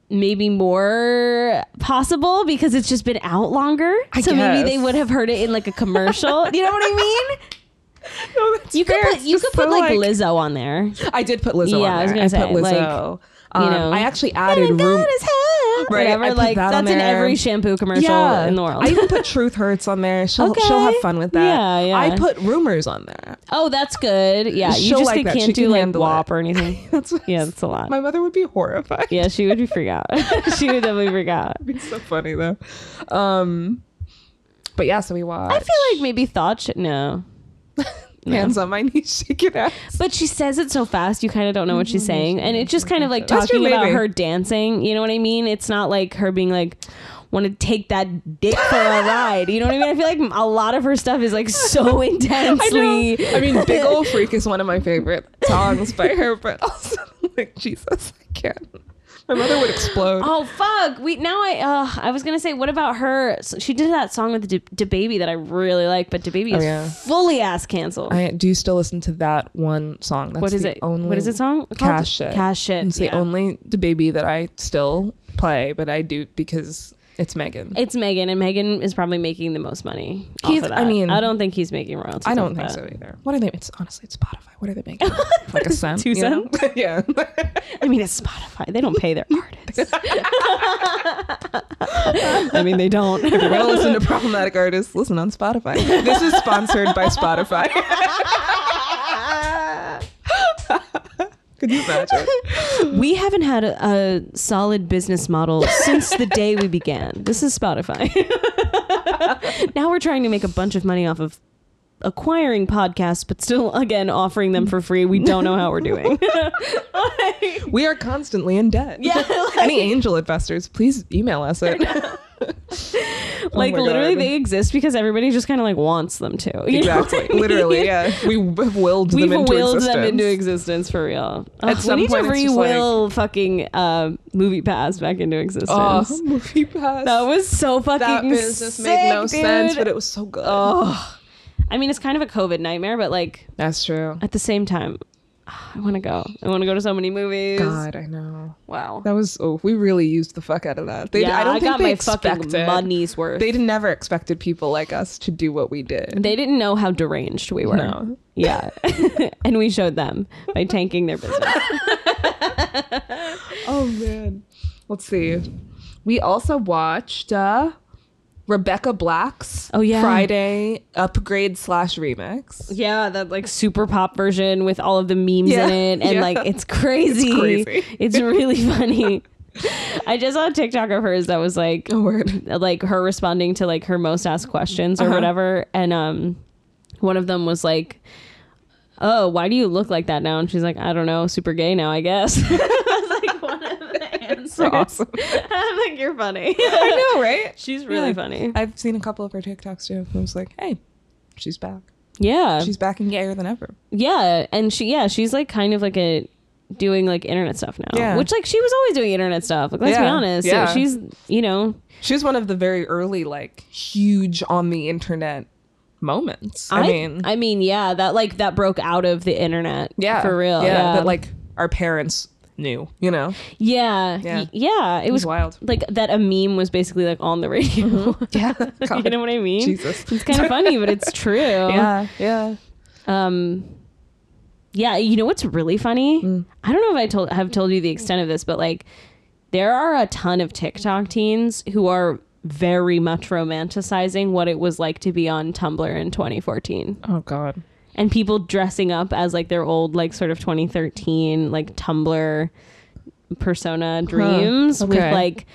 Speaker 4: maybe more possible because it's just been out longer.
Speaker 5: I
Speaker 4: so maybe they
Speaker 5: guess.
Speaker 4: would have heard it in like a commercial. you know what I mean?
Speaker 5: No, that's
Speaker 4: You could
Speaker 5: fair.
Speaker 4: put
Speaker 5: It's
Speaker 4: you
Speaker 5: just
Speaker 4: could put
Speaker 5: so,
Speaker 4: like, Lizzo on there.
Speaker 5: I did put Lizzo.
Speaker 4: Yeah,
Speaker 5: on
Speaker 4: I was
Speaker 5: there.
Speaker 4: gonna say,
Speaker 5: put
Speaker 4: like,
Speaker 5: Lizzo. um,
Speaker 4: you know. Oh
Speaker 5: I actually added
Speaker 4: My
Speaker 5: room.
Speaker 4: God, it's hot.
Speaker 5: Right, I
Speaker 4: Whatever,
Speaker 5: put
Speaker 4: like
Speaker 5: that on
Speaker 4: that's in
Speaker 5: there.
Speaker 4: every shampoo commercial in the world.
Speaker 5: I even put Truth Hurts on there. She'll she'll
Speaker 4: Okay.
Speaker 5: have fun with that.
Speaker 4: Yeah, yeah.
Speaker 5: I put Rumors on there.
Speaker 4: oh, that's good. Yeah, you
Speaker 5: She'll
Speaker 4: just
Speaker 5: like that.
Speaker 4: can't
Speaker 5: She
Speaker 4: do
Speaker 5: can
Speaker 4: like
Speaker 5: handle
Speaker 4: WAP
Speaker 5: it.
Speaker 4: or anything.
Speaker 5: That's what
Speaker 4: yeah, that's a lot.
Speaker 5: my mother would be horrified.
Speaker 4: yeah, she would be freak out. she would definitely freak out.
Speaker 5: It's so funny though. Um, but yeah, so we watched.
Speaker 4: I feel like maybe thought shit. No,
Speaker 5: hands on my knees, shaking ass.
Speaker 4: but she says it so fast, you kind of don't know what she's saying, and it's just kind of like
Speaker 5: Mm-hmm. That's your
Speaker 4: talking about
Speaker 5: baby.
Speaker 4: her dancing. You know what I mean? It's not like her being like. Want to take that dick for a ride? You know what I mean? I feel like a lot of her stuff is like so intensely.
Speaker 5: I mean, Big Ol' Freak is one of my favorite songs by her, but also like Jesus, I can't. My mother would explode.
Speaker 4: Oh fuck! We now I uh, I was gonna say what about her? So she did that song with the baby that I really like, but DaBaby is
Speaker 5: Oh, yeah.
Speaker 4: fully ass canceled.
Speaker 5: I do still listen to that one song. That's
Speaker 4: what is
Speaker 5: the
Speaker 4: it?
Speaker 5: Only
Speaker 4: what is it song? called?
Speaker 5: Cash shit.
Speaker 4: Cash shit.
Speaker 5: It's
Speaker 4: yeah.
Speaker 5: the only the baby that I still play, but I do because it's Megan.
Speaker 4: It's Megan, and Megan is probably making the most money. off
Speaker 5: He's-
Speaker 4: of
Speaker 5: I
Speaker 4: that.
Speaker 5: mean-
Speaker 4: I don't think he's making royalties.
Speaker 5: I
Speaker 4: off
Speaker 5: don't think
Speaker 4: that.
Speaker 5: so either. What are they? It's honestly it's Spotify. What are they making? like a cent?
Speaker 4: Two
Speaker 5: you know?
Speaker 4: cents?
Speaker 5: yeah.
Speaker 4: I mean, it's Spotify. They don't pay their artists. I mean, they don't.
Speaker 5: You're gonna listen to problematic artists. Listen on Spotify. This is sponsored by Spotify. Could you imagine?
Speaker 4: We haven't had a, a solid business model since the day we began. This is Spotify. now we're trying to make a bunch of money off of acquiring podcasts, but still, again, offering them for free. We don't know how we're doing.
Speaker 5: We are constantly in debt.
Speaker 4: Yeah, like-
Speaker 5: Any angel investors, please email us at Oh
Speaker 4: like,
Speaker 5: my
Speaker 4: literally,
Speaker 5: God.
Speaker 4: they exist because everybody just kind of like wants them to. you know what
Speaker 5: exactly.
Speaker 4: I mean?
Speaker 5: Literally, yeah. We w- willed
Speaker 4: We've
Speaker 5: them into
Speaker 4: willed
Speaker 5: existence.
Speaker 4: them into existence for real. Ugh,
Speaker 5: some
Speaker 4: we need
Speaker 5: point,
Speaker 4: to
Speaker 5: it's just
Speaker 4: re-will fucking uh, movie pass back into existence.
Speaker 5: Oh, movie pass.
Speaker 4: that was so fucking
Speaker 5: that business
Speaker 4: sick,
Speaker 5: made no sense,
Speaker 4: dude. Oh.
Speaker 5: but it was so good.
Speaker 4: I mean, it's kind of a COVID nightmare, but like
Speaker 5: That's true.
Speaker 4: at the same time, ah, I want to go. I want to go to so many movies.
Speaker 5: God, I know.
Speaker 4: Wow.
Speaker 5: That was oh, we really used the fuck out of that. They,
Speaker 4: yeah, I,
Speaker 5: I don't think
Speaker 4: got
Speaker 5: they
Speaker 4: my
Speaker 5: expected,
Speaker 4: fucking money's worth.
Speaker 5: They
Speaker 4: They,
Speaker 5: did- never expected people like us to do what we did.
Speaker 4: didn't know how deranged we were.
Speaker 5: No.
Speaker 4: Yeah. and we showed them by tanking their business.
Speaker 5: Oh man. Let's see. We also watched uh Rebecca Black's
Speaker 4: Oh, yeah.
Speaker 5: Friday upgrade slash remix.
Speaker 4: yeah, that like super pop version with all of the memes
Speaker 5: Yeah,
Speaker 4: in it. And
Speaker 5: yeah.
Speaker 4: like, it's crazy.
Speaker 5: crazy.
Speaker 4: It's really funny. I just saw a TikTok of hers that was like,
Speaker 5: Oh, Word. Uh-huh.
Speaker 4: like her responding to like her most asked questions or whatever and um one of them was like oh why do you look like that now and she's like i don't know super gay now i guess That's, like one of the answers
Speaker 5: awesome.
Speaker 4: i'm like you're funny
Speaker 5: I know, right?
Speaker 4: she's really
Speaker 5: Yeah.
Speaker 4: funny
Speaker 5: I've seen a couple of her TikToks too. I was like, hey, she's back.
Speaker 4: yeah
Speaker 5: She's back and gayer than ever.
Speaker 4: yeah and she yeah she's like kind of like a doing like internet stuff now.
Speaker 5: Yeah.
Speaker 4: Which like she was always doing internet stuff. Like let's be
Speaker 5: Yeah.
Speaker 4: honest.
Speaker 5: Yeah.
Speaker 4: So she's you know
Speaker 5: She was one of the very early, like, huge on the internet moments. I, mean,
Speaker 4: I mean yeah that like that broke out of the internet.
Speaker 5: yeah,
Speaker 4: For real.
Speaker 5: yeah, that like our parents knew, you know.
Speaker 4: Yeah.
Speaker 5: Yeah.
Speaker 4: y- yeah. It was,
Speaker 5: wild.
Speaker 4: Like that a meme was basically like on the radio.
Speaker 5: Yeah,
Speaker 4: you know what I mean?
Speaker 5: Jesus.
Speaker 4: It's kind of funny, but it's true.
Speaker 5: yeah, yeah.
Speaker 4: Um Yeah, you know what's really funny? I don't know if I told have told you the extent of this, but like there are a ton of TikTok teens who are very much romanticizing what it was like to be on Tumblr in 2014
Speaker 5: Oh God.
Speaker 4: and people dressing up as like their old like sort of 2013 like Tumblr persona dreams
Speaker 5: Okay.
Speaker 4: with like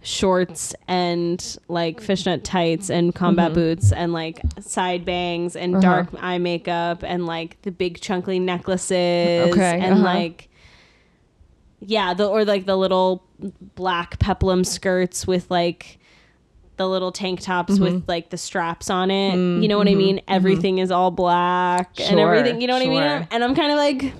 Speaker 4: shorts and like fishnet tights and combat
Speaker 5: Mm-hmm.
Speaker 4: boots and like side bangs and
Speaker 5: Uh-huh.
Speaker 4: dark eye makeup and like the big chunky necklaces
Speaker 5: Okay,
Speaker 4: and
Speaker 5: uh-huh.
Speaker 4: like yeah the or like the little black peplum skirts with like the little tank tops with
Speaker 5: Mm-hmm.
Speaker 4: like the straps on it you know what i mean everything is all black and
Speaker 5: Mm, Sure,
Speaker 4: everything you know what i mean
Speaker 5: sure.
Speaker 4: and i'm kind of like i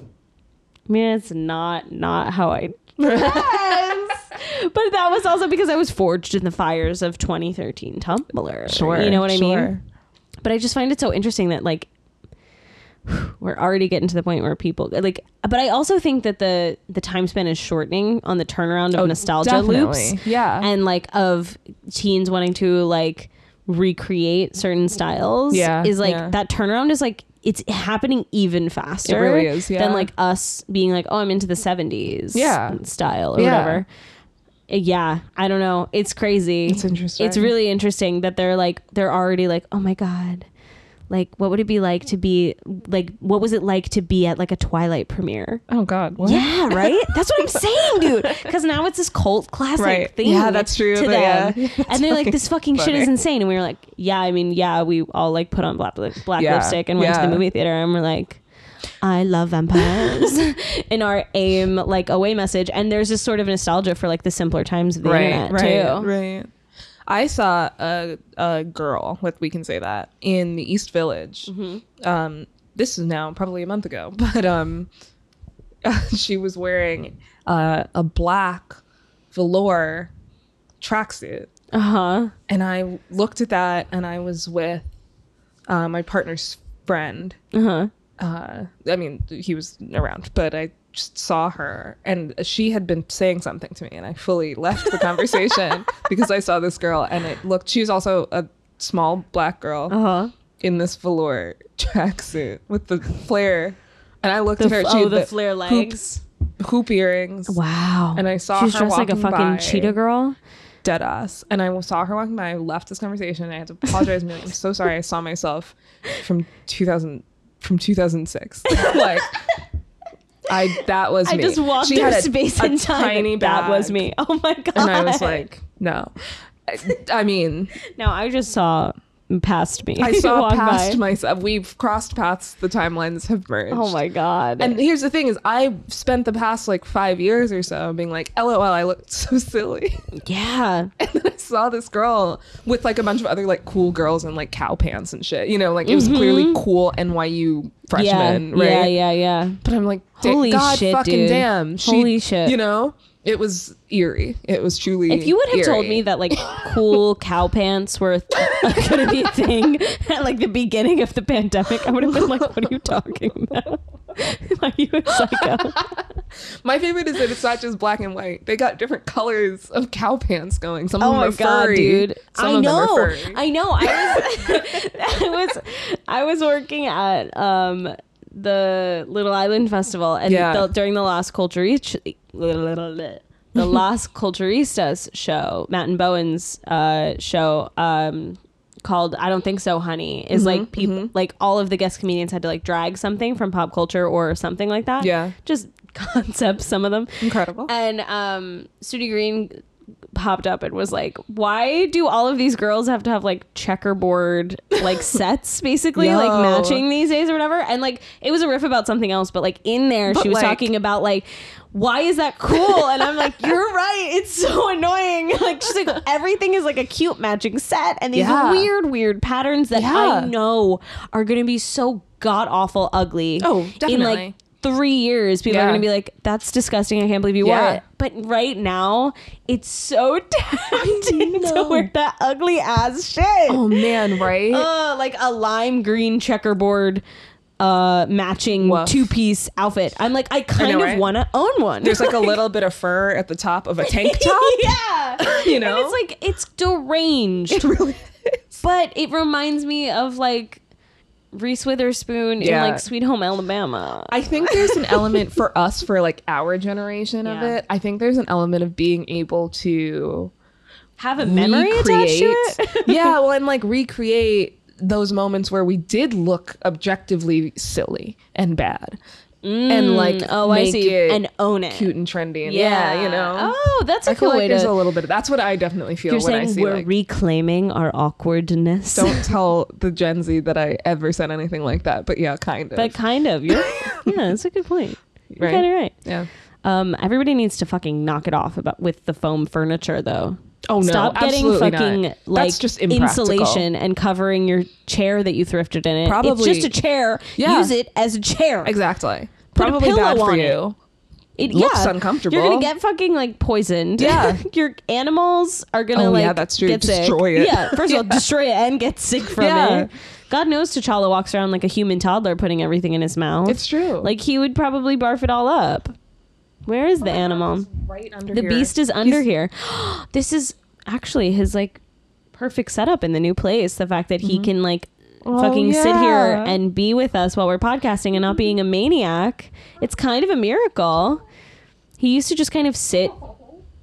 Speaker 4: mean it's not not how i but that was also because I was forged in the fires of 2013 Tumblr.
Speaker 5: Sure.
Speaker 4: You know what I mean?
Speaker 5: sure.
Speaker 4: But I just find it so interesting that, like, we're already getting to the point where people like but i also think that the the time span is shortening on the turnaround of nostalgia
Speaker 5: definitely.
Speaker 4: loops
Speaker 5: Yeah.
Speaker 4: and like of teens wanting to like recreate certain styles
Speaker 5: Yeah,
Speaker 4: is like
Speaker 5: yeah.
Speaker 4: that turnaround is like it's happening even faster
Speaker 5: really is, yeah.
Speaker 4: than like us being like oh i'm into the 70s
Speaker 5: Yeah.
Speaker 4: style or
Speaker 5: Yeah.
Speaker 4: whatever Uh, yeah i don't know it's crazy it's
Speaker 5: interesting.
Speaker 4: it's really interesting that they're like they're already like oh my god like what would it be like to be like what was it like to be at like a twilight premiere
Speaker 5: Oh God. What?
Speaker 4: yeah right that's what i'm saying dude because now it's this cult classic
Speaker 5: Right.
Speaker 4: thing
Speaker 5: Yeah, that's true,
Speaker 4: to
Speaker 5: but
Speaker 4: them.
Speaker 5: yeah.
Speaker 4: and they're like this fucking shit is
Speaker 5: funny.
Speaker 4: insane and we were like yeah i mean yeah we all like put on black, black
Speaker 5: Yeah.
Speaker 4: lipstick and went to
Speaker 5: Yeah.
Speaker 4: the movie theater and we're like I love vampires in our aim like away message, and there's this sort of nostalgia for like the simpler times of the internet too.
Speaker 5: right. I saw a a girl, what we can say that, in the East Village.
Speaker 4: Mm-hmm.
Speaker 5: Um, this is now probably a month ago, but um, she was wearing uh, a black velour tracksuit,
Speaker 4: Uh huh.
Speaker 5: and I looked at that, and I was with uh, my partner's friend,
Speaker 4: Uh huh.
Speaker 5: uh, I mean, he was around, but I just saw her, and she had been saying something to me, and I fully left the conversation because I saw this girl, and it looked. She was also a small black girl
Speaker 4: Uh huh.
Speaker 5: in this velour tracksuit with the flare, and I looked
Speaker 4: The
Speaker 5: at her.
Speaker 4: f-
Speaker 5: she
Speaker 4: oh,
Speaker 5: had
Speaker 4: the flare
Speaker 5: hoop-
Speaker 4: legs.
Speaker 5: hoop earrings,
Speaker 4: Wow.
Speaker 5: And I saw
Speaker 4: she's
Speaker 5: her
Speaker 4: dressed like a
Speaker 5: walking
Speaker 4: fucking
Speaker 5: by.
Speaker 4: cheetah girl.
Speaker 5: dead ass. And I saw her walking by. I left this conversation. And I had to apologize. and be like, I'm so sorry. I saw myself from 2000 from 2006. like. I that was
Speaker 4: I
Speaker 5: me.
Speaker 4: just walked
Speaker 5: She
Speaker 4: through
Speaker 5: had a-
Speaker 4: space
Speaker 5: a
Speaker 4: and time.
Speaker 5: tiny
Speaker 4: that was
Speaker 5: bag.
Speaker 4: me. Oh my god.
Speaker 5: and I was like, no. I, I mean,
Speaker 4: no, I just saw past me.
Speaker 5: I saw
Speaker 4: walk
Speaker 5: past
Speaker 4: by.
Speaker 5: myself. We've crossed paths. The timelines have merged.
Speaker 4: Oh my god.
Speaker 5: And here's the thing: is I spent the past like five years or so being like, "LOL, I looked so silly."
Speaker 4: yeah.
Speaker 5: And then I saw this girl with like a bunch of other like cool girls in like cow pants and shit. You know, like it was clearly cool NYU freshmen,
Speaker 4: Mm-hmm. yeah.
Speaker 5: right?
Speaker 4: Yeah. Yeah. Yeah.
Speaker 5: But I'm like, da-
Speaker 4: Holy
Speaker 5: God
Speaker 4: shit,
Speaker 5: fucking
Speaker 4: dude.
Speaker 5: damn. She,
Speaker 4: Holy shit.
Speaker 5: You know, it was eerie. It was truly.
Speaker 4: If you would have told
Speaker 5: eerie.
Speaker 4: me that like cool cow pants were going to be a thing at like the beginning of the pandemic, I would have been like, "What are you talking about? are you a psycho?"
Speaker 5: My favorite is that it's not just black and white. They got different colors of cow pants going. Some of
Speaker 4: Oh
Speaker 5: them
Speaker 4: my
Speaker 5: are
Speaker 4: god,
Speaker 5: furry.
Speaker 4: dude!
Speaker 5: Some
Speaker 4: I
Speaker 5: of them
Speaker 4: know,
Speaker 5: are furry.
Speaker 4: I know. I was, I was, I was working at um the Little Island Festival, and
Speaker 5: Yeah.
Speaker 4: the, during the Las Culturistas, the Las Culturistas show, Matt and Bowen's uh, show, um, called "I Don't Think So, Honey," is
Speaker 5: Mm-hmm,
Speaker 4: like people, like all of the guest comedians had to like drag something from pop culture or something like that.
Speaker 5: Yeah.
Speaker 4: just concepts. Some of them
Speaker 5: Incredible.
Speaker 4: and um, Sudie Green popped up and was like, "Why do all of these girls have to have like checkerboard like sets, basically like
Speaker 5: Yo.
Speaker 4: matching these days or whatever?" And like it was a riff about something else, but like in there she was
Speaker 5: like-
Speaker 4: talking about like. Why is that cool? And I'm like, you're right. It's so annoying. Like she's like, everything is like a cute matching set, and these
Speaker 5: Yeah.
Speaker 4: weird, weird patterns that
Speaker 5: Yeah.
Speaker 4: I know are going to be so god awful ugly.
Speaker 5: Oh,
Speaker 4: In like
Speaker 5: definitely.
Speaker 4: three years, people are
Speaker 5: Yeah.
Speaker 4: going to be like, that's disgusting. I can't believe you wore
Speaker 5: Yeah.
Speaker 4: it. But right now, it's so tempting to wear that ugly ass shit.
Speaker 5: Oh man, right?
Speaker 4: Uh, like a lime green checkerboard uh matching
Speaker 5: Woof.
Speaker 4: two-piece outfit i'm like i kind
Speaker 5: know,
Speaker 4: of
Speaker 5: right?
Speaker 4: want to own one
Speaker 5: There's like a little bit of fur at the top of a tank top.
Speaker 4: yeah
Speaker 5: You
Speaker 4: And
Speaker 5: know?
Speaker 4: it's like it's deranged
Speaker 5: really
Speaker 4: but it reminds me of like reese witherspoon
Speaker 5: Yeah.
Speaker 4: in like sweet home alabama
Speaker 5: I think there's an element for us for like our generation of
Speaker 4: Yeah.
Speaker 5: it. I think there's an element of being able to
Speaker 4: have a memory attached to
Speaker 5: recreate.
Speaker 4: it.
Speaker 5: yeah, well, and like recreate those moments where we did look objectively silly and bad, and like
Speaker 4: oh, I
Speaker 5: make
Speaker 4: see.
Speaker 5: it
Speaker 4: And own it.
Speaker 5: cute and trendy. And yeah,
Speaker 4: yeah.
Speaker 5: you know.
Speaker 4: Oh, that's a
Speaker 5: I feel
Speaker 4: cool
Speaker 5: like
Speaker 4: way
Speaker 5: there's
Speaker 4: to.
Speaker 5: a little bit. Of, that's what I definitely feel
Speaker 4: you're
Speaker 5: when I
Speaker 4: saying
Speaker 5: see
Speaker 4: we're
Speaker 5: like.
Speaker 4: reclaiming our awkwardness.
Speaker 5: don't tell the Gen Z that I ever said anything like that, but yeah, kind of.
Speaker 4: but kind of. You're, yeah, that's a good point. You're
Speaker 5: Right.
Speaker 4: kind of right.
Speaker 5: yeah.
Speaker 4: Um, everybody needs to fucking knock it off about with the foam furniture, though.
Speaker 5: Oh, no,
Speaker 4: Stop getting
Speaker 5: absolutely
Speaker 4: fucking
Speaker 5: not. That's
Speaker 4: like
Speaker 5: just impractical.
Speaker 4: insulation and covering your chair that you thrifted in it.
Speaker 5: Probably-
Speaker 4: it's just a chair.
Speaker 5: Yeah.
Speaker 4: Use it as a chair.
Speaker 5: Exactly.
Speaker 4: Put a
Speaker 5: Probably
Speaker 4: pillow
Speaker 5: bad for
Speaker 4: on it.
Speaker 5: you.
Speaker 4: It
Speaker 5: looks uncomfortable.
Speaker 4: You're gonna get fucking like poisoned.
Speaker 5: Yeah.
Speaker 4: your animals are gonna
Speaker 5: Oh,
Speaker 4: like
Speaker 5: yeah, that's true.
Speaker 4: get sick.
Speaker 5: Destroy it.
Speaker 4: Yeah, first of all, destroy it and get sick from
Speaker 5: Yeah.
Speaker 4: it. God knows T'Challa walks around like a human toddler, putting everything in his mouth.
Speaker 5: It's true.
Speaker 4: Like he would probably barf it all up. Where
Speaker 5: Oh
Speaker 4: is the animal?
Speaker 5: right under
Speaker 4: The beast is under here. this is actually his like perfect setup in the new place. The fact that he can like fucking sit here
Speaker 5: Mm-hmm. Oh, yeah.
Speaker 4: and be with us while we're podcasting and not being a maniac. It's kind of a miracle. He used to just kind of sit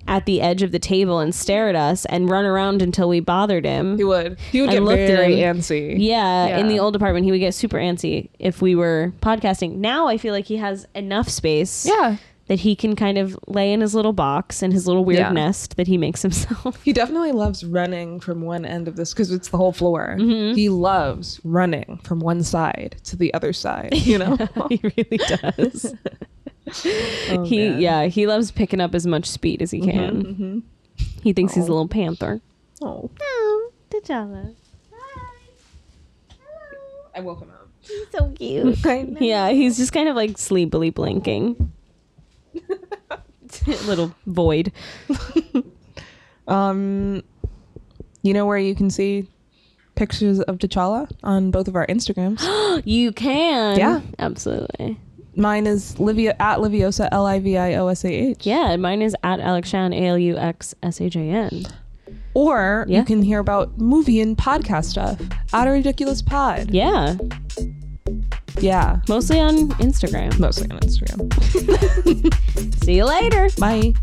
Speaker 4: at the edge of the table and stare at us and run around until we bothered him.
Speaker 5: He would. He would
Speaker 4: I
Speaker 5: get
Speaker 4: looked at
Speaker 5: very
Speaker 4: him.
Speaker 5: antsy.
Speaker 4: Yeah, in
Speaker 5: Yeah.
Speaker 4: the old apartment, he would get super antsy if we were podcasting. Now I feel like he has enough space
Speaker 5: Yeah.
Speaker 4: that he can kind of lay in his little box and his little weird
Speaker 5: Yeah.
Speaker 4: nest that he makes himself.
Speaker 5: He definitely loves running from one end of this because it's the whole floor. He loves running from one side to the other side, you know?
Speaker 4: he really does.
Speaker 5: Oh,
Speaker 4: he yeah, he loves picking up as much speed as he
Speaker 5: Mm-hmm,
Speaker 4: can. He thinks he's a little panther.
Speaker 5: oh.
Speaker 4: Oh, T'Challa.
Speaker 5: I woke him up.
Speaker 4: So cute. Yeah, he's just kind of like sleepily blinking. little void.
Speaker 5: Um, you know where you can see pictures of T'Challa on both of our Instagrams?
Speaker 4: You can.
Speaker 5: Yeah.
Speaker 4: Absolutely.
Speaker 5: Mine is Livia at Liviosa, L I V I O S A H.
Speaker 4: Yeah, and mine is at Alex Shan, A L U X S H A N.
Speaker 5: Or
Speaker 4: Yeah.
Speaker 5: you can hear about movie and podcast stuff at a ridiculous pod.
Speaker 4: Yeah,
Speaker 5: yeah.
Speaker 4: mostly on Instagram.
Speaker 5: Mostly on Instagram.
Speaker 4: See you later.
Speaker 5: Bye.